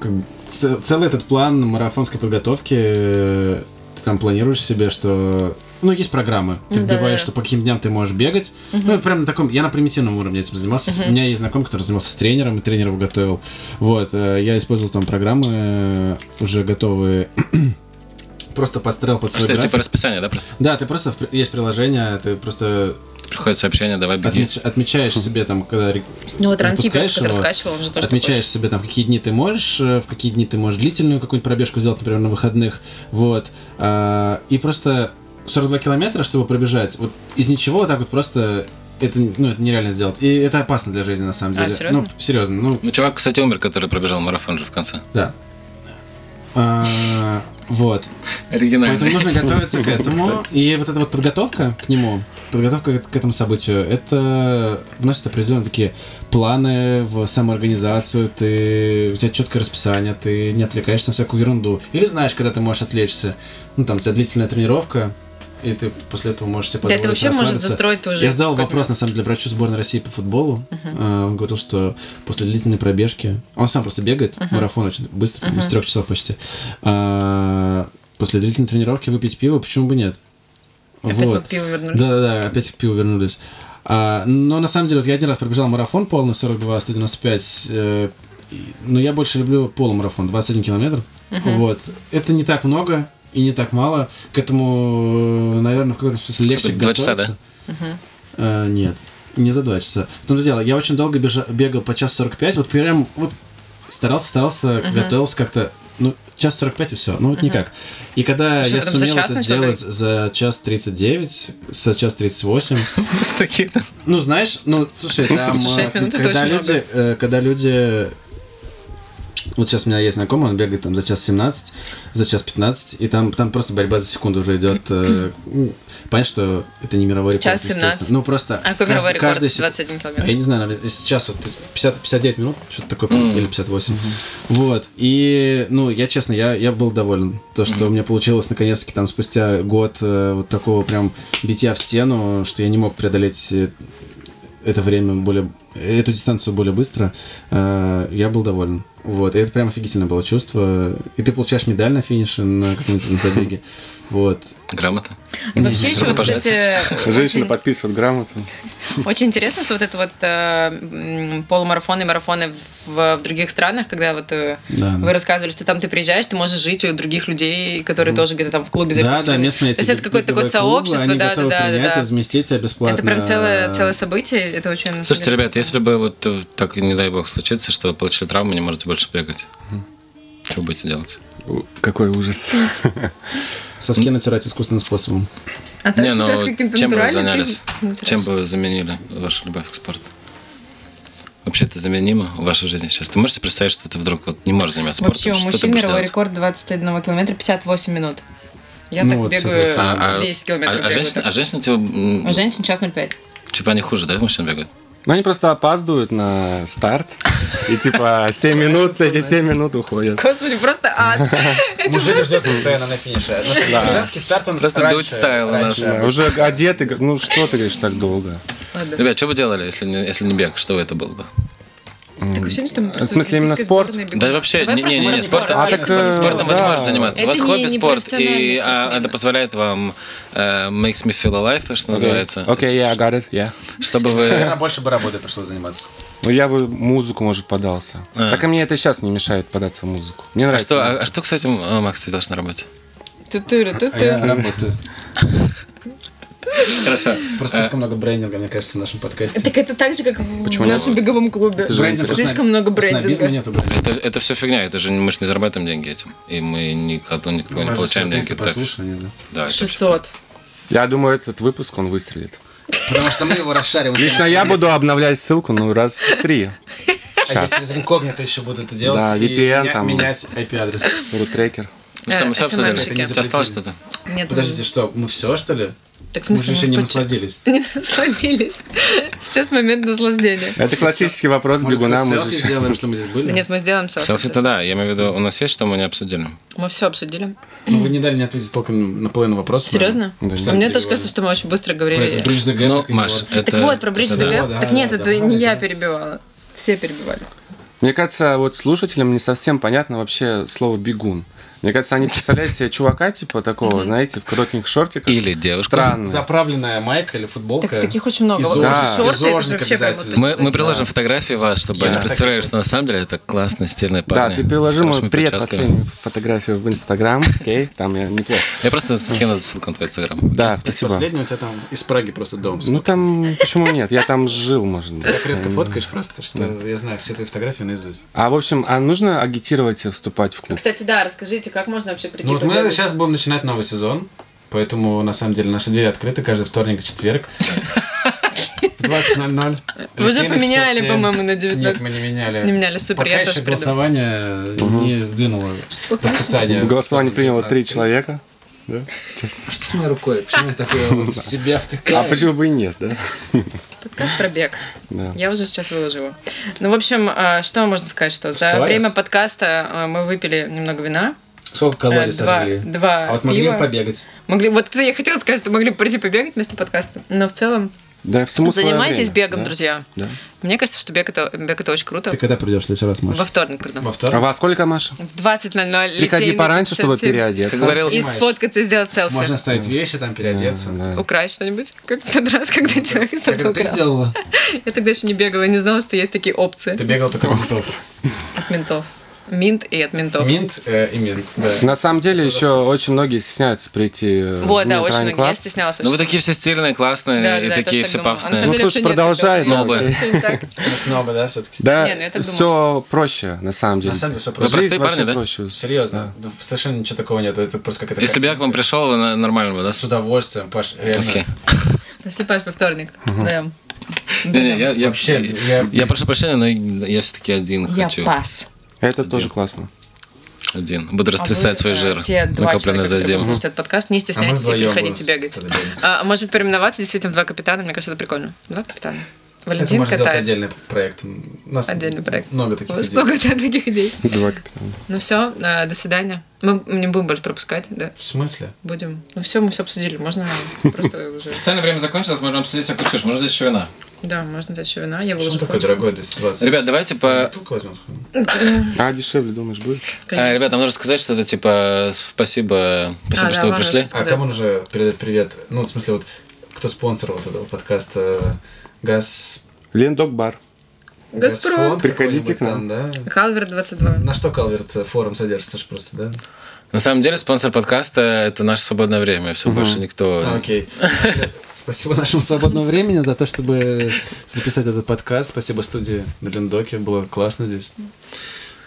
Speaker 3: как бы ц- Целый этот план марафонской подготовки, э, ты там планируешь себе, что... Ну, есть программы. Ты
Speaker 2: М, да,
Speaker 3: вбиваешь,
Speaker 2: да.
Speaker 3: что по каким дням ты можешь бегать. Ну, прям на таком... Я на примитивном уровне этим занимался. У меня есть знакомый, который занимался с тренером, и тренер его готовил. Вот, э, я использовал там программы э, уже готовые. Просто подстроил под свой
Speaker 1: Что,
Speaker 3: график.
Speaker 1: типа расписание, да, просто?
Speaker 3: Да, ты просто... в при- Есть приложение, ты просто
Speaker 1: Приходит сообщение, давай беги.
Speaker 3: отмеч- отмечаешь себе там, когда рек-
Speaker 2: Ну, вот ранки,
Speaker 3: Запускаешь
Speaker 2: который
Speaker 3: его,
Speaker 2: скачивал, он же тоже такой.
Speaker 3: отмечаешь себе там, в какие дни ты можешь, э, в какие дни ты можешь длительную какую-нибудь пробежку сделать, например, на выходных, вот, А, и просто 42 километра, чтобы пробежать, вот из ничего вот так вот просто, это, ну, это нереально сделать, и это опасно для жизни, на самом
Speaker 2: А,
Speaker 3: деле.
Speaker 2: серьезно?
Speaker 3: Ну, серьезно, ну,
Speaker 1: Ну, чувак, кстати, умер, который пробежал марафон же в конце.
Speaker 3: да. А, вот. Поэтому
Speaker 1: Оригинально.
Speaker 3: нужно готовиться к этому. И вот эта вот подготовка к нему, подготовка к к этому событию, это вносит определенные такие планы в самоорганизацию, ты, у тебя четкое расписание, ты не отвлекаешься на всякую ерунду. Или знаешь, когда ты можешь отвлечься. Ну, там, у тебя длительная тренировка, и ты после этого можешь себе
Speaker 2: Да
Speaker 3: позволить
Speaker 2: это вообще может
Speaker 3: расслабиться.
Speaker 2: застроить твою жизнь.
Speaker 3: Я задал
Speaker 2: Как
Speaker 3: вопрос, на самом деле, врачу сборной России по футболу. А, Он говорил, что после длительной пробежки... Он сам просто бегает, марафон очень быстро, там, из трех часов почти. А, После длительной тренировки выпить пиво, почему бы нет?
Speaker 2: Опять мы к пиву вернулись.
Speaker 3: Да-да-да, опять к пиву вернулись. А, но на самом деле, вот я один раз пробежал марафон полный, 42-195, э, но я больше люблю полумарафон, 21 километр. Вот. Это не так много и не так мало. К этому, наверное, в каком-то смысле легче
Speaker 1: Сколько? Два часа,
Speaker 3: готовиться. Э, нет, не за два часа. В том дело, я очень долго бежа- бегал по часу 45, вот прям вот старался, старался, готовился как-то, ну, час 45 и все, ну вот никак. И когда
Speaker 2: Что,
Speaker 3: я
Speaker 2: прям Ну, за
Speaker 3: сумел
Speaker 2: час
Speaker 3: это
Speaker 2: начал
Speaker 3: сделать за час 39, за час 38,
Speaker 1: Просто такие, да.
Speaker 3: ну, знаешь, ну, слушай, там...
Speaker 2: Слушай, шесть
Speaker 3: э,
Speaker 2: минут это
Speaker 3: когда
Speaker 2: очень много.
Speaker 3: люди, э, Когда люди... Вот сейчас у меня есть знакомый, он бегает там за час 17, за час 15, и там, там просто борьба за секунду уже идет. э, ну, Понятно, что это не мировой рекорд,
Speaker 2: Час
Speaker 3: естественно.
Speaker 2: 17.
Speaker 3: Ну, просто...
Speaker 2: А какой мировой
Speaker 3: кажд-
Speaker 2: рекорд?
Speaker 3: каждый сек-
Speaker 2: 21
Speaker 3: а Я
Speaker 2: километр.
Speaker 3: не знаю, наверное, сейчас вот 50, 59 минут, что-то такое, по-моему,
Speaker 1: Мгм.
Speaker 3: или 58. Вот. И, ну, я честно, я, я был доволен. То, что у меня получилось, наконец-таки, там, спустя год э, вот такого прям битья в стену, что я не мог преодолеть э, это время более... эту дистанцию более быстро, э, я был доволен. Вот. И это прям офигительное было чувство. И ты получаешь медаль на финише, на каком-нибудь там забеге. Вот.
Speaker 1: Грамота.
Speaker 2: И вообще еще, вот,
Speaker 1: Пожалуйста.
Speaker 2: кстати,
Speaker 4: Женщина
Speaker 2: очень-
Speaker 4: подписывает грамоту.
Speaker 2: Очень интересно, что вот это вот э, м, полумарафоны и марафоны в, в других странах, когда вот э,
Speaker 3: Да,
Speaker 2: вы рассказывали, что там ты приезжаешь, ты можешь жить у других людей, которые тоже где-то там в клубе
Speaker 3: Ну, Да, да,
Speaker 2: зарегистрированы.
Speaker 3: местные
Speaker 2: То есть это какое-то такое сообщество, да, да, да, да, да.
Speaker 3: Разместите бесплатно. э,
Speaker 2: Это прям целое, целое событие, это очень... на самом
Speaker 1: Слушайте,
Speaker 2: деле,
Speaker 1: ребят, если бы вот э, так, не дай бог, случится, что вы получили травму, не можете больше бегать, что будете делать?
Speaker 4: У- Какой ужас.
Speaker 3: Соски натирать искусственным способом.
Speaker 2: А так
Speaker 1: Не, ну,
Speaker 2: сейчас каким-то
Speaker 1: чем бы вы
Speaker 2: натуральным
Speaker 1: занялись?
Speaker 2: ты-
Speaker 1: Чем бы вы заменили вашу любовь к спорту? Вообще это заменимо в вашей жизни сейчас? Ты можете представить, что ты вдруг вот не можешь заниматься
Speaker 2: Вообще,
Speaker 1: спортом? Что
Speaker 2: у
Speaker 1: ты
Speaker 2: мужчин
Speaker 1: будешь
Speaker 2: мировой
Speaker 1: делать?
Speaker 2: рекорд 21 километра 58 минут. Я
Speaker 3: Ну
Speaker 2: так
Speaker 3: вот,
Speaker 2: бегаю
Speaker 3: соответственно.
Speaker 1: А, а-
Speaker 2: 10
Speaker 1: А,
Speaker 2: километров.
Speaker 1: а
Speaker 2: бегаю
Speaker 1: женщина,
Speaker 2: так.
Speaker 1: а женщина типа, м,
Speaker 2: У женщин час 0,5.
Speaker 1: типа они хуже, да, мужчин бегают?
Speaker 4: Ну, они просто опаздывают на старт. И типа 7 минут, эти 7 минут уходят.
Speaker 2: Господи, просто ад.
Speaker 10: Мужик ждет постоянно на финише. Ну, Женский старт, он
Speaker 1: Просто
Speaker 10: раньше-
Speaker 1: дуть стайл у нас.
Speaker 10: раньше.
Speaker 4: Да, Уже одеты, как- ну что ты говоришь так долго?
Speaker 2: Ладно.
Speaker 1: Ребят, что бы делали, если не, если не бег? Что это было бы?
Speaker 2: Такое ощущение, а что мы просто
Speaker 4: смысле, именно
Speaker 2: олимпийской
Speaker 4: спорт?
Speaker 2: сборной бегом.
Speaker 1: Да вообще,
Speaker 2: Давай
Speaker 1: не,
Speaker 2: просто
Speaker 1: не, не, не,
Speaker 2: можно
Speaker 1: спорт,
Speaker 2: спорт.
Speaker 4: А так, э,
Speaker 1: спортом вы не
Speaker 4: да.
Speaker 1: можете заниматься. У
Speaker 2: Это
Speaker 1: вас
Speaker 2: не-
Speaker 1: хобби
Speaker 2: не
Speaker 1: спорт, и
Speaker 2: профессиональный
Speaker 1: а,
Speaker 2: спортсмен.
Speaker 1: это позволяет вам э, makes me feel alive, то, что называется.
Speaker 4: Окей, я got it, я.
Speaker 1: Чтобы вы... А
Speaker 10: Наверное, больше бы работой пришлось заниматься.
Speaker 4: Ну, я бы в музыку, может, подался.
Speaker 1: А.
Speaker 4: Так и мне это сейчас не мешает податься в музыку. Мне
Speaker 1: А
Speaker 4: нравится.
Speaker 1: что, а,
Speaker 4: музыка.
Speaker 1: а что, кстати, м, а, Макс, ты делаешь на работе?
Speaker 2: Ту-ту-ру,
Speaker 3: А
Speaker 2: ту-ту.
Speaker 3: я работаю.
Speaker 1: Хорошо.
Speaker 10: Просто слишком много брендинга, мне кажется, в нашем подкасте.
Speaker 2: Так это так же, как в
Speaker 4: Почему
Speaker 2: нашем
Speaker 1: нет?
Speaker 2: беговом клубе.
Speaker 4: же Брендинг
Speaker 3: интересно.
Speaker 2: Слишком много
Speaker 3: Снобизма
Speaker 2: брендинга.
Speaker 3: нету брендинга.
Speaker 1: Это, это все фигня, это же не- мы же не зарабатываем деньги этим. И мы никого, никого не получаем деньги. так.
Speaker 3: Послушание, да.
Speaker 1: Да, это
Speaker 2: 600.
Speaker 4: Я думаю, этот выпуск он выстрелит.
Speaker 10: Потому что мы его расшарим.
Speaker 4: Лично я буду обновлять ссылку, ну, раз в три.
Speaker 10: А
Speaker 4: Сейчас.
Speaker 10: если из инкогнито еще будут это делать,
Speaker 4: Да,
Speaker 10: и
Speaker 4: VPN
Speaker 10: меня-
Speaker 4: там.
Speaker 10: менять IP-адрес.
Speaker 4: Рутрекер.
Speaker 1: Ну что, мы
Speaker 2: Э,
Speaker 1: все обсудили?
Speaker 2: SMM-щики.
Speaker 1: У тебя осталось что-то?
Speaker 2: Нет, ну
Speaker 10: Подождите, что, мы все, что ли?
Speaker 2: так в
Speaker 10: Мы
Speaker 2: смысле
Speaker 10: же еще не
Speaker 2: поч-
Speaker 10: насладились.
Speaker 2: Не насладились. Сейчас момент наслаждения.
Speaker 4: Это классический вопрос
Speaker 3: Может,
Speaker 4: бегуна.
Speaker 3: хоть
Speaker 4: мы
Speaker 3: селфи
Speaker 4: же-
Speaker 3: сделаем, что мы здесь были?
Speaker 2: Нет, мы сделаем селфи.
Speaker 1: Селфи-то да, я имею в виду, у нас есть, что мы не обсудили?
Speaker 2: Мы все обсудили.
Speaker 3: Ну, вы не дали мне ответить толком на половину вопросов.
Speaker 2: Серьезно? А
Speaker 4: Да, нет.
Speaker 2: Мне тоже кажется, что мы очень быстро
Speaker 3: Про этот
Speaker 2: говорили.
Speaker 3: Bridge the Gap,
Speaker 1: Ну,
Speaker 3: как его
Speaker 1: Маш,
Speaker 3: рассказать.
Speaker 1: это...
Speaker 2: Так вот, про Бридж
Speaker 1: это да.
Speaker 10: да,
Speaker 2: Так нет,
Speaker 10: да,
Speaker 2: это
Speaker 10: да,
Speaker 2: не
Speaker 10: да.
Speaker 2: я перебивала. Все перебивали.
Speaker 4: Мне кажется, вот слушателям не совсем понятно вообще слово бегун. Мне кажется, они представляют себе чувака типа такого, знаете, в коротеньких шортиках.
Speaker 1: Или девушка.
Speaker 4: Странно.
Speaker 10: Заправленная майка или футболка.
Speaker 2: Так таких очень много. Вот
Speaker 10: Изожник.
Speaker 4: Да.
Speaker 2: шорты, это же
Speaker 10: Изожник
Speaker 2: вообще прям вот
Speaker 10: обязательно.
Speaker 1: Мы, мы приложим фотографии вас, чтобы
Speaker 10: Я
Speaker 1: они
Speaker 10: так
Speaker 1: представляли,
Speaker 10: и
Speaker 1: что на самом деле это классные, стильные
Speaker 4: Да,
Speaker 1: парни.
Speaker 4: ты
Speaker 1: с
Speaker 4: приложил мою
Speaker 1: хорошими прическами.
Speaker 4: предпоследнюю фотографию в Инстаграм, окей, там я неплохо.
Speaker 1: Я просто скину ссылку на твой инстаграм.
Speaker 4: Да,
Speaker 3: Из
Speaker 4: спасибо.
Speaker 3: последнего у тебя там из Праги просто дом.
Speaker 4: Ну там, почему нет? Я там жил, может быть.
Speaker 10: Так редко фоткаешь просто, что я знаю все твои фотографии наизусть.
Speaker 4: А в общем, а нужно агитировать и вступать в клуб?
Speaker 2: Кстати, да, расскажите, как можно вообще прийти
Speaker 10: Ну вот мы
Speaker 2: побегать?
Speaker 10: сейчас будем начинать новый сезон, поэтому на самом деле наши двери открыты каждый вторник и четверг. В 20.00.
Speaker 2: Вы же
Speaker 10: Литейных
Speaker 2: поменяли,
Speaker 10: 57.
Speaker 2: по-моему, на 19.
Speaker 10: Нет, мы не
Speaker 2: Не
Speaker 10: меняли.
Speaker 2: меняли, супер,
Speaker 10: Пока
Speaker 2: я
Speaker 10: еще
Speaker 2: тоже придумала.
Speaker 3: голосование не сдвинуло
Speaker 10: Расписание.
Speaker 4: Голосование приняло три
Speaker 10: 19:30.
Speaker 4: человека.
Speaker 3: А
Speaker 10: Что с моей рукой? Почему я такое вот в себя
Speaker 4: А
Speaker 10: втыкаю?
Speaker 4: почему бы и нет, да?
Speaker 2: Подкаст про бег.
Speaker 4: Да.
Speaker 2: Я уже сейчас выложу его. Ну, в общем, э, что можно сказать, что за
Speaker 10: Сторис?
Speaker 2: время подкаста э, мы выпили немного вина.
Speaker 10: Сколько
Speaker 2: э,
Speaker 10: калорий
Speaker 2: Два,
Speaker 10: сожгли?
Speaker 2: два
Speaker 10: А вот могли бы
Speaker 2: пива.
Speaker 10: побегать.
Speaker 2: Могли- Вот, кстати, я хотела сказать, что могли бы прийти побегать вместо подкаста. Но в целом
Speaker 4: Да, всему своё
Speaker 2: Занимайтесь
Speaker 4: время,
Speaker 2: бегом,
Speaker 4: да,
Speaker 2: друзья.
Speaker 4: да.
Speaker 2: Мне кажется, что бег это, бег это очень круто.
Speaker 5: Ты когда придешь в следующий раз, Маша?
Speaker 2: Во вторник приду.
Speaker 3: Во
Speaker 4: А
Speaker 3: втором
Speaker 4: во сколько, Маша?
Speaker 2: В 20.00 летей
Speaker 4: Приходи
Speaker 2: на
Speaker 4: пораньше, чтобы
Speaker 2: 57.
Speaker 1: Как
Speaker 4: переодеться.
Speaker 1: говорил,
Speaker 2: И сфоткаться, и сделать селфи.
Speaker 5: Можно оставить вещи, там переодеться.
Speaker 4: Да.
Speaker 2: Украсть что-нибудь, как в тот раз, когда человек из тобой
Speaker 5: Как ты
Speaker 2: украл.
Speaker 5: сделала?
Speaker 2: Я тогда еще не бегала, не знала, что есть такие опции
Speaker 3: ты бегал только минтов.
Speaker 2: от ментов. Минт и от ментов.
Speaker 3: Минт э, и минт, да.
Speaker 4: На самом деле еще очень многие стесняются прийти э, в
Speaker 2: Вот, да,
Speaker 4: Mint
Speaker 2: очень
Speaker 4: Running
Speaker 2: многие. Я
Speaker 4: Club.
Speaker 2: стеснялась
Speaker 1: Ну, вы
Speaker 2: очень.
Speaker 1: такие все стильные, классные,
Speaker 2: Да, да,
Speaker 1: и
Speaker 2: да, я тоже
Speaker 1: такие
Speaker 2: так
Speaker 1: все
Speaker 2: думала. А на
Speaker 1: пафные.
Speaker 2: самом
Speaker 4: Ну,
Speaker 2: деле вообще
Speaker 4: слушай,
Speaker 2: нет,
Speaker 4: продолжай,
Speaker 2: всё
Speaker 1: Снобы.
Speaker 2: так, всё не так.
Speaker 3: Ну,
Speaker 8: Снова, да, все-таки?
Speaker 4: Да,
Speaker 2: Не, ну я так
Speaker 4: все проще, на самом деле.
Speaker 8: На самом деле все
Speaker 1: Вы
Speaker 8: просто.
Speaker 4: Жизнь
Speaker 1: простые
Speaker 4: вообще
Speaker 1: парни, да?
Speaker 4: проще.
Speaker 8: Серьезно, да, совершенно ничего такого нет. Это просто какая-то...
Speaker 1: Если бы я к
Speaker 8: картинка.
Speaker 1: вам пришел, вы на- нормально бы, да?
Speaker 8: С удовольствием, Паш, реально.
Speaker 1: Окей.
Speaker 2: Пошли, Паш, во вторник. Да.
Speaker 1: Не, не, я, я,
Speaker 8: Вообще, я...
Speaker 1: я прошу прощения, но я все-таки один хочу.
Speaker 2: пас.
Speaker 4: Это тоже классно.
Speaker 1: Один. Буду растрясать свой жир,
Speaker 2: А э, Те два
Speaker 1: накопленный
Speaker 2: человека,
Speaker 1: за
Speaker 2: которые
Speaker 1: зиму.
Speaker 2: слушают этот подкаст,
Speaker 8: А
Speaker 2: не
Speaker 8: мы
Speaker 2: стесняйтесь и
Speaker 8: вдвоем
Speaker 2: приходите
Speaker 8: будем
Speaker 2: бегать.
Speaker 8: тогда бегать.
Speaker 2: А, может переименоваться действительно в два капитана, мне кажется, это прикольно. Два капитана.
Speaker 8: Это
Speaker 2: Валентин
Speaker 8: можно сделать
Speaker 2: катает.
Speaker 8: отдельный проект. У нас
Speaker 2: Отдельный проект.
Speaker 8: много
Speaker 2: У
Speaker 8: таких
Speaker 2: вас
Speaker 8: идей.
Speaker 2: много да, таких идей.
Speaker 4: Два капитана.
Speaker 2: Ну все, до свидания. Мы не будем больше пропускать, да?
Speaker 8: В смысле?
Speaker 2: Будем. Ну все, мы все обсудили. Можно просто уже.
Speaker 1: Официальное время закончилось, можно обсудить всякую чушь, можно здесь еще вина.
Speaker 2: Да, можно взять еще вина. Я
Speaker 8: Почему
Speaker 2: выложу
Speaker 8: такой
Speaker 2: фотку.
Speaker 8: дорогой 220?
Speaker 1: Ребят, давайте по...
Speaker 8: Бутылку возьмем.
Speaker 2: Ну,
Speaker 4: А дешевле, думаешь, будет?
Speaker 1: Э,
Speaker 2: Конечно.
Speaker 1: ребят, нам нужно сказать что-то типа спасибо, спасибо,
Speaker 2: А,
Speaker 1: что
Speaker 2: да,
Speaker 1: вы
Speaker 2: вам
Speaker 1: пришли.
Speaker 2: нужно
Speaker 8: А кому нужно передать привет? Ну, в смысле, вот кто спонсор вот этого подкаста? Газ...
Speaker 4: Лендок бар.
Speaker 2: Газпром.
Speaker 8: Газфонд
Speaker 4: Приходите к
Speaker 8: какой-нибудь там, да?
Speaker 2: Халвер 22.
Speaker 8: На что Калверт э, форум содержится ж просто, да?
Speaker 1: На самом деле, спонсор подкаста – это наше свободное время, все больше никто...
Speaker 8: А, окей.
Speaker 5: Спасибо нашему свободному времени за то, чтобы записать этот подкаст. Спасибо студии на Линдоке. Было классно здесь.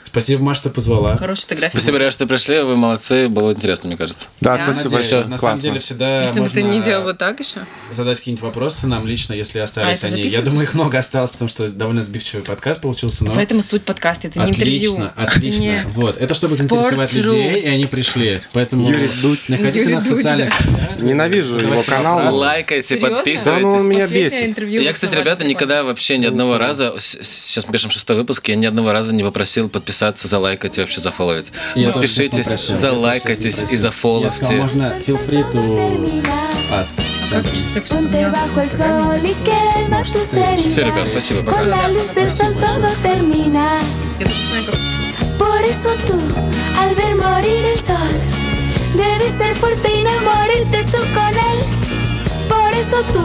Speaker 5: Спасибо, Маш, что позвала.
Speaker 2: Хорошая фотография.
Speaker 1: Спасибо, ребят, что пришли, вы молодцы, было интересно, мне кажется.
Speaker 4: Да,
Speaker 2: Да.
Speaker 4: спасибо
Speaker 5: Надеюсь,
Speaker 4: большое.
Speaker 5: На самом
Speaker 4: классно.
Speaker 5: деле всегда
Speaker 2: Если бы ты
Speaker 5: можно
Speaker 2: не делал вот так еще.
Speaker 5: задать какие-нибудь вопросы нам лично, если остались
Speaker 2: А, это
Speaker 5: они. Я
Speaker 2: записывается,
Speaker 5: думаю,
Speaker 2: что
Speaker 5: их много осталось, потому что довольно сбивчивый подкаст получился,
Speaker 8: Ну.
Speaker 5: но...
Speaker 2: Поэтому суть подкаста, это не интервью. а
Speaker 5: Отлично, отлично.
Speaker 2: Не.
Speaker 5: Вот, это чтобы
Speaker 2: Sports
Speaker 5: заинтересовать людей,
Speaker 2: room.
Speaker 5: и они пришли. Поэтому
Speaker 4: Юрий Дудь.
Speaker 5: находите
Speaker 2: Юрий
Speaker 5: нас в
Speaker 2: Дудь,
Speaker 5: социальных сетях.
Speaker 4: Ненавижу его
Speaker 5: Задавайте
Speaker 4: канал,
Speaker 5: вопросы.
Speaker 4: но-
Speaker 1: А Лайкайте,
Speaker 2: Серьезно?
Speaker 4: Да, ну, он
Speaker 1: подписывайтесь.
Speaker 4: меня
Speaker 2: Последнее
Speaker 4: бесит.
Speaker 2: интервью
Speaker 1: Я, кстати,
Speaker 2: Варвары
Speaker 1: ребята,
Speaker 2: Липановой.
Speaker 1: никогда вообще ни одного раза, сейчас мы пишем шестой выпуск, я ни одного раза не попросил подписаться, залайкать и вообще зафоловить.
Speaker 5: Я тоже, честно,
Speaker 1: Подпишитесь,
Speaker 5: просил. Я тоже,
Speaker 1: залайкайтесь
Speaker 5: честно,
Speaker 1: и
Speaker 5: просил. Я сказал,
Speaker 1: зафоловьте.
Speaker 5: можно feel free to ask something.
Speaker 11: Ponte bajo el sol y quema tus
Speaker 1: Все, ребят,
Speaker 11: heridas.
Speaker 1: спасибо, пока.
Speaker 11: Con la luz del sol todo termina.
Speaker 2: Я тут знаю, как
Speaker 11: Por eso tú, al ver morir el sol, debes ser fuerte y no morirte tú con él. Por eso tú,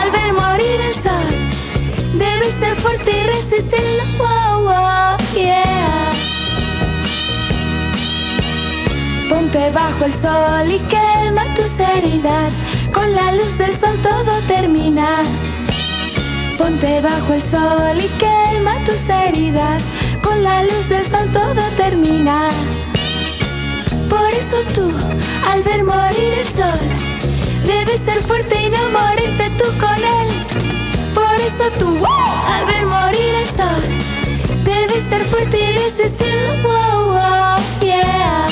Speaker 11: al ver morir el sol, debes ser fuerte y resistirlo. Wow, wow, yeah. Ponte bajo el sol y quema tus heridas. Con la luz del sol todo termina. Ponte bajo el sol y quema tus heridas. Con la luz del sol todo termina. Por eso tú, al ver morir el sol, debes ser fuerte y no morirte tú con él. Por eso tú, al ver morir el sol, debes ser fuerte y resistirlo. Wow, wow, yeah.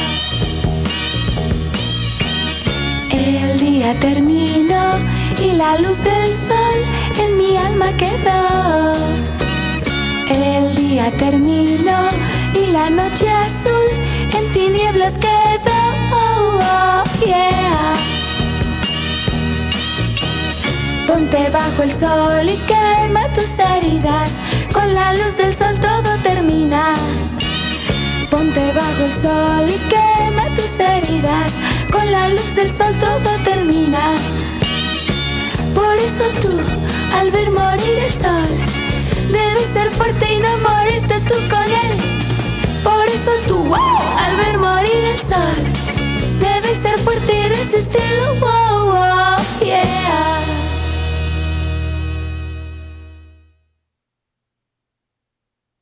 Speaker 11: El día terminó y la luz del sol en mi alma quedó. El día terminó y la noche azul en tinieblas quedó. Oh, oh, yeah. Ponte bajo el sol y quema tus heridas. Con la luz del sol todo termina. Ponte bajo el sol y quema tus heridas. Con la luz del sol todo termina. Por eso tú, al ver morir el sol, debes ser fuerte y no morirte tú con él. Por eso tú, al ver morir el sol, debes ser fuerte y resistirlo. Oh, Wow,